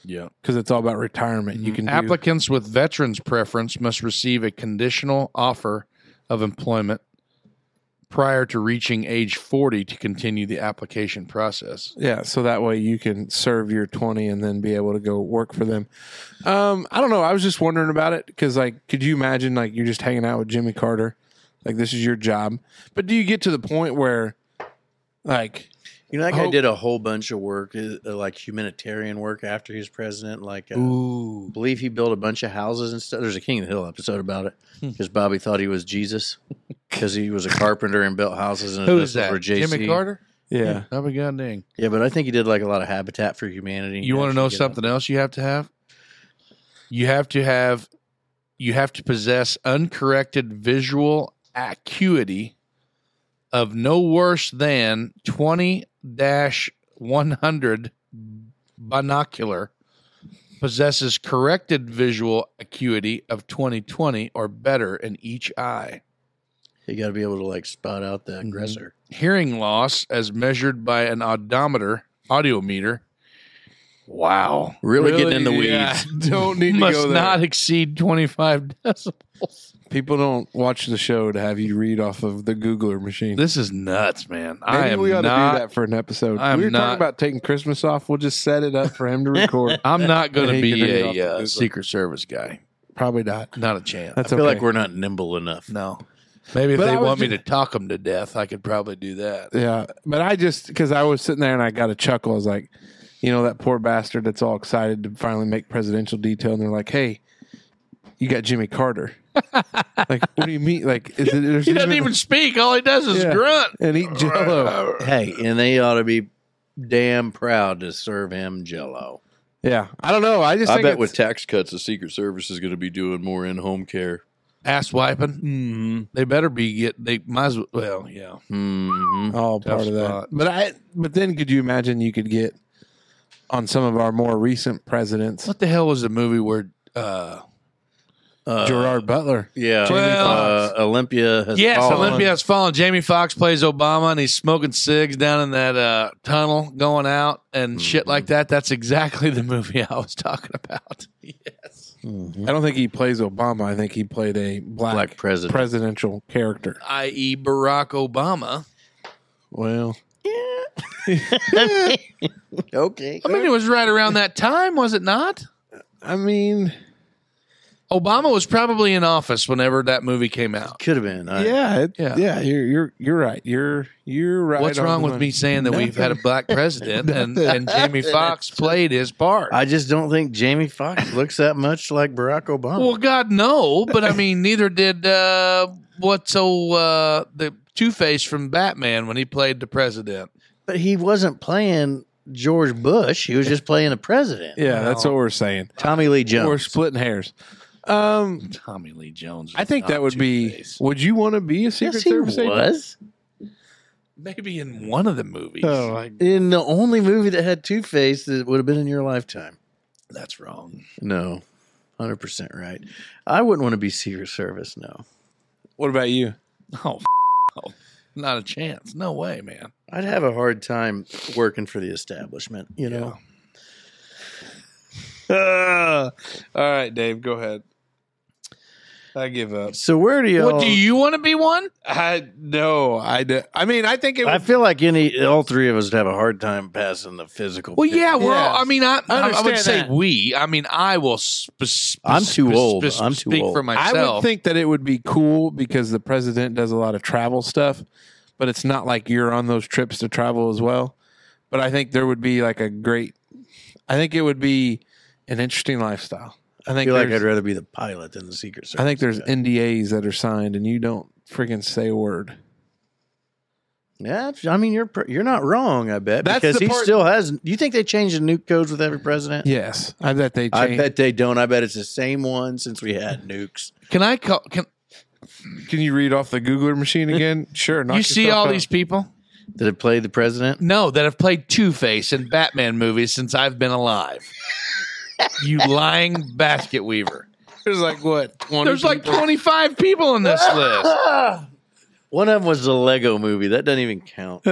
I: Yeah.
A: Because it's all about retirement. You
I: Mm-hmm.
A: can do-
I: Applicants with veterans preference must receive a conditional offer of employment prior to reaching age forty to continue the application process.
A: Yeah, so that way you can serve your 20 and then be able to go work for them. Um, I don't know. I was just wondering about it because, like, could you imagine, like, you're just hanging out with Jimmy Carter? Like, this is your job. But do you get to the point where, like,
C: You know, that guy
I: Oh.
A: Hope-
C: did a whole bunch of work, uh, like humanitarian work after he was president. Like, uh,
A: ooh,
C: believe he built a bunch of houses and stuff. There's a King of the Hill episode about it
I: Hmm.
C: because Bobby thought he was
I: *laughs*
C: Jesus because he was a carpenter and built houses. And
I: Who's
C: this was
I: that?
C: For JC.
I: Jimmy Carter?
A: yeah.
I: Oh my god dang.
C: Yeah, but I think he did like a lot of Habitat for Humanity.
I: You want to
C: Actually
I: know
C: get
I: something else you have to have? You have to have you have to possess uncorrected visual acuity of no worse than 20-100 binocular possesses corrected visual acuity of 2020 or better in each eye.
C: that. You got to be able to like spot out
I: Mm-hmm.
C: the aggressor.
I: Hearing loss as measured by an odometer, audiometer. Wow.
C: Really, getting in the weeds.
A: yeah, *laughs*
C: *laughs*
A: don't need to
I: must
A: go there.
I: not exceed 25 decibels.
A: People don't watch the show to have you read off of the Googler machine.
I: This is nuts, man. I
A: Maybe
I: am
A: we ought
I: not,
A: to do that for an episode.
I: I'm
A: we were
I: not-
A: talking about taking Christmas off. We'll just set it up for
I: *laughs*
A: him to record.
I: I'm not going
A: Yeah,
I: to
A: you
I: be
A: can read off the
I: a uh,
A: Google.
I: Secret Service guy.
A: Probably not.
I: Not a chance.
A: That's
C: I feel
A: okay.
C: like we're not nimble enough.
I: no. Maybe if
A: But
I: they
A: I was
I: want me to
A: just-
I: talk them to death, I could probably do that.
A: Yeah, but I just because I was sitting there and I got a chuckle. I was like, You know that poor bastard that's all excited to finally make presidential detail, and they're like, "Hey, you got Jimmy
I: *laughs*
A: Carter." like, what do you mean? Like, is it, there's
I: He doesn't even speak. All he does is
A: Yeah.
I: grunt.
A: and eat Jello.
C: Hey, and they ought to be damn proud to serve him Jello.
A: Yeah, I don't know. I just
K: I
A: think
K: bet
A: it's-
K: with tax cuts, the Secret Service is going to be doing more in-home care.
I: Ass wiping.
A: Mhm.
I: They better be get. They might as well. Well, yeah.
K: hmm
A: all part of that.
I: spot.
A: But I but then could you imagine you could get on some of our more recent presidents
I: What the hell was the movie where? uh
C: Uh,
A: Gerard Butler.
C: Yeah.
I: Well-
C: uh, Olympia has
I: Yes,
C: fallen.
I: Olympia has fallen. Jamie Foxx plays Obama, and he's smoking cigs down in that uh, tunnel, going out and shit like that. That's exactly the movie I was talking about. Yes,
A: I don't think he plays Obama. I think he played a black,
C: Black president.
A: presidential character.
I: i.e., E Barack Obama.
A: Well,
C: okay.
I: I mean, it was right around that time, was it not?
A: I mean,
I: Obama was probably in office whenever that movie came out.
C: Could have been. I-
A: yeah, it, yeah,
I: Yeah.
A: You're you're you're right. You're you're right.
I: What's
A: on
I: wrong
A: the
I: with
A: money.
I: me saying that we've had a black president
A: *laughs*
I: and, and Jamie Foxx played his part?
C: I just don't think Jamie Foxx *laughs* looks that much like Barack Obama.
I: Well, God, no, but I mean, neither did uh, what's so uh, the Two Face from Batman when he played the president.
C: but he wasn't playing George Bush. He was just playing a president.
A: Yeah, that's what we're saying.
C: Tommy Lee
A: We're
C: Jones.
A: splitting hairs. Um,
I: Tommy Lee Jones.
A: I think
I: was
A: that
I: not
A: would be.
I: Two-Face.
A: Would you want to be a Secret
C: Yes, he
A: Service agent?
C: was.
I: maybe in one of the movies.
A: Oh, I-
C: In the only movie that had Two Face that would have been in your lifetime.
I: That's wrong.
C: No, 100% right. I wouldn't want to be Secret Service, no.
A: What about you?
I: Oh, f- no. not a chance. No way, man.
C: I'd have a hard time working for the establishment, you know?
A: *laughs* all right, Dave, go ahead. I give up.
C: So where do you
I: What do you want to be one?
A: I no, I do, I mean, I think it.
C: I
A: Would,
C: feel like any all three of us would have a hard time passing the physical.
I: Well, yeah, we're all.
A: Yes.
I: I mean, I,
A: I
I: I, I would
A: understand
I: say
A: that.
I: we. I mean, I will. Sp- sp-
C: I'm too
I: sp-
C: old.
I: sp-
C: I'm too
I: speak
C: old.
I: for
A: I
I: myself.
A: would think that it would be cool because the president does a lot of travel stuff, but it's not like you're on those trips to travel as well. But I think there would be like a great. I think it would be an interesting lifestyle. I
C: I
A: think.
C: feel like
A: there's-
C: I'd rather be the pilot than the Secret Service.
A: I think there's NDAs that are signed, and you don't freaking say a word.
C: Yeah, I mean you're pr- you're not wrong. I bet
A: That's
C: because
A: the
C: he
A: part-
C: still has. Do you think they change the nuke codes with every president?
A: Yes, I bet they. Change.
C: I bet they don't. I bet it's the same one since we had nukes.
I: Can I call? Can
A: Can you read off the Googler
C: *laughs*
A: machine again? Sure. knock
I: you see
A: yourself
I: all
A: out.
I: these people?
C: Did it play the president?
I: No, that have played Two Face in Batman movies since I've been alive. you lying basket weaver.
A: There's like what? 20
I: There's like
A: people?
I: 25 people in this
C: *laughs*
I: list.
C: One of them was the Lego movie. That doesn't even count.
A: Oh,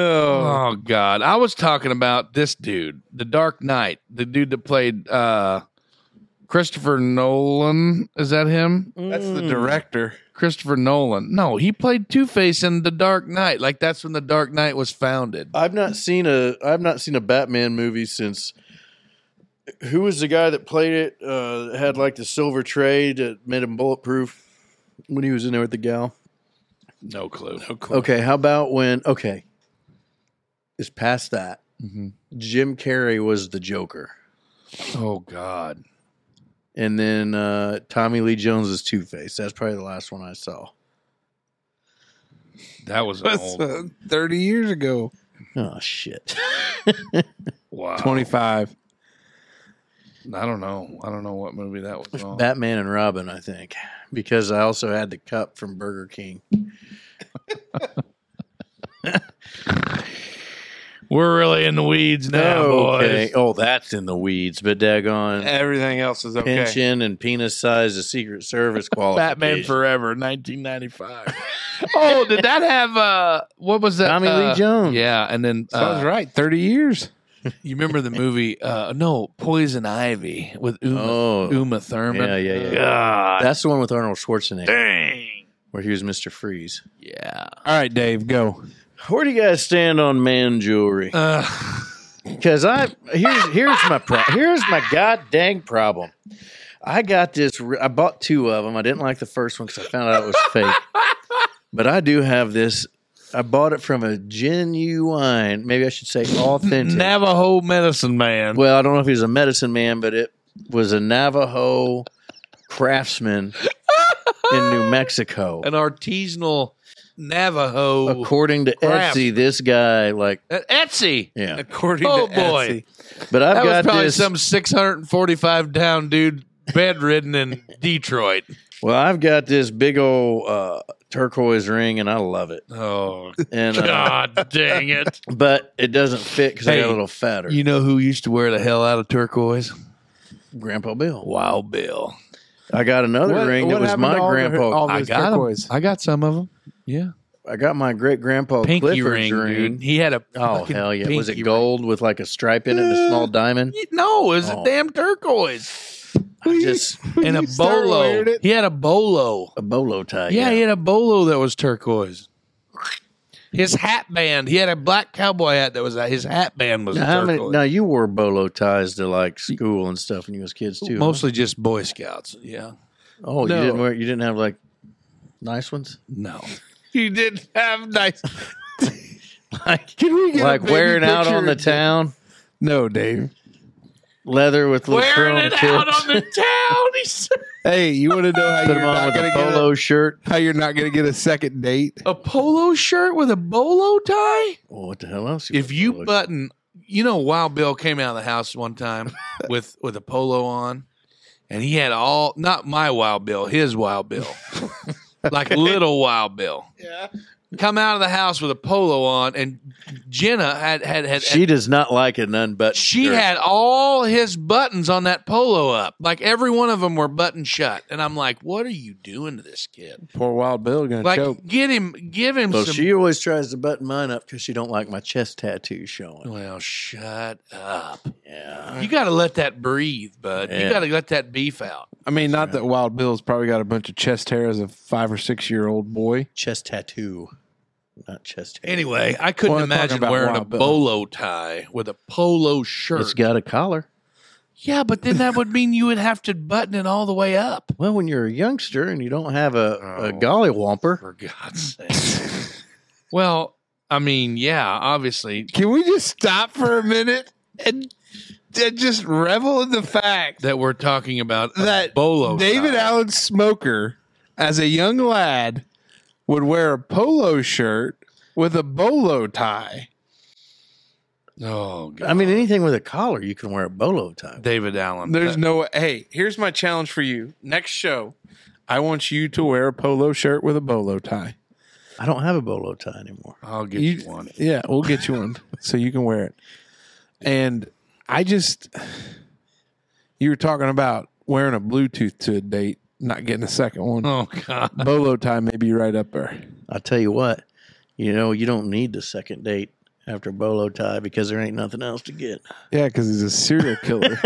I: Oh God! I was talking about this dude, the Dark Knight, the dude that played uh, Christopher Nolan. Is that him?
A: that's the director.
I: Christopher Nolan? No, he played Two Face in the Dark Knight. Like that's when the Dark Knight was founded.
C: I've not seen a I've not seen a Batman movie since. Who was the guy that played it? Uh, that had like the silver tray that made him bulletproof when he was in there with the gal.
I: No clue. No clue.
C: Okay, how about when? Okay, it's past that.
I: Mm-hmm.
C: Jim Carrey was the Joker,
I: Oh God!
C: and then uh, Tommy Lee Jones is Two Face. That's probably the last one I saw.
I: That was
A: *laughs*
I: an
A: That's
I: old.
A: uh, 30 years ago.
C: Oh shit!
I: Wow.
A: 25.
I: I don't know. I don't know what movie that was. On.
C: Batman and Robin, I think, because I also had the cup from Burger King.
I: We're really in the weeds now, boys. Eh,
C: Oh, that's in the weeds, but daggone
A: Everything else is okay.
C: pension and penis size, the Secret Service qualification.
I: Batman Forever, 1995. *laughs* oh, did that have uh what was that?
C: Tommy
I: uh,
C: Lee Jones.
I: Yeah, and then
A: Sounds
I: uh,
A: right. 30 years.
I: you remember the movie uh no, Poison Ivy with Uma,
C: Oh,
I: Uma Thurman.
C: yeah, yeah, yeah.
B: God
C: That's the one with Arnold Schwarzenegger,
B: dang.
C: where he was Mister Freeze.
I: Yeah.
A: All right, Dave, go.
C: Where do you guys stand on man jewelry? *laughs*
I: Uh,
C: Because I here's here's my pro- here's my god dang problem. I got this. re- I bought
I: *laughs*
C: two of them. I didn't like the first one because I found out it was fake. But I do have this I bought it from a genuine, maybe I should say authentic.
I: Navajo medicine man.
C: well, I don't know if he was a medicine man, but it was a Navajo craftsman in
I: *laughs*
C: New Mexico.
I: An artisanal Navajo.
C: According to
I: craftsman.
C: Etsy, this guy like
I: Uh, Etsy.
C: yeah.
A: According
I: Oh,
A: to
I: boy.
A: Etsy.
C: But I've
I: that was
C: got
I: probably
C: this.
I: some 645 down dude bedridden in Detroit.
C: Well, I've got this big old uh, turquoise ring, and I love it.
I: Oh,
C: And
I: *laughs*
C: uh,
I: God dang it.
C: but it doesn't fit because I got
I: Hey,
C: a little fatter.
I: You know who used to wear the hell out of turquoise?
C: Grandpa Bill.
I: Wow, Bill.
C: I got another
A: What-
C: ring
A: what
C: that was
A: happened to
C: my
A: all the-
C: grandpa.
A: all
I: I
A: those
I: got 'em.
A: turquoise?
I: I got some of them. Yeah.
C: I got my great grandpa
I: Pinky
C: Clifford's
I: ring,
C: ring.
I: dude. He had a.
C: Oh
I: fucking
C: hell yeah! Was it
I: pinky
C: gold with like a stripe in it and a small diamond?
I: ring. No, it was a
C: Oh.
I: damn turquoise.
C: I just
I: And a bolo. He had a bolo.
C: a bolo tie.
I: Yeah, he had a bolo that was turquoise. His hat band. He had a black cowboy hat that was his hat band was
C: Now, how many,
I: turquoise.
C: now you wore bolo ties to like school and stuff when you was kids too. huh?
I: Mostly just Boy Scouts. Yeah.
C: Oh,
I: No.
C: you didn't wear. You didn't have like nice ones.
I: No. You didn't have nice.
C: Like
A: Can we get a
C: like
A: baby
C: wearing out on the
A: picture?
C: town,
A: No, Dave.
C: leather with little
I: Wearing
C: chrome
I: it
C: tips.
I: *laughs* out on the town. He said.
A: Hey, you want to know how
C: Put
A: you're
C: them on
A: not
C: with a
A: going to get a,
C: polo shirt.
A: how you're not going to get a second date?
I: A polo shirt with a bolo tie?
C: Oh, what the hell else?
I: If
C: wear
I: you
C: polo
I: button, you know, Wild Bill came out of the house
C: *laughs*
I: one time with with a polo on, and he had all not my Wild Bill, his
C: *laughs*
I: Wild Bill, like little Wild Bill. Yeah. Come out of the house with a polo on, and Jenna had had had
C: shirt? she does not like an unbuttoned.
I: she
C: shirt.
I: had all his buttons on that polo up, like every one of them were button shut, and I'm like, what are you doing to this kid?
A: Poor Wild Bill going to
I: Like,
A: choke.
I: get him, give him
C: Well,
I: some.
C: she always tries to button mine up because she don't like my chest tattoo showing.
I: well, shut up.
C: Yeah.
I: You got to let that breathe, bud. You
C: Yeah.
I: got to let that beef out.
A: I mean, not that Wild Bill's probably got a bunch of chest hair as a five or six year old boy.
C: chest tattoo, not chest hair.
I: Anyway, I couldn't
A: Well, I'm talking
I: imagine
A: about
I: wearing a
A: Wild Bill.
I: bolo tie with a polo shirt.
C: It's got a collar.
I: yeah, but then that would mean you would have to button it all the way up.
C: Well, when you're a youngster and you don't have a, a
I: Oh.
C: gollywhomper,
I: For God's sake. well, I mean, yeah, obviously
A: Can we just stop for a minute and, and just revel in the fact
I: that we're talking about a
A: That
I: bolo.
A: David
I: tie.
A: Allen Smoker, as a young lad, would wear a polo shirt with a bolo tie?
I: Oh God,
C: I mean, anything with a collar, you can wear a bolo tie.
I: David Allen.
A: There's
I: There's
A: no way. Hey, here's my challenge for you. Next show, I want you to wear a polo shirt with a bolo tie.
C: I don't have a bolo tie anymore.
I: I'll get
A: You-
I: you one.
A: Yeah, we'll get you *laughs* one so you can wear it. And I just, you were talking about wearing a Bluetooth to a date, not getting a second one. *laughs*
I: Oh God.
A: Bolo tie may be right up there.
C: I tell you what, you know, you don't need the second date after bolo tie because there ain't nothing else to get.
A: Yeah, because he's a serial killer.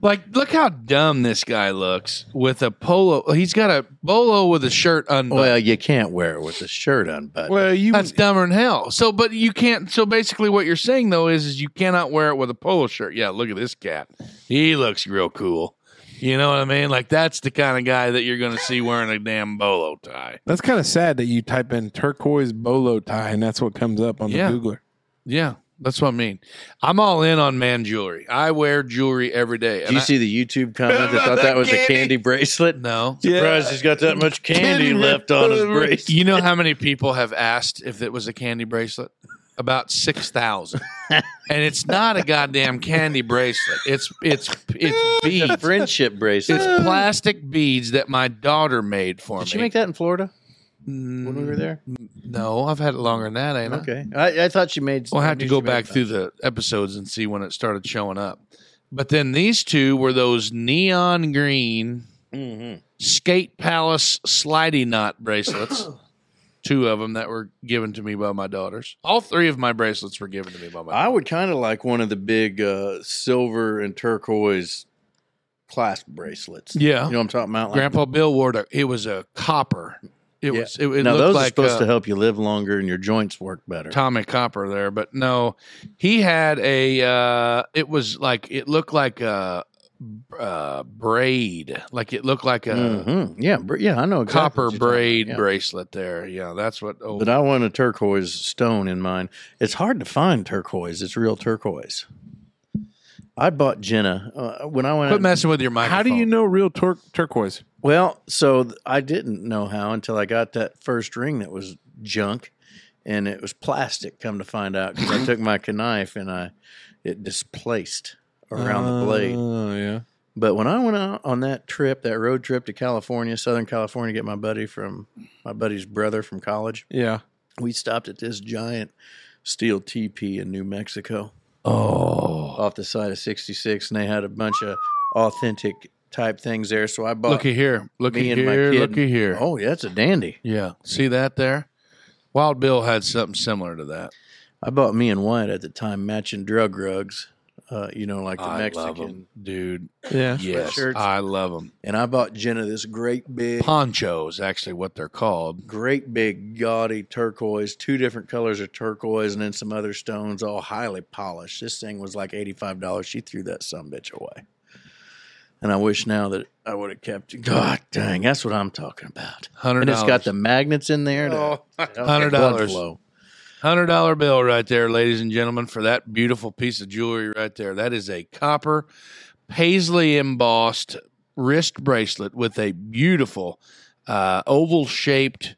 I: Like, look how dumb this guy looks with a polo. He's got a bolo with a shirt unbuttoned.
C: Well, you can't wear it with the shirt
A: *laughs*
C: unbuttoned.
A: well, you
I: That's dumber than hell. So, but you can't. So basically, what you're saying though is, is you cannot wear it with a polo shirt. Yeah, look at this cat. He looks real cool. You know what I mean? Like that's the kind of guy that you're going to see wearing a damn bolo tie.
A: That's kind of sad that you type in turquoise bolo tie and that's what comes up on
I: Yeah.
A: the Googler.
I: Yeah, that's what I mean. I'm all in on man jewelry. I wear jewelry every day.
C: Did you
I: I-
C: see the *laughs* YouTube comment that thought that was a candy bracelet?
I: no.
C: Surprised he's got that much candy, left on his bracelet.
I: You know how many people have asked if it was a candy bracelet? About
C: *laughs*
I: six thousand, and it's not a goddamn candy bracelet. It's it's
C: *laughs*
I: it's beads.
C: A friendship bracelet.
I: It's plastic beads that my daughter made for
C: Did
I: me.
C: you make that in Florida when we
I: Mm,
C: were there?
I: no, I've had it longer than that, ain't I?
C: Okay, I, I thought you made.
I: We'll
C: I
I: have to
C: knew
I: go
C: you made
I: back
C: that.
I: through the episodes and see when it started showing up. But then these two were those neon green
C: Mhm.
I: Skate Palace slidey knot bracelets.
C: *coughs*
I: two of them that were given to me by my daughters. All three of my bracelets were given to me by my.
C: I would kind of like one of the big uh, silver and turquoise clasp bracelets.
I: yeah,
C: You know what I'm talking about? Like,
I: Grandpa Bill wore it. It was a copper. It
C: Yeah.
I: was. It, it
C: now
I: looked
C: those
I: like
C: are supposed
I: uh,
C: to help you live longer and your joints work better.
I: Tommy Copper there, but no, he had a. Uh, it was like it looked like a uh, braid, like it looked like a
C: Mhm. Yeah, br- yeah, I know. exactly
I: uh, copper
C: what you're talking about,
I: braid
C: yeah.
I: bracelet. There, yeah, that's what. Oh,
C: But I want a turquoise stone in mine. It's hard to find turquoise. It's real turquoise. I bought Jenna uh, when I went.
I: quit
C: out-
I: messing with your microphone.
A: How do you know real tur- turquoise?
C: Well, so th- I didn't know how until I got that first ring that was junk, and it was plastic. Come to find out, 'cause I took my knife and I it displaced around the blade.
A: Oh yeah.
C: But when I went out on that trip, that road trip to California, Southern California, to get my buddy from my buddy's brother from college,
A: Yeah.
C: we stopped at this giant steel teepee in New Mexico
I: Oh,
C: off the side of 66, and they had a bunch of authentic type things there. So I bought.
I: looky here, looky
C: Me and my
I: here,
C: kid.
I: looky here.
C: Oh, yeah, it's a dandy.
I: Yeah, see that there? Wild Bill had something similar to that.
C: I bought me and Wyatt at the time matching drug rugs, uh, you know, like the
I: I
C: Mexican.
I: love 'em, dude.
A: Yeah.
I: Yes,
C: Sweatshirts.
I: I love them.
C: And I bought Jenna this great big,
I: Poncho is actually what they're called.
C: great big gaudy turquoise, two different colors of turquoise, and then some other stones, all highly polished. This thing was like eighty-five dollars. She threw that some bitch away. And I wish now that I would have kept it. God dang, that's what I'm talking about.
I: Hundred
C: And it's got the
I: dollars.
C: magnets in there.
I: Oh,
C: To help
I: Hundred
C: blood
I: dollars.
C: flow.
I: hundred dollar bill right there, ladies and gentlemen, for that beautiful piece of jewelry right there. That is a copper paisley embossed wrist bracelet with a beautiful uh, oval shaped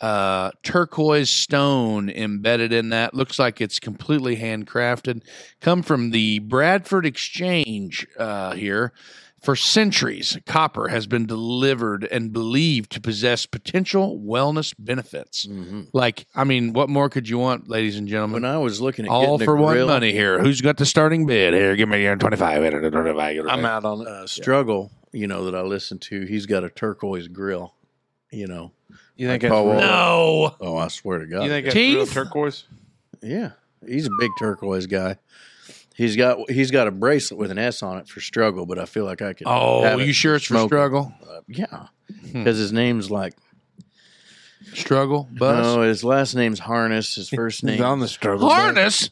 I: uh, turquoise stone embedded in that. Looks like it's completely handcrafted. Come from the Bradford Exchange uh, here. For centuries, copper has been delivered and believed to possess potential wellness benefits.
C: Mhm.
I: Like, I mean, what more could you want, ladies and
C: When
I: gentlemen?
C: I was looking at
I: All
C: getting a
I: for one
C: grill,
I: money here. Who's got the starting bid? Here, give me your *laughs* 25. I'm out on
C: uh, struggle, you know, that I listened to, he's got a turquoise grill, you know.
A: You think
C: Like
A: that's
C: Paul
A: real,
C: Wall-
I: No.
C: Oh, I swear to God.
A: you think that's real
I: Teeth?
A: turquoise?
C: yeah. He's a big turquoise guy. He's got he's got a bracelet with an S on it for struggle, but I feel like I could.
I: Oh,
C: have
I: you
C: it.
I: sure it's for
C: Smoke.
I: struggle?
C: yeah,
I: Hmm.
C: because his name's like
I: Struggle? Bus?
C: no, his last name's Harness. His first
A: He's
C: name
A: on the struggle.
I: Harness?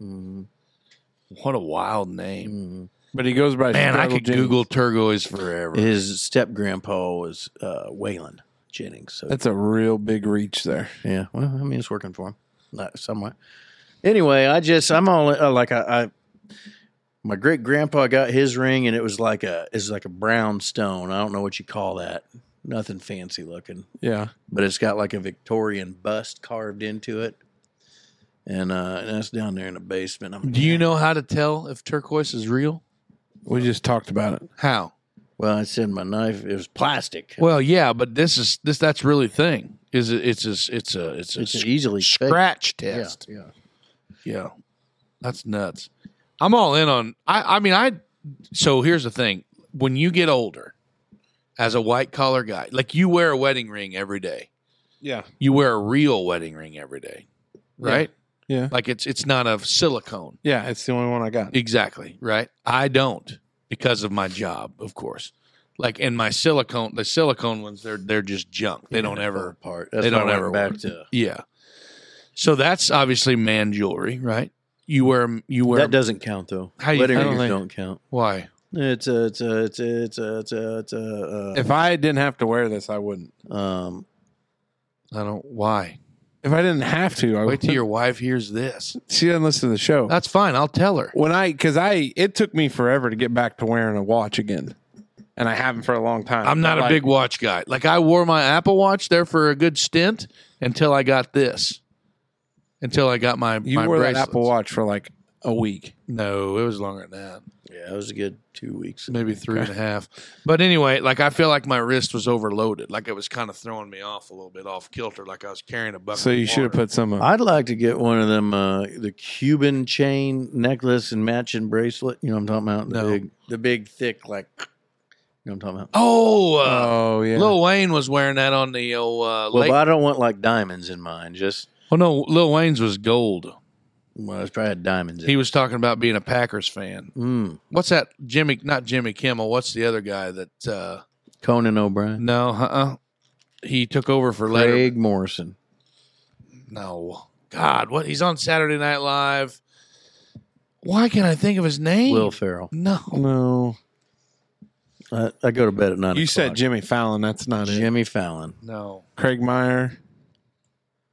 C: Mhm,
I: What a wild name.
C: mhm.
A: But he goes by
I: Man, I
A: Struggle
I: could
A: Jimmy.
I: Google turquoise forever.
C: His step grandpa was uh, Waylon Jennings. So
A: That's a real big reach there.
C: Yeah, well, I mean, it's working for him, not somewhat. Anyway, I just I'm all uh, like I, I my great grandpa got his ring, and it was like a it's like a brown stone. I don't know what you call that. Nothing fancy looking,
A: Yeah.
C: but it's got like a Victorian bust carved into it, and uh, and that's down there in the basement. I'm,
I: Do you know how to tell if turquoise is real?
A: We just talked about it.
I: How?
C: Well, I said my knife. It was plastic.
I: Well, yeah, but this is this that's really thing. Is it, it's a, it's a it's a
C: it's
I: sc-
C: easily fake.
I: scratch
C: Yeah,
I: test.
C: yeah.
I: Yeah. That's nuts. I'm all in on I I mean I so here's the thing. When you get older as a white collar guy, like you wear a wedding ring every day.
A: Yeah.
I: You wear a real wedding ring every day. Right?
A: Yeah.
I: Like it's it's not of silicone.
A: Yeah. It's the only one I got.
I: Exactly, right? I don't because of my job, of course. Like and my silicone the silicone ones they're they're just junk. They don't
C: Yeah,
I: ever
C: part. That's
I: they
C: why I
I: don't
C: went
I: ever
C: back
I: work.
C: to.
I: Yeah. So that's obviously man jewelry, right? You wear you wear
C: That doesn't count though.
I: How you-
C: Wedding
I: I don't
C: rings
A: think-
C: don't count.
I: why?
C: It's a, it's a, it's a, it's a, it's a, it's a uh,
A: If I didn't have to wear this, I wouldn't.
C: um,
I: I don't. Why?
A: If I didn't have to, I
I: Wait
A: would.
I: till Uh, your wife hears this.
A: She doesn't listen to the show.
I: That's fine. I'll tell her.
A: when I because I it took me forever to get back to wearing a watch again, and I haven't for a long time.
I: I'm not a
A: Like,
I: big watch guy. Like I wore my Apple Watch there for a good stint until I got this. Until I got my
A: You
I: my
A: wore that
I: bracelets.
A: Apple Watch for like a week.
I: No, it was longer than that.
C: yeah, it was a good two weeks.
I: Maybe three and a half. But anyway, like I feel like my wrist was overloaded. Like it was kind of throwing me off a little bit, off kilter. Like I was carrying a bucket.
A: So you
I: of
A: should have
I: water.
A: put some. Up.
C: I'd like to get one of them, uh, the Cuban chain necklace and matching bracelet. You know what I'm talking about? The
I: No.
C: big, the big, thick, like. You know what I'm talking about?
I: Oh, uh,
A: oh yeah,
I: Lil Wayne was wearing that on the old. Uh,
C: Well,
I: late-
C: but I don't want like diamonds in mine. Just
I: oh no, Lil Wayne's was gold.
C: well, it's probably had diamonds. in
I: He was talking about being a Packers fan.
C: it. Mm.
I: what's that Jimmy? Not Jimmy Kimmel. What's the other guy that? uh
C: Conan O'Brien,
I: No, uh, uh he took over for later.
C: uh-uh. Craig Morrison.
I: No, God, what? He's on Saturday Night Live. Why can't I think of his name?
C: Will Ferrell.
I: No,
A: no.
C: I, I go to bed at nine.
A: You said
C: o'clock.
A: Jimmy Fallon. That's not it.
C: Jimmy Fallon.
I: No.
A: Craig Meyer.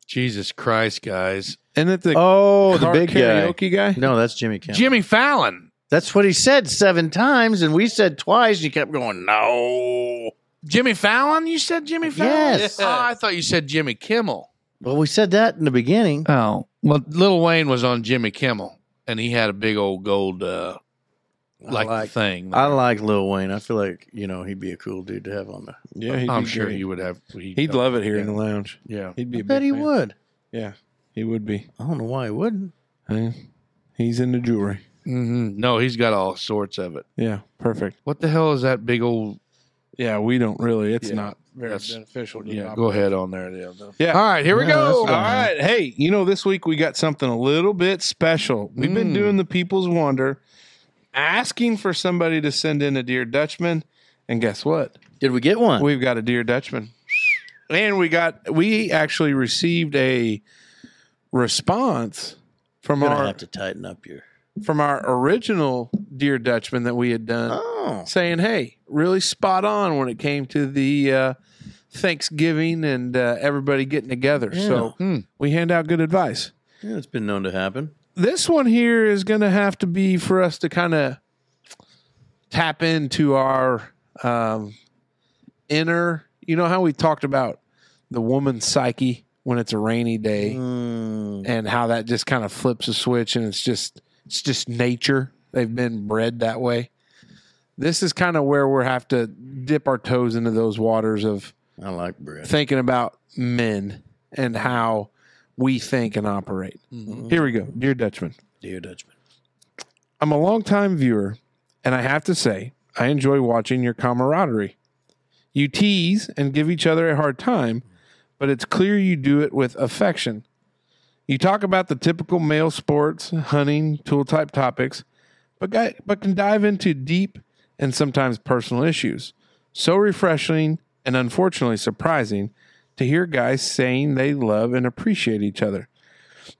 I: Jesus Christ, guys.
A: And that the
C: Oh, the
A: car-
C: big guy.
A: karaoke guy.
C: No, that's Jimmy Kimmel.
I: Jimmy Fallon.
C: That's what he said seven times, and we said twice. You kept going, no.
I: Jimmy Fallon? You said Jimmy Fallon?
C: Yes.
I: Oh, I thought you said Jimmy Kimmel.
C: Well, we said that in the beginning.
I: Oh. Well, Little Wayne was on Jimmy Kimmel, and he had a big old gold uh, like,
C: I like,
A: Uh,
I: thing.
C: I like Lil Wayne. I feel like you know he'd be a cool dude to have on the.
A: Yeah, he'd
I: I'm
A: be
I: sure
A: great.
I: he would have. He'd,
A: He'd love it here in the lounge.
I: Yeah.
A: He'd be.
C: I
A: a
C: bet
A: big
C: he
A: fan.
C: would.
A: He would be.
C: I don't know why he wouldn't.
A: Yeah. He's into jewelry. Mm-hmm.
I: hmm No, he's got all sorts of it.
A: Yeah, perfect.
I: What the hell is that big old?
A: Yeah, we don't really. It's
I: Yeah,
A: not very
I: that's-
A: beneficial. to the
I: Yeah,
A: op-
I: go ahead on there. Yeah.
A: Yeah.
I: All right, here we
C: No, that's
I: go.
A: All right. Hey, you know, this week we got something a little bit special. We've been
I: Mm.
A: doing the People's Wonder, asking for somebody to send in a Dear Dutchman. And guess what?
C: Did we get one?
A: We've got a Dear Dutchman. And we got, we actually received a response from
C: We're gonna
A: our
C: have to tighten up your.
A: from our original Dear Dutchman that we had done
C: Oh,
A: saying, "Hey, really spot on when it came to the uh, Thanksgiving and uh, everybody getting together."
C: Yeah.
A: So
I: Hmm.
A: we hand out good advice.
C: yeah, it's been known to happen.
A: This one here is going to have to be for us to kind of tap into our um, inner. You know how we talked about the woman's psyche when it's a rainy day
C: Mm,
A: and how that just kind of flips a switch and it's just it's just nature they've been bred that way this is kind of where we have to dip our toes into those waters of
C: I like bread.
A: thinking about men and how we think and operate here we go dear dutchman
C: Dear Dutchman.
A: i'm a longtime viewer and i have to say i enjoy watching your camaraderie you tease and give each other a hard time but it's clear you do it with affection you talk about the typical male sports, hunting, tool type topics, but guy, but can dive into deep and sometimes personal issues. So refreshing and unfortunately surprising to hear guys saying they love and appreciate each other.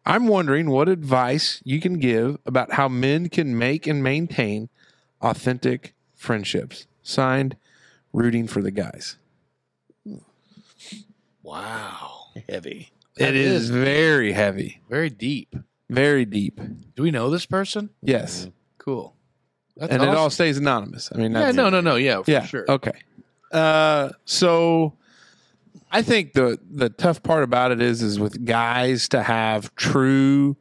A: I'm wondering what advice you can give about how men can make and maintain authentic friendships. Signed, rooting for the guys.
I: Wow.
C: Heavy.
A: it is, very heavy,
I: Very deep.
A: very deep.
I: Do we know this person?
A: Yes.
I: Cool. Mm. That's
A: and it
I: awesome.
A: all stays anonymous. I mean,
I: Yeah,
A: that's-
I: no, no, no. Yeah, for
A: yeah,
I: sure.
A: Okay. Uh, so I think the the tough part about it is is with guys to have true,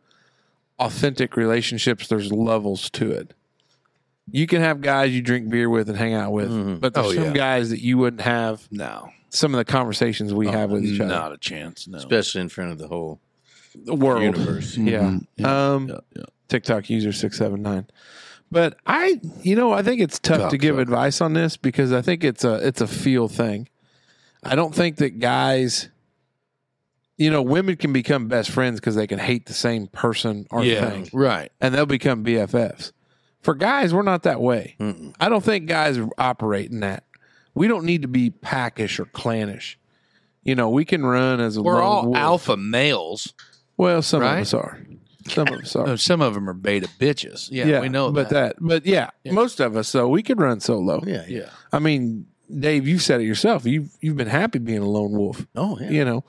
A: authentic relationships. There's levels to it. You can have guys you drink beer with and hang out with,
C: Mhm.
A: but there's
I: Oh,
A: some
I: yeah.
A: guys that you wouldn't have
I: No.
A: some of the conversations we have with each other.
I: Oh, Not a chance. No.
C: Especially in front of the whole
A: The world. *laughs*
C: universe.
A: Yeah.
I: Mhm. Yeah,
A: Um,
I: yeah, yeah.
A: TikTok user six seven nine. But I, you know, I think it's tough to give
I: Cocksucker.
A: advice on this because I think it's a it's a feel thing. I don't think that guys, you know, women can become best friends because they can hate the same person or
I: Yeah,
A: thing,
I: right.
A: and they'll become BFFs. For guys, we're not that way.
C: Mm-mm.
A: I don't think guys operate in that. We don't need to be packish or clannish. You know, we can run as a
I: We're
A: lone
I: all
A: wolf.
I: alpha males.
A: Well, some
I: right?
A: of us are. Some of
I: *laughs*
A: us are.
I: No, some of them are beta bitches. Yeah, we know
A: but that. but yeah,
I: Yeah.
A: most of us though we could run solo.
C: Yeah. yeah.
I: Yeah.
A: I mean, Dave, you said it yourself. You have you've been happy being a lone wolf,
C: Oh, yeah.
A: you know.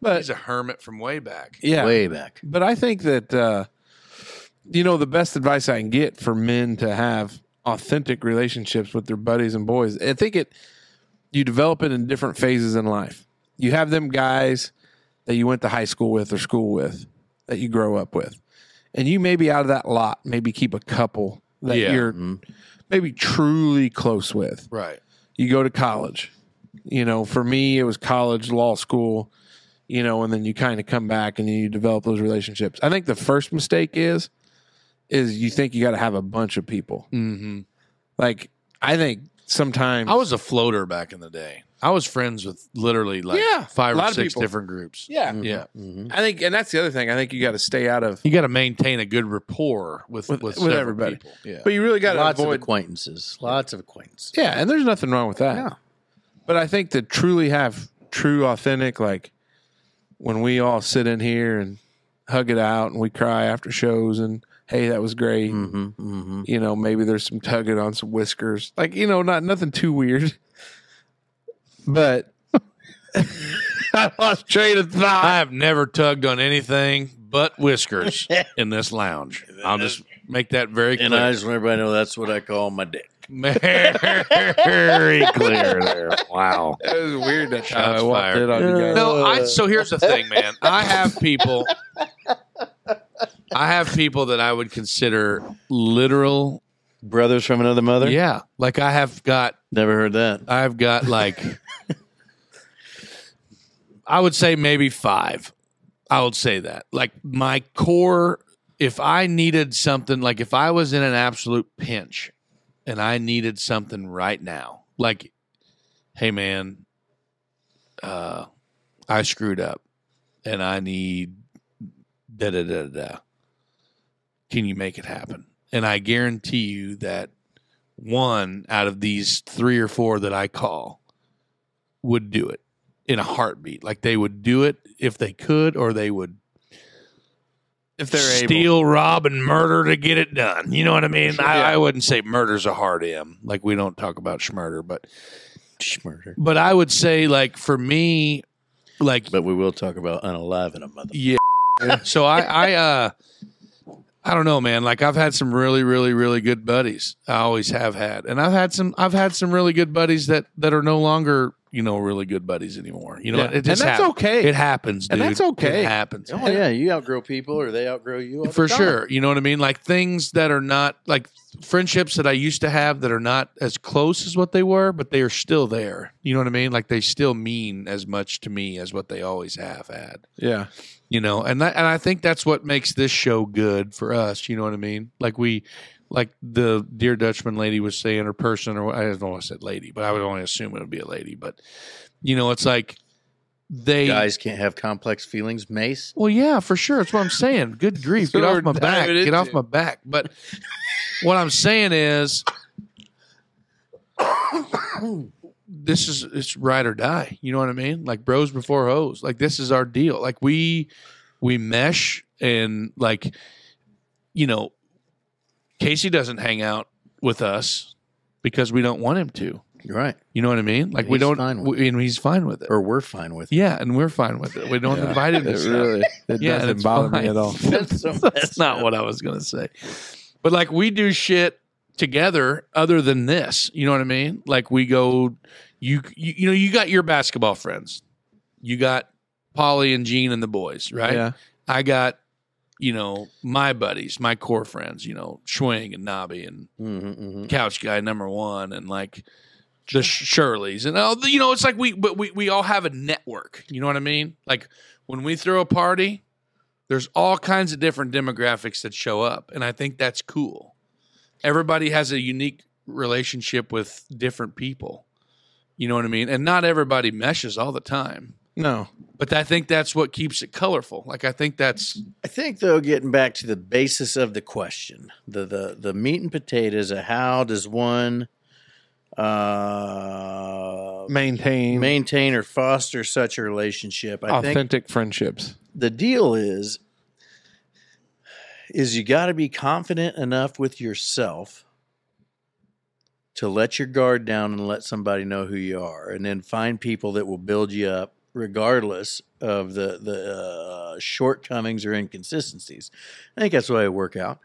A: But
I: He's a hermit from way back.
A: yeah,
C: Way back.
A: but I think that uh, you know the best advice I can get for men to have authentic relationships with their buddies and boys. I think it you develop it in different phases in life. You have them guys that you went to high school with or school with that you grow up with, and you maybe out of that lot maybe keep a couple that
I: Yeah.
A: you're
C: Mhm.
A: maybe truly close with
I: Right.
A: you go to college. You know, for me, it was college, law school, you know, and then you kind of come back and you develop those relationships. I think the first mistake is, is you think you got to have a bunch of people.
I: Mm-hmm.
A: Like, I think sometimes
I: I was a floater back in the day. I was friends with literally like
A: Yeah,
I: five
A: a lot
I: or
A: of
I: six
A: people.
I: different groups.
A: yeah,
C: Mhm.
I: Yeah.
C: Mhm.
A: Mm-hmm. I think, and that's the other thing. I think you got to stay out of,
I: You got to maintain a good rapport with
A: With-
I: with,
A: with
I: several
A: everybody.
I: people. Yeah.
A: but you really got to
C: Lots of
A: avoid.
C: acquaintances. Lots of acquaintances.
A: Yeah, and there's nothing wrong with that.
C: Yeah.
A: But I think to truly have true, authentic, like when we all sit in here and hug it out and we cry after shows and hey, that was great.
C: Mm-hmm, mm-hmm.
A: You know, maybe there's some tugging on some whiskers. Like, you know, not nothing too weird. But I lost train of thought.
I: I have never tugged on anything but *laughs* whiskers in this lounge. I'll just make that very clear.
C: And I just want everybody to know that's what I call my dick.
I: *laughs* very clear there. Wow.
A: That was weird that time
I: Shots
A: I walked
I: fired.
A: in on you guys.
I: No, I so here's the thing, man. I have people I have people that I would consider literal
C: Brothers from another mother?
I: Yeah. Like I have got
C: Never heard that.
I: I've got like, I would say maybe five. I would say that. Like my core, if I needed something, like if I was in an absolute pinch and I needed something right now, like, hey man, uh, I screwed up and I need da da da da. da. Can you make it happen? And I guarantee you that one out of these three or four that I call would do it in a heartbeat. Like they would do it if they could, or they would
A: if they're able.
I: steal, rob, and murder to get it done. You know what
A: *laughs*
I: I mean? I, I wouldn't say murder's a hard M. Like we don't talk about schmurder, but
C: Schmurder.
I: but I would say like for me, like
C: But we will talk about unalive in a mother.
I: yeah. so I, I, uh, I don't know, man. Like I've had some really, really, really good buddies. I always have had, and I've had some, I've had some really good buddies that that are no longer, you know, really good buddies anymore. You know,
A: Yeah.
I: it just
A: And that's
I: happens.
A: okay.
I: It happens, dude.
A: And that's okay.
I: It happens
C: Oh, yeah. You outgrow people or they outgrow you. all the
I: for
C: time.
I: sure. You know what I mean? Like things that are not like friendships that I used to have that are not as close as what they were, but they are still there. You know what I mean? Like they still mean as much to me as what they always have had.
A: Yeah.
I: you know and that, and i think that's what makes this show good for us you know what i mean like we like the dear dutchman lady was saying or person or i don't know if i said lady but i would only assume it would be a lady but you know it's like they
C: Guys can't have complex feelings. Mace.
I: well yeah for sure that's what i'm saying good grief
A: That's
I: get
A: what
I: off
A: we're
I: my back
A: diving
I: get off
A: into.
I: my back but what i'm saying is this is it's ride or die. You know what I mean? Like bros before hoes. Like this is our deal. Like we we mesh and like you know Casey doesn't hang out with us because we don't want him to.
C: You're right.
I: You know what I mean? Like we
C: He's
I: don't
C: fine with
I: we- and he's fine with it.
C: Or we're fine with it.
I: yeah, and we're fine with it. We don't
A: Yeah.
I: invite him to
A: *laughs* It
I: stuff.
A: really it
I: Yeah,
A: doesn't
I: it's
A: bother
I: fine.
A: me at all.
C: That's, so
I: *laughs* That's not what I was going to say. But like we do shit together other than this. You know what I mean? Like we go you you, you know you got your basketball friends. You got Polly and Gene and the boys, right?
A: Yeah.
I: I got you know my buddies, my core friends, you know, Schwing and Nobby and
C: Mm-hmm,
I: Couch Guy number 1 and like the Sh- Shirleys and all the- you know it's like we but we we all have a network. You know what I mean? Like when we throw a party, there's all kinds of different demographics that show up and i think that's cool everybody has a unique relationship with different people you know what i mean and not everybody meshes all the time
A: No.
I: but i think that's what keeps it colorful like i think that's
C: I think though, getting back to the basis of the question, the the the meat and potatoes of how does one uh,
A: Maintain
C: maintain or foster such a relationship? I think
A: authentic friendships.
C: the deal is is you got to be confident enough with yourself to let your guard down and let somebody know who you are and then find people that will build you up regardless of the the uh, shortcomings or inconsistencies i think that's why i work out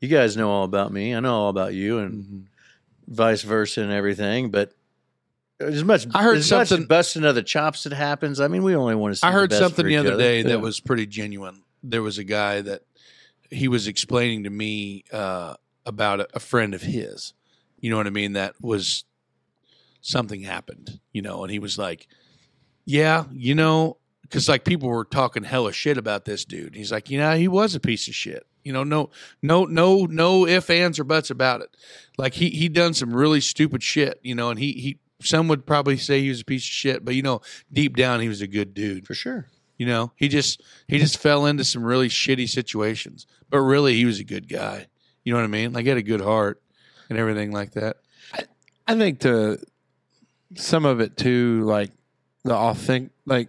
C: you guys know all about me i know all about you and vice versa and everything but as much
I: I heard
C: as much
I: something-
C: busting of the chops that happens i mean we only want to see
I: I
C: the
I: heard
C: best
I: something
C: for
I: the
C: each
I: other
C: other.
I: day
C: Yeah.
I: that was pretty genuine. There was a guy that he was explaining to me uh, about a, a friend of his. You know what I mean? That was something happened, you know, and he was like, Yeah, you know, because like people were talking hella shit about this dude. And he's like, You know, he was a piece of shit. You know, no, no, no, no ifs, ands, or buts about it. Like he he done some really stupid shit, you know, and he he some would probably say he was a piece of shit, but you know, deep down he was a good dude.
C: for sure
I: You know, he just he just fell into some really shitty situations. But really, he was a good guy. You know what I mean? Like he had a good heart and everything like that.
A: I think to some of it too, like the authentic, like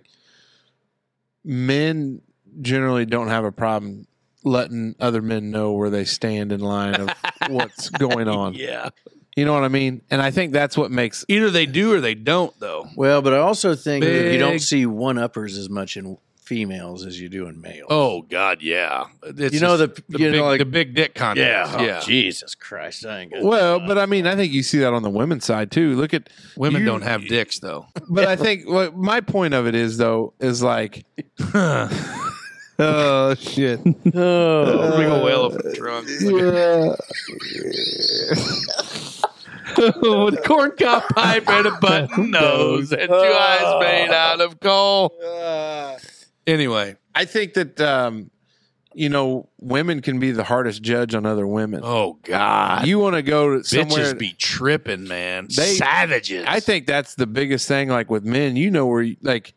A: men generally don't have a problem letting other men know where they stand in line
I: *laughs*
A: of what's going on.
I: Yeah.
A: You know what I mean? And I think that's what makes
I: Either they do or they don't, though.
C: Well, but I also think that you don't
I: Big-
C: see one uppers as much in females as you do in males.
I: Oh God, yeah. It's
C: You know,
I: just
C: the- you
I: big,
C: know, like-
I: the big dick contest.
C: yeah, Oh,
I: yeah.
C: Jesus Christ, I ain't got
A: well, but I mean, I think you see that on the women's side too. Look at
I: Women
A: you-
I: don't have dicks though.
A: but I think what my point of it is though is
I: *laughs*
A: like, *laughs* oh shit, Uh,
I: A Oh, big old elephant trunk. *laughs* With a corn cob pipe and *laughs* a button nose and two eyes made out of coal. Anyway,
A: I think that um, you know women can be the hardest judge on other women.
I: oh God,
A: you want to go to somewhere.
I: bitches be tripping, man.
A: They-
I: Savages.
A: I think that's the biggest thing. Like with men, you know where you, like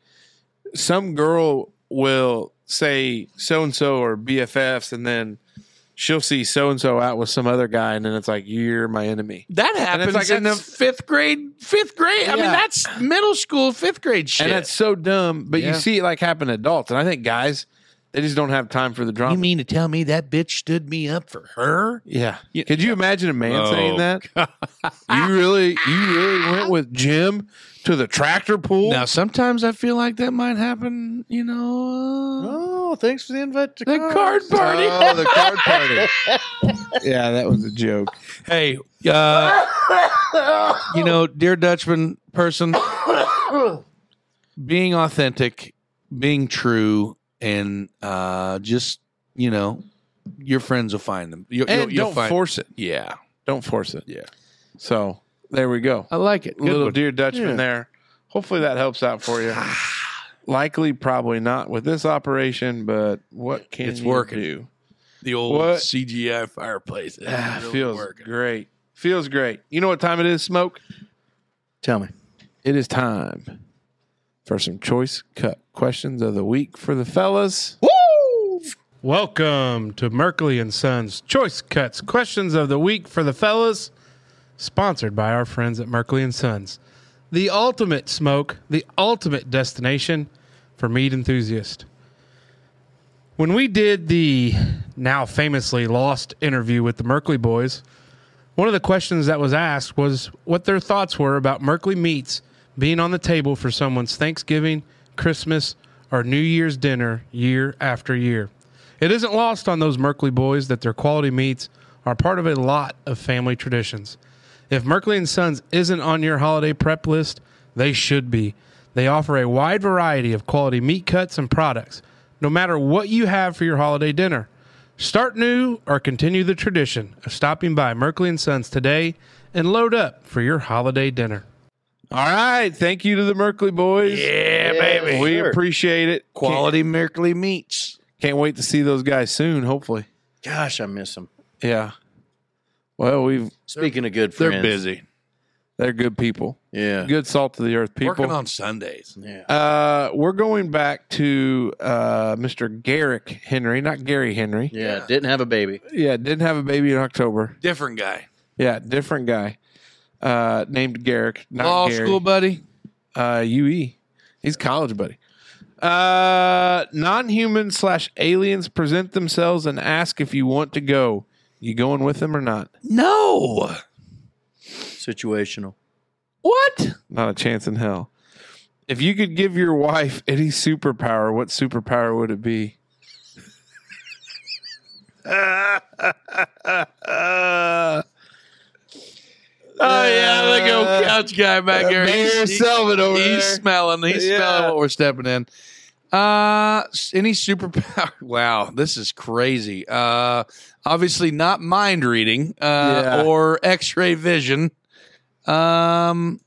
A: some girl will say so and so or BFFs, and then she'll see so and so out with some other guy, and then it's like you're my enemy.
I: that
A: it's
I: happens
A: like
I: in the
A: that's-
I: fifth grade. Fifth grade. I mean,
A: Yeah.
I: that's middle school, fifth grade shit.
A: And that's so dumb, but
I: Yeah.
A: you see it like happen to adults. And I think guys, they just don't have time for the drama.
I: You mean to tell me that bitch stood me up for her?
A: yeah. Could you imagine a man
I: Oh,
A: saying *laughs* that? you really you really went with Jim to the tractor pool?
I: Now, sometimes I feel like that might happen, you know,
J: Oh, thanks for the invite to
I: uh, the
C: Ah,
I: card party.
A: Oh, the card party. yeah, that was a joke.
I: Hey, uh, you know, dear Dutchman *coughs* person, being authentic, being true, and uh, just, you know, your friends will find them. You,
A: And don't force it.
I: Yeah.
A: Don't force it.
I: Yeah.
A: So there we go.
I: I like it. Good
A: Little
I: one.
A: dear Dutchman
I: Yeah.
A: there. Hopefully that helps out for you. *sighs* Likely, probably not with this operation, but what can
I: It's
A: you
I: working.
A: do?
I: the old
A: What?
I: CGI fireplace. It's
A: Ah,
I: really
A: feels
I: working.
A: great. Feels great. You know what time it is, Smoke?
C: Tell me.
A: It is time for some choice cut questions of the week for the fellas. Woo! Welcome to Merkley and Sons Choice Cuts Questions of the Week for the fellas, sponsored by our friends at Merkley and Sons. The ultimate smoke, the ultimate destination for meat enthusiasts. When we did the now famously lost interview with the Merkley boys, one of the questions that was asked was what their thoughts were about Merkley meats being on the table for someone's Thanksgiving, Christmas, or New Year's dinner year after year. It isn't lost on those Merkley boys that their quality meats are part of a lot of family traditions. If Merkley and Sons isn't on your holiday prep list, they should be. They offer a wide variety of quality meat cuts and products, no matter what you have for your holiday dinner. Start new or continue the tradition of stopping by Merkley and Sons today and load up for your holiday dinner. All right, thank you to the Merkley boys.
I: Yeah, baby.
A: we appreciate it.
I: Quality Merkley meats.
A: Can't, can't wait to see those guys soon. Hopefully,
C: Gosh, I miss them.
A: yeah. Well, we've
C: Speaking of good
I: They're
C: friends,
I: busy.
A: they're good people,
C: Yeah,
A: good salt of the earth people.
I: Working on Sundays.
C: yeah.
A: uh, we're going back to uh, Mr. Garrick Henry, not Gary Henry.
C: Yeah, didn't have a baby.
A: Yeah, didn't have a baby in October.
I: Different guy.
A: Yeah, different guy. Uh, named Garrick, not
I: Law
A: Gary.
I: school buddy.
A: uh, UE. He's college buddy. Uh, non-human slash aliens present themselves and ask if you want to go. You going with them or not?
I: No.
C: Situational.
I: What?
A: Not a chance in hell. If you could give your wife any superpower, what superpower would it be?
I: Oh yeah, look at couch guy back here.
A: Uh, Mayor
I: He's,
A: Selvin over
I: he's
A: there.
I: smelling. He's
A: Yeah.
I: smelling what we're stepping in. Uh s- any superpower? *laughs* Wow, this is crazy. Uh obviously not mind reading uh
A: Yeah.
I: or x-ray vision. Um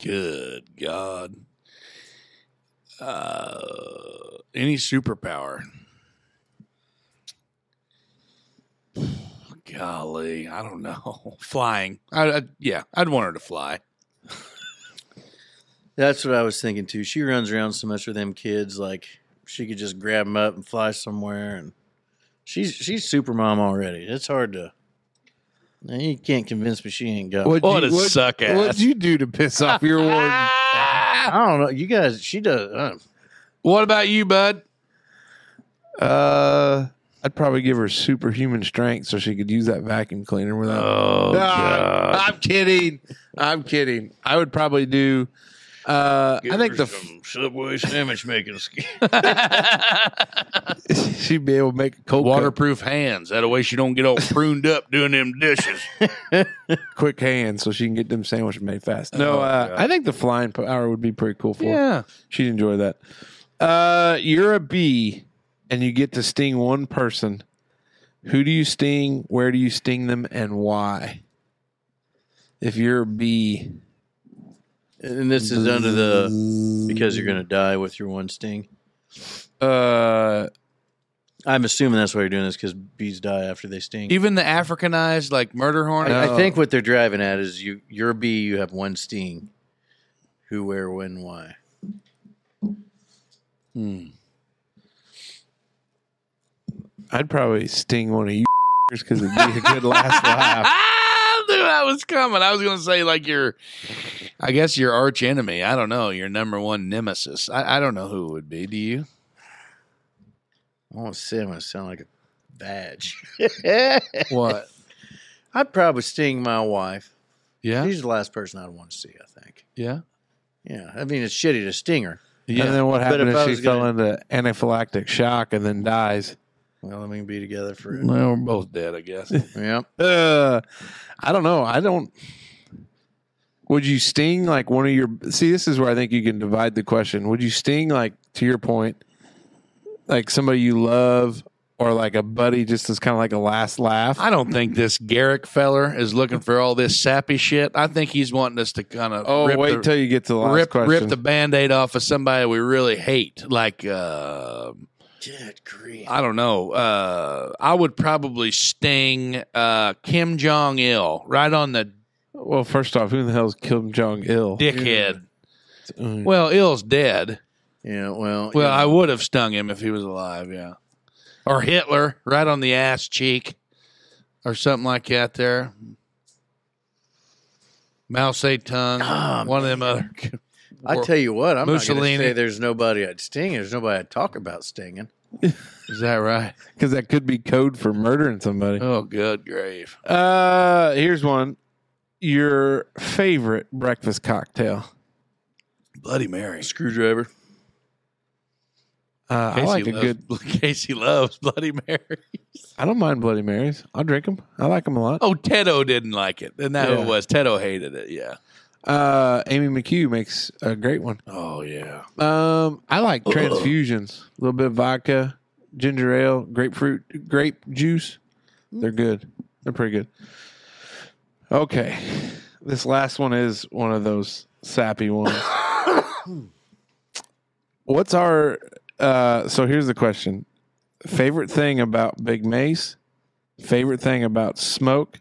I: Good God. Uh any superpower. *sighs* Golly, I don't know. *laughs* Flying. I, I, yeah, I'd want her to fly.
C: That's what I was thinking too. She runs around so much with them kids, like she could just grab them up and fly somewhere. And she's she's super mom already. It's hard to. You can't convince me she ain't got.
A: What'd
I: What
A: you-
I: a suck ass.
A: What'd you do to piss off your warden?
C: I don't know. You guys, she does. Uh,
I: What about you, bud?
A: Uh, I'd probably give her superhuman strength so she could use that vacuum cleaner without.
B: Oh,
A: No,
B: God.
A: I'm kidding. I'm kidding. I would probably do. Uh, I think the
B: some Subway sandwich making skill.
A: *laughs* she'd be able to make a cold cut,
I: Waterproof hands. That way she don't get all pruned up doing them dishes.
A: quick hands so she can get them sandwiches made
B: Oh,
A: fast. No, uh, I think the flying power would be pretty cool for her. She'd enjoy that. Uh, you're a bee and you get to sting one person. Who do you sting? Where do you sting them and why? If you're a bee,
C: And this is under the because you're going to die with your one sting.
A: uh,
C: I'm assuming that's why you're doing this because bees die after they sting.
I: *laughs* Even the Africanized like murder hornet.
C: I, I think what they're driving at is you, your bee, you have one sting. Who, where, when, why?
A: I'd probably sting one of you *laughs* because it'd be a good last *laughs* laugh.
I: *laughs* I knew that was coming. I was going to say like your, I guess your arch enemy. I don't know your number one nemesis. I, I don't know who it would be. Do you?
C: I want to say I'm going to sound like a badge. *laughs*
I: What?
C: I'd probably sting my wife.
I: Yeah,
C: She's the last person I'd want to see, I think.
I: yeah.
C: Yeah. I mean, it's shitty to sting her.
A: And then what
C: But
A: happened if,
C: if I
A: she
C: was
A: fell into anaphylactic shock and then dies?
C: Well, then we can be together forever.
I: Well, we're both dead, I guess.
C: yeah.
A: Uh, I don't know. I don't. Would you sting like one of your? See, this is where I think you can divide the question. Would you sting like to your point, like somebody you love, or like a buddy, just as kind of like a last laugh?
I: I don't think this Garrick feller is looking for all this sappy shit. I think he's wanting us to kind of
A: oh, wait till you get to the last
I: rip,
A: question.
I: rip the band-aid off of somebody we really hate like uh
C: Good grief.
I: i don't know uh i would probably sting uh kim jong-il right on the
A: well, first off, who in the hell's Kim Jong Il? Mm.
I: dickhead well il's dead
C: Yeah. Well,
I: well
C: yeah.
I: i would have stung him if he was alive yeah or hitler right on the ass cheek or something like that there Mao Zedong,
C: Ah,
I: one of them other. *laughs*
C: I tell you what, I'm not going
I: Mussolini.
C: to say there's nobody I'd sting. There's nobody I'd talk about stinging.
I: Is that right?
A: Because that could be code for murdering somebody.
I: Oh, good grave.
A: Uh, here's one. Your favorite breakfast cocktail?
I: Bloody Mary.
C: Screwdriver.
A: Uh, I
I: Casey
A: like a
I: loves,
A: good.
I: *laughs* Casey loves Bloody Mary.
A: I don't mind Bloody Marys. I'll drink them. I like them a lot.
I: Oh, Teddo didn't like it, and that who
A: Yeah.
I: it was Teddo hated it. Yeah.
A: Uh, Amy McHugh makes a great one.
I: Oh yeah.
A: Um, I like transfusions. A little bit of vodka, ginger ale, grapefruit, grape juice. They're good. They're pretty good. Okay, this last one is one of those sappy ones. *coughs* What's our? Uh, so here's the question: favorite thing about Big Mace, favorite thing about Smoke,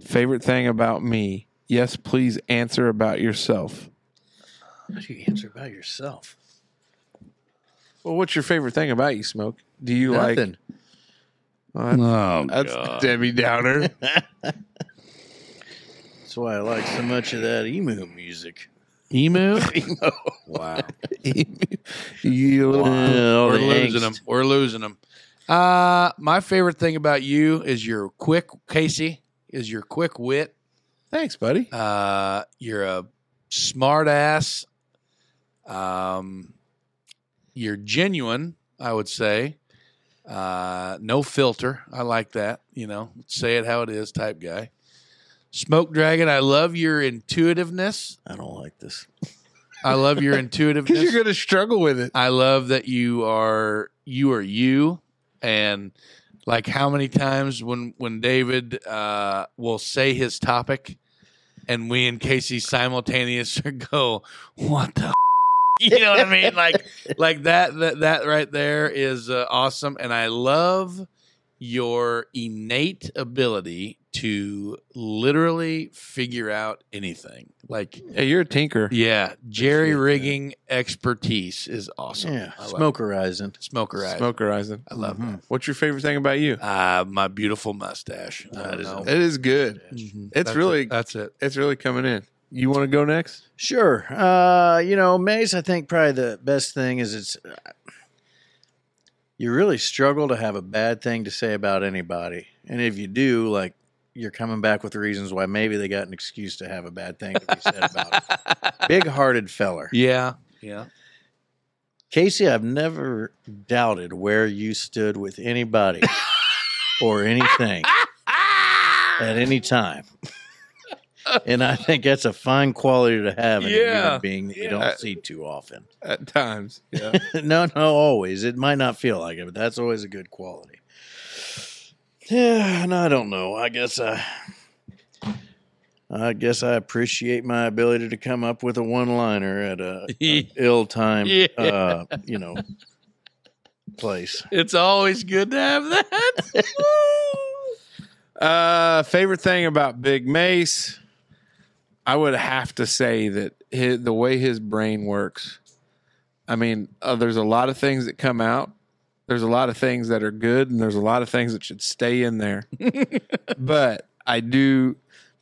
A: favorite thing about me. Yes, please answer about yourself.
C: How do you answer about yourself?
A: Well, what's your favorite thing about you, Smoke? Do you
C: Nothing.
A: like? Oh, that's-
I: Oh
A: that's Debbie *laughs* Downer.
C: That's why I like so much of that emu *laughs* music.
I: *laughs* emu.
C: Wow.
A: you little-
I: We're losing them. We're losing them. Uh, my favorite thing about you is your quick Casey is your quick wit.
A: Thanks, buddy.
I: Uh, you're a smart ass. Um, you're genuine, I would say. Uh, no filter. I like that. You know, say it how it is type guy. Smoke Dragon, I love your intuitiveness.
C: I don't like this.
I: I love your intuitiveness.
A: Because you're going to struggle with it.
I: I love that you are you are you and like how many times when when David uh will say his topic and we and Casey simultaneous *laughs* go what *laughs* the you know what I mean like like that that that right there is uh, awesome and I love your innate ability to literally figure out anything like
A: Hey, you're a tinker.
I: yeah, jerry rigging expertise is awesome.
C: Yeah.
I: I love
C: Smoke horizon.
I: it. smoker eyes.
A: Smoke horizon.
I: I love
C: Mhm.
A: What's your favorite thing about you?
I: that. Uh, my beautiful mustache. I
C: That
I: don't
C: is
I: know.
A: It is good.
C: Mm-hmm.
I: Mhm.
A: It's
I: That's
A: really-
I: it. that's it.
A: It's really coming in. You want to go next?
C: Sure. Uh, you know, Maze, I think probably the best thing is it's. you really struggle to have a bad thing to say about anybody. And if you do, like, you're coming back with reasons why maybe they got an excuse to have a bad thing to be said about it. Big hearted feller.
I: Yeah. Yeah.
C: Casey, I've never doubted where you stood with anybody or anything at any time. and I think that's a fine quality to have in a
I: Yeah,
C: human being that you
I: yeah.
C: don't see too often.
A: at times. Yeah.
C: *laughs* no, no, always. It might not feel like it, but that's always a good quality. *sighs* Yeah, and I don't know. I guess I, I guess I appreciate my ability to come up with a one-liner at a,
I: *laughs*
C: a ill time,
I: Yeah.
C: uh, you know, place.
I: It's always good to have that.
A: Uh, favorite thing about Big Mace, I would have to say that his, the way his brain works. I mean, uh, there's a lot of things that come out. There's a lot of things that are good, and there's a lot of things that should stay in there. but I do.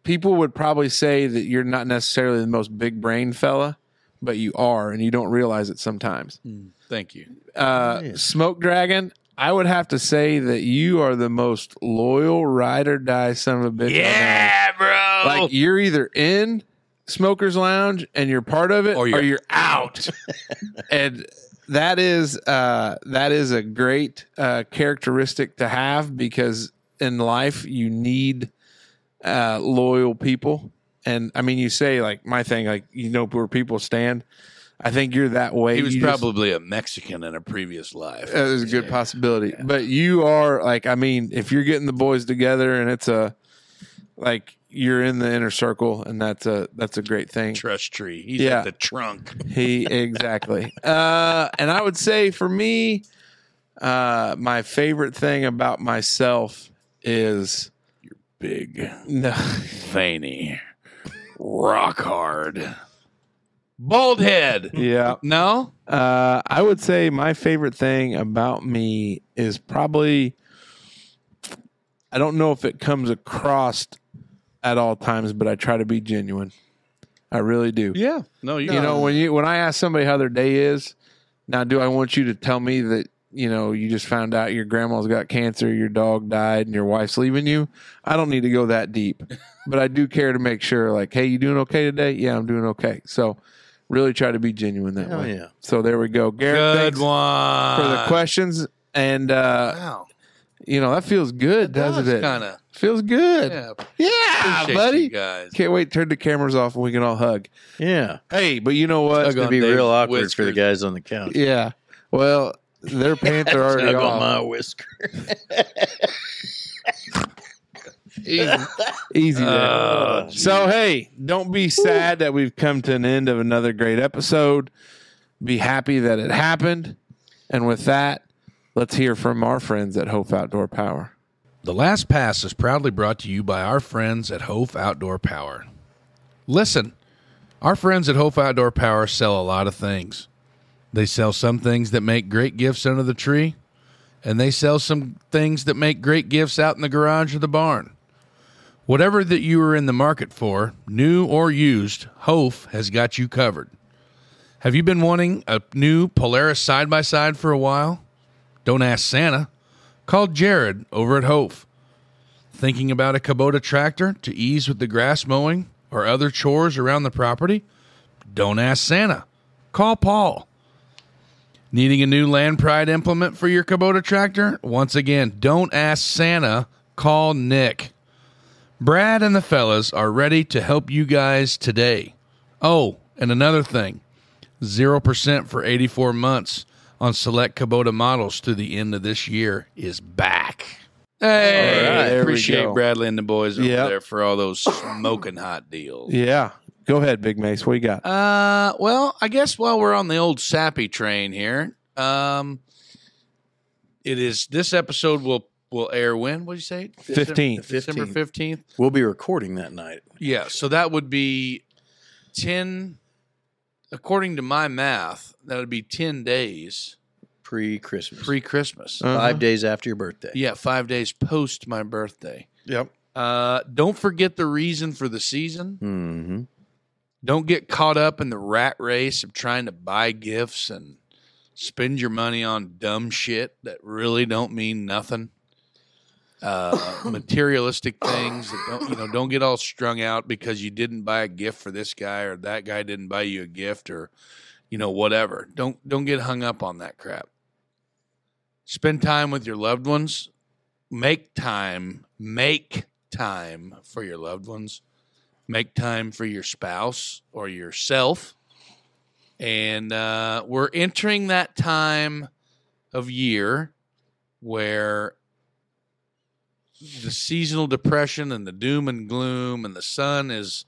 A: People would probably say that you're not necessarily the most big brain fella, but you are, and you don't realize it sometimes.
I: Thank you.
A: Uh,
C: Yeah.
A: Smoke Dragon, I would have to say that you are the most loyal ride or die son of a bitch. Yeah, bro. Like you're either in Smoker's Lounge and you're part of it,
I: Or
A: or
I: you're
A: you're, out. *laughs* and that is uh, that is a great uh, characteristic to have because in life you need uh, loyal people. And I mean, you say like my thing, like you know where people stand. I think you're that way.
I: He was
A: You just-
I: probably a Mexican in a previous life.
A: uh, There's a good possibility. But you are like, I mean, if you're getting the boys together and it's a like you're in the inner circle, and that's a that's a great thing.
I: Truss tree. He's
A: Yeah.
I: at the trunk.
A: He exactly. uh, and I would say for me, uh, my favorite thing about myself is *laughs*
I: Big,
A: no.
I: veiny, rock hard, bald head.
A: yeah.
I: No?
A: Uh, I would say my favorite thing about me is probably I don't know if it comes across at all times, but I try to be genuine. I really do.
I: Yeah. No, you,
A: You know, when you when I ask somebody how their day is, now do I want you to tell me that you know you just found out your grandma's got cancer, your dog died, and your wife's leaving you? I don't need to go that
I: *laughs*
A: deep, but I do care to make sure. Like, hey, you doing okay today? Yeah, I'm doing okay. So, really try to be genuine that
C: Hell
A: way.
C: yeah.
A: So there we go, Garrett.
I: Good
A: thanks
I: one.
A: for the questions, and uh,
I: Wow.
A: you know that feels good, doesn't it?
I: Kind of.
A: Feels good.
I: Yeah.
A: Yeah,
I: Appreciate
A: buddy.
I: you guys.
A: Can't wait. to Turn the cameras off and we can all hug.
C: Yeah,
A: Hey, but you know what?
C: it's gonna
I: on
C: be
I: Dave's
C: real awkward for the
I: whiskers.
C: guys on the couch.
A: Yeah. Well,
I: *laughs*
A: their pants are already
C: Tug on
A: off.
C: my whisker.
A: Easy. there.
I: Oh,
A: so hey, don't be sad that we've come to an end of another great episode. Be happy that it happened. And with that, let's hear from our friends at Hope Outdoor Power.
I: The Last Pass is proudly brought to you by our friends at Hof Outdoor Power. Listen, our friends at Hof Outdoor Power sell a lot of things. They sell some things that make great gifts under the tree, and they sell some things that make great gifts out in the garage or the barn. Whatever that you are in the market for, new or used, Hof has got you covered. Have you been wanting a new Polaris side by side for a while? Don't ask Santa. Call Jared over at Hope. Thinking about a Kubota tractor to ease with the grass mowing or other chores around the property? Don't ask Santa. Call Paul. Needing a new Land Pride implement for your Kubota tractor? Once again, don't ask Santa. Call Nick. Brad and the fellas are ready to help you guys today. Oh, and another thing 0% for 84 months on select Kubota models through the end of this year is back. Hey,
A: All right, there we
I: appreciate
A: go.
I: Bradley and the boys over
A: Yep.
I: there for all those smoking hot deals.
A: Yeah. Go ahead, Big Mace. What you got?
I: Uh, well, I guess while we're on the old sappy train here, um, it is this episode will will air when? What did you say? December-
A: 15th.
I: December fifteenth.
C: We'll be recording that night.
I: Yeah, so that would be ten. According to my math, that would be ten days
C: Pre Christmas.
I: pre Christmas.
A: Uh-huh.
C: Five days after your birthday.
I: Yeah, five days post my birthday.
A: Yep.
I: Uh, don't forget the reason for the season. Mm-hmm.
C: hmm
I: don't get caught up in the rat race of trying to buy gifts and spend your money on dumb shit that really don't mean nothing. Uh, materialistic things that don't you know don't get all strung out because you didn't buy a gift for this guy or that guy didn't buy you a gift or you know whatever. Don't don't get hung up on that crap. Spend time with your loved ones. Make time. Make time for your loved ones. Make time for your spouse or yourself and uh, we're entering that time of year where the seasonal depression and the doom and gloom and the sun is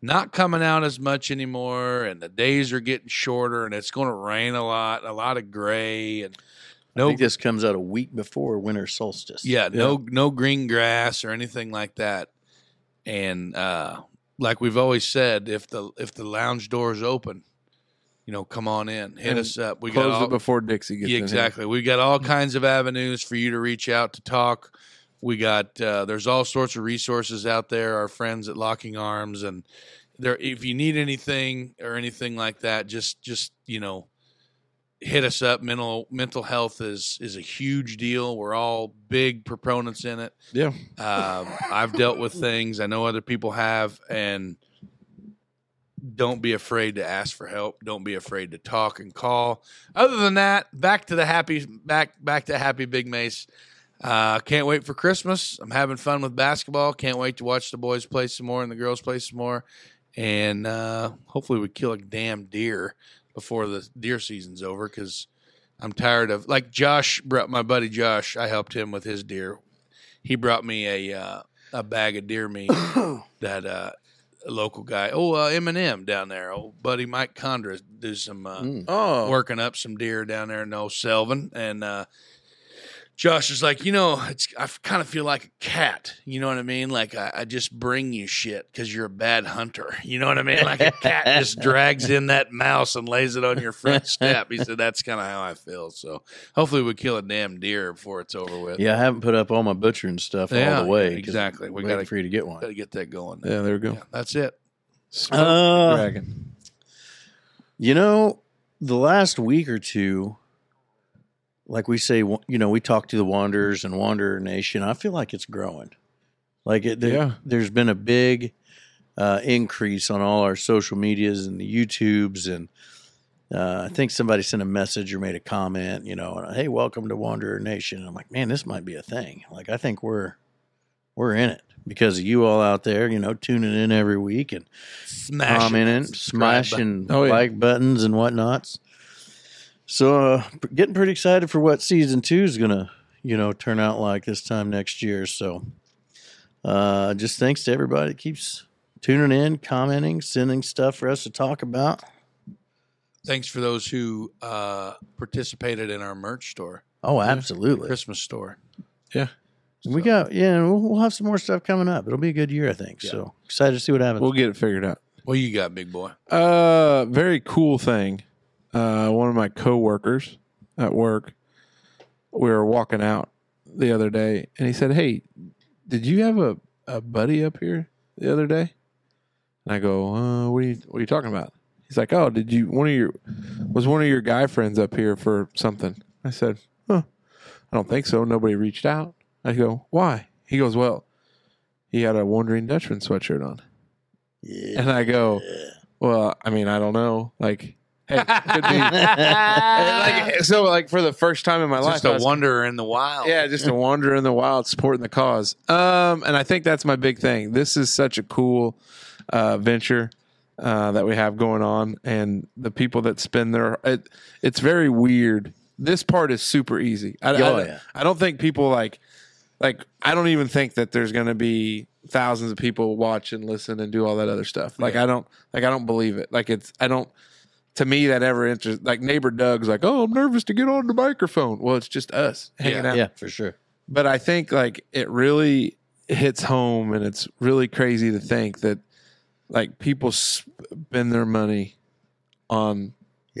I: not coming out as much anymore and the days are getting shorter and it's going to rain a lot a lot of gray and
C: I
I: no
C: think this comes out a week before winter solstice.
I: yeah, no no green grass or anything like that. And uh like we've always said, if the if the lounge door is open, you know, come on in, hit
A: And
I: us up. We got
A: Close
I: all,
A: it before Dixie gets
I: yeah,
A: in here.
I: exactly. We've got all kinds of avenues for you to reach out to talk. We got uh, there's all sorts of resources out there. Our friends at Locking Arms and there. If you need anything or anything like that, just just you know, hit us up. Mental mental health is is a huge deal. We're all big proponents in it.
A: Yeah.
I: Um, I've dealt with things I know other people have, and don't be afraid to ask for help. Don't be afraid to talk and call. Other than that, back to the happy back back to happy big mace. Uh, can't wait for Christmas. I'm having fun with basketball. Can't wait to watch the boys play some more and the girls play some more. And uh, hopefully we kill a damn deer before the deer season's over because I'm tired of like Josh brought my buddy Josh. I helped him with his deer. He brought me a uh, a bag of deer meat that uh, a local guy. Oh, uh, Eminem down there. Old buddy Mike Condra do some uh,
A: Oh,
I: working up some deer down there in Old Selvin, and uh, Josh is like, you know, it's I kind of feel like a cat. You know what I mean? Like I, I just bring you shit because you're a bad hunter. *laughs* You know what I mean? Like a cat just drags in that mouse and lays it on your front step. He said that's kind of how I feel. So hopefully we kill a damn deer before it's over with.
C: Yeah, I haven't put up all my butchering stuff all the way. 'cause
I: Exactly.
C: I'm
I: We
C: waiting
I: gotta,
C: for you to get one. *laughs*
I: gotta get that going.
A: yeah, there we go.
I: Yeah, that's it.
C: Uh,
A: Dragon.
C: You know, the last week or two, like we say, wa- you know, we talk to the Wanderers and Wanderer Nation. I feel like it's growing. Like it, there,
A: Yeah.
C: there's been a big uh, increase on all our social medias and the YouTubes, and uh, I think somebody sent a message or made a comment. You know, hey, welcome to Wanderer Nation. And I'm like, man, this might be a thing. Like, I think we're we're in it because of you all out there. You know, tuning in every week and
I: Smash
C: commenting,
I: Subscribe button.
C: Um, smashing
A: Oh, yeah.
C: like buttons and whatnots. So, uh, p- getting pretty excited for what season two is gonna, you know, turn out like this time next year. So, uh, just thanks to everybody that keeps tuning in, commenting, sending stuff for us to talk about.
I: Thanks for those who uh, participated in our merch store,
C: Oh, absolutely.
I: Christmas store.
C: We got yeah. and We'll, we'll have some more stuff coming up. It'll be a good year, I think. So excited to see what happens.
A: We'll get it figured out.
I: What you got, big boy?
A: Uh, very cool thing. Uh, one of my coworkers at work, we were walking out the other day, and he said, "Hey, did you have a, a buddy up here the other day?" And I go, uh, "What are you What are you talking about?" He's like, "Oh, did you one of your was one of your guy friends up here for something?" I said, "Huh, I don't think so. Nobody reached out." I go, "Why?" He goes, "Well, he had a Wandering Dutchman sweatshirt on."
C: yeah.
A: And I go, well, I mean, I don't know. Like, hey, could
I: *laughs*
A: be. And, like, so, like, for the first time in my life,
I: Just
A: I
I: a
A: was-
I: wanderer in the wild.
A: yeah, just a wanderer in the wild, supporting the cause. Um, and I think that's my big thing. This is such a cool uh, venture uh, that we have going on, and the people that spend their it, it's very weird. This part is super easy. I,
C: Oh,
A: I-
C: yeah.
A: I don't think people like like I don't even think that there's going to be thousands of people watch and listen and do all that other stuff. Like I don't like I don't believe it. Like it's I don't to me that ever interest like neighbor Doug's like, "Oh, I'm nervous to get on the microphone." Well, it's just us hanging out
C: yeah, for sure.
A: but I think like it really hits home, and it's really crazy to think that like people spend their money on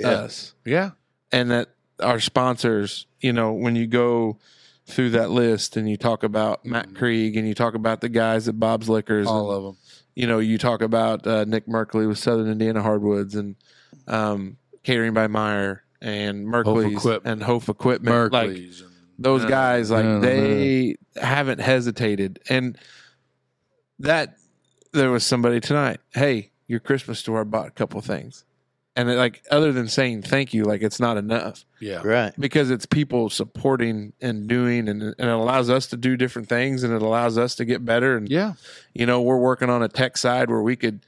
A: us,
I: Yeah.
A: and that our sponsors. You know, when you go through that list and you talk about Matt Krieg and you talk about the guys at Bob's Liquors,
I: Mm-hmm. All
A: and,
I: of them.
A: you know, you talk about uh, Nick Merkley with Southern Indiana Hardwoods and um, Catering by Meyer. and Merkley's
I: Equip.
A: and Hof Equipment. Like
I: Merkley's. and-
A: those
I: Yeah.
A: guys like
I: Yeah,
A: they haven't hesitated and that there was somebody tonight hey your christmas store I bought a couple of things and it, like other than saying thank you like it's not enough
I: Yeah.
C: Right.
A: because it's people supporting and doing and, and it allows us to do different things and it allows us to get better and
I: Yeah.
A: you know we're working on a tech side where we could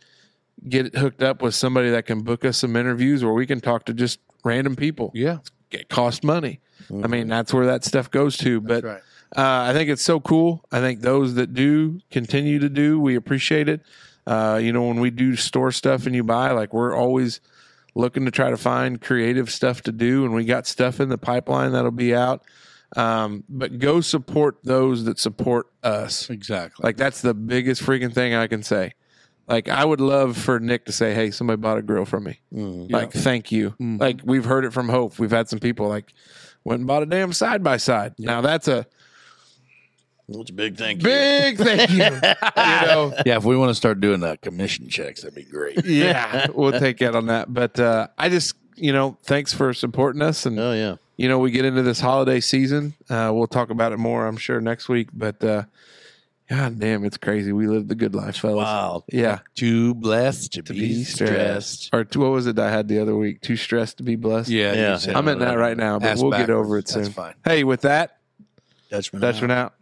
A: get hooked up with somebody that can book us some interviews where we can talk to just random people
I: Yeah.
A: it costs money i mean that's where that stuff goes to but
I: right.
A: uh, I think it's so cool. I think those that do continue to do, we appreciate it. Uh, you know, when we do store stuff and you buy, like we're always looking to try to find creative stuff to do, and we got stuff in the pipeline that'll be out. Um, but go support those that support us.
I: Exactly.
A: Like that's the biggest freaking thing I can say. Like I would love for Nick to say, "Hey, somebody bought a grill from me."
C: Mm.
A: Like thank you.
I: Mhm.
A: Like we've heard it from Hope. We've had some people like went and bought a damn side by side. Now that's a
B: That's a big thank
A: *laughs*
B: you.
A: big thank you. you know,
I: *laughs* yeah. If we want to start doing uh, commission checks, that'd be
A: *laughs*
I: great.
A: yeah, we'll take it on that. But uh, I just, you know, thanks for supporting us, and
C: Oh yeah.
A: you know, we get into this holiday season. Uh, we'll talk about it more, I'm sure, next week. But uh, God damn, it's crazy. We live the good life, fellas.
C: Wow.
A: Yeah,
I: Too blessed to,
A: be stressed. or t- what was it I had the other week? Too stressed to be blessed.
I: Yeah. you
C: Yeah.
I: said
A: I'm in that right now, but
I: Ass
A: we'll get
I: backwards.
A: over it soon.
I: That's fine. Uh-huh.
A: Hey, with that,
C: Dutchman. out.
A: Dutchman out.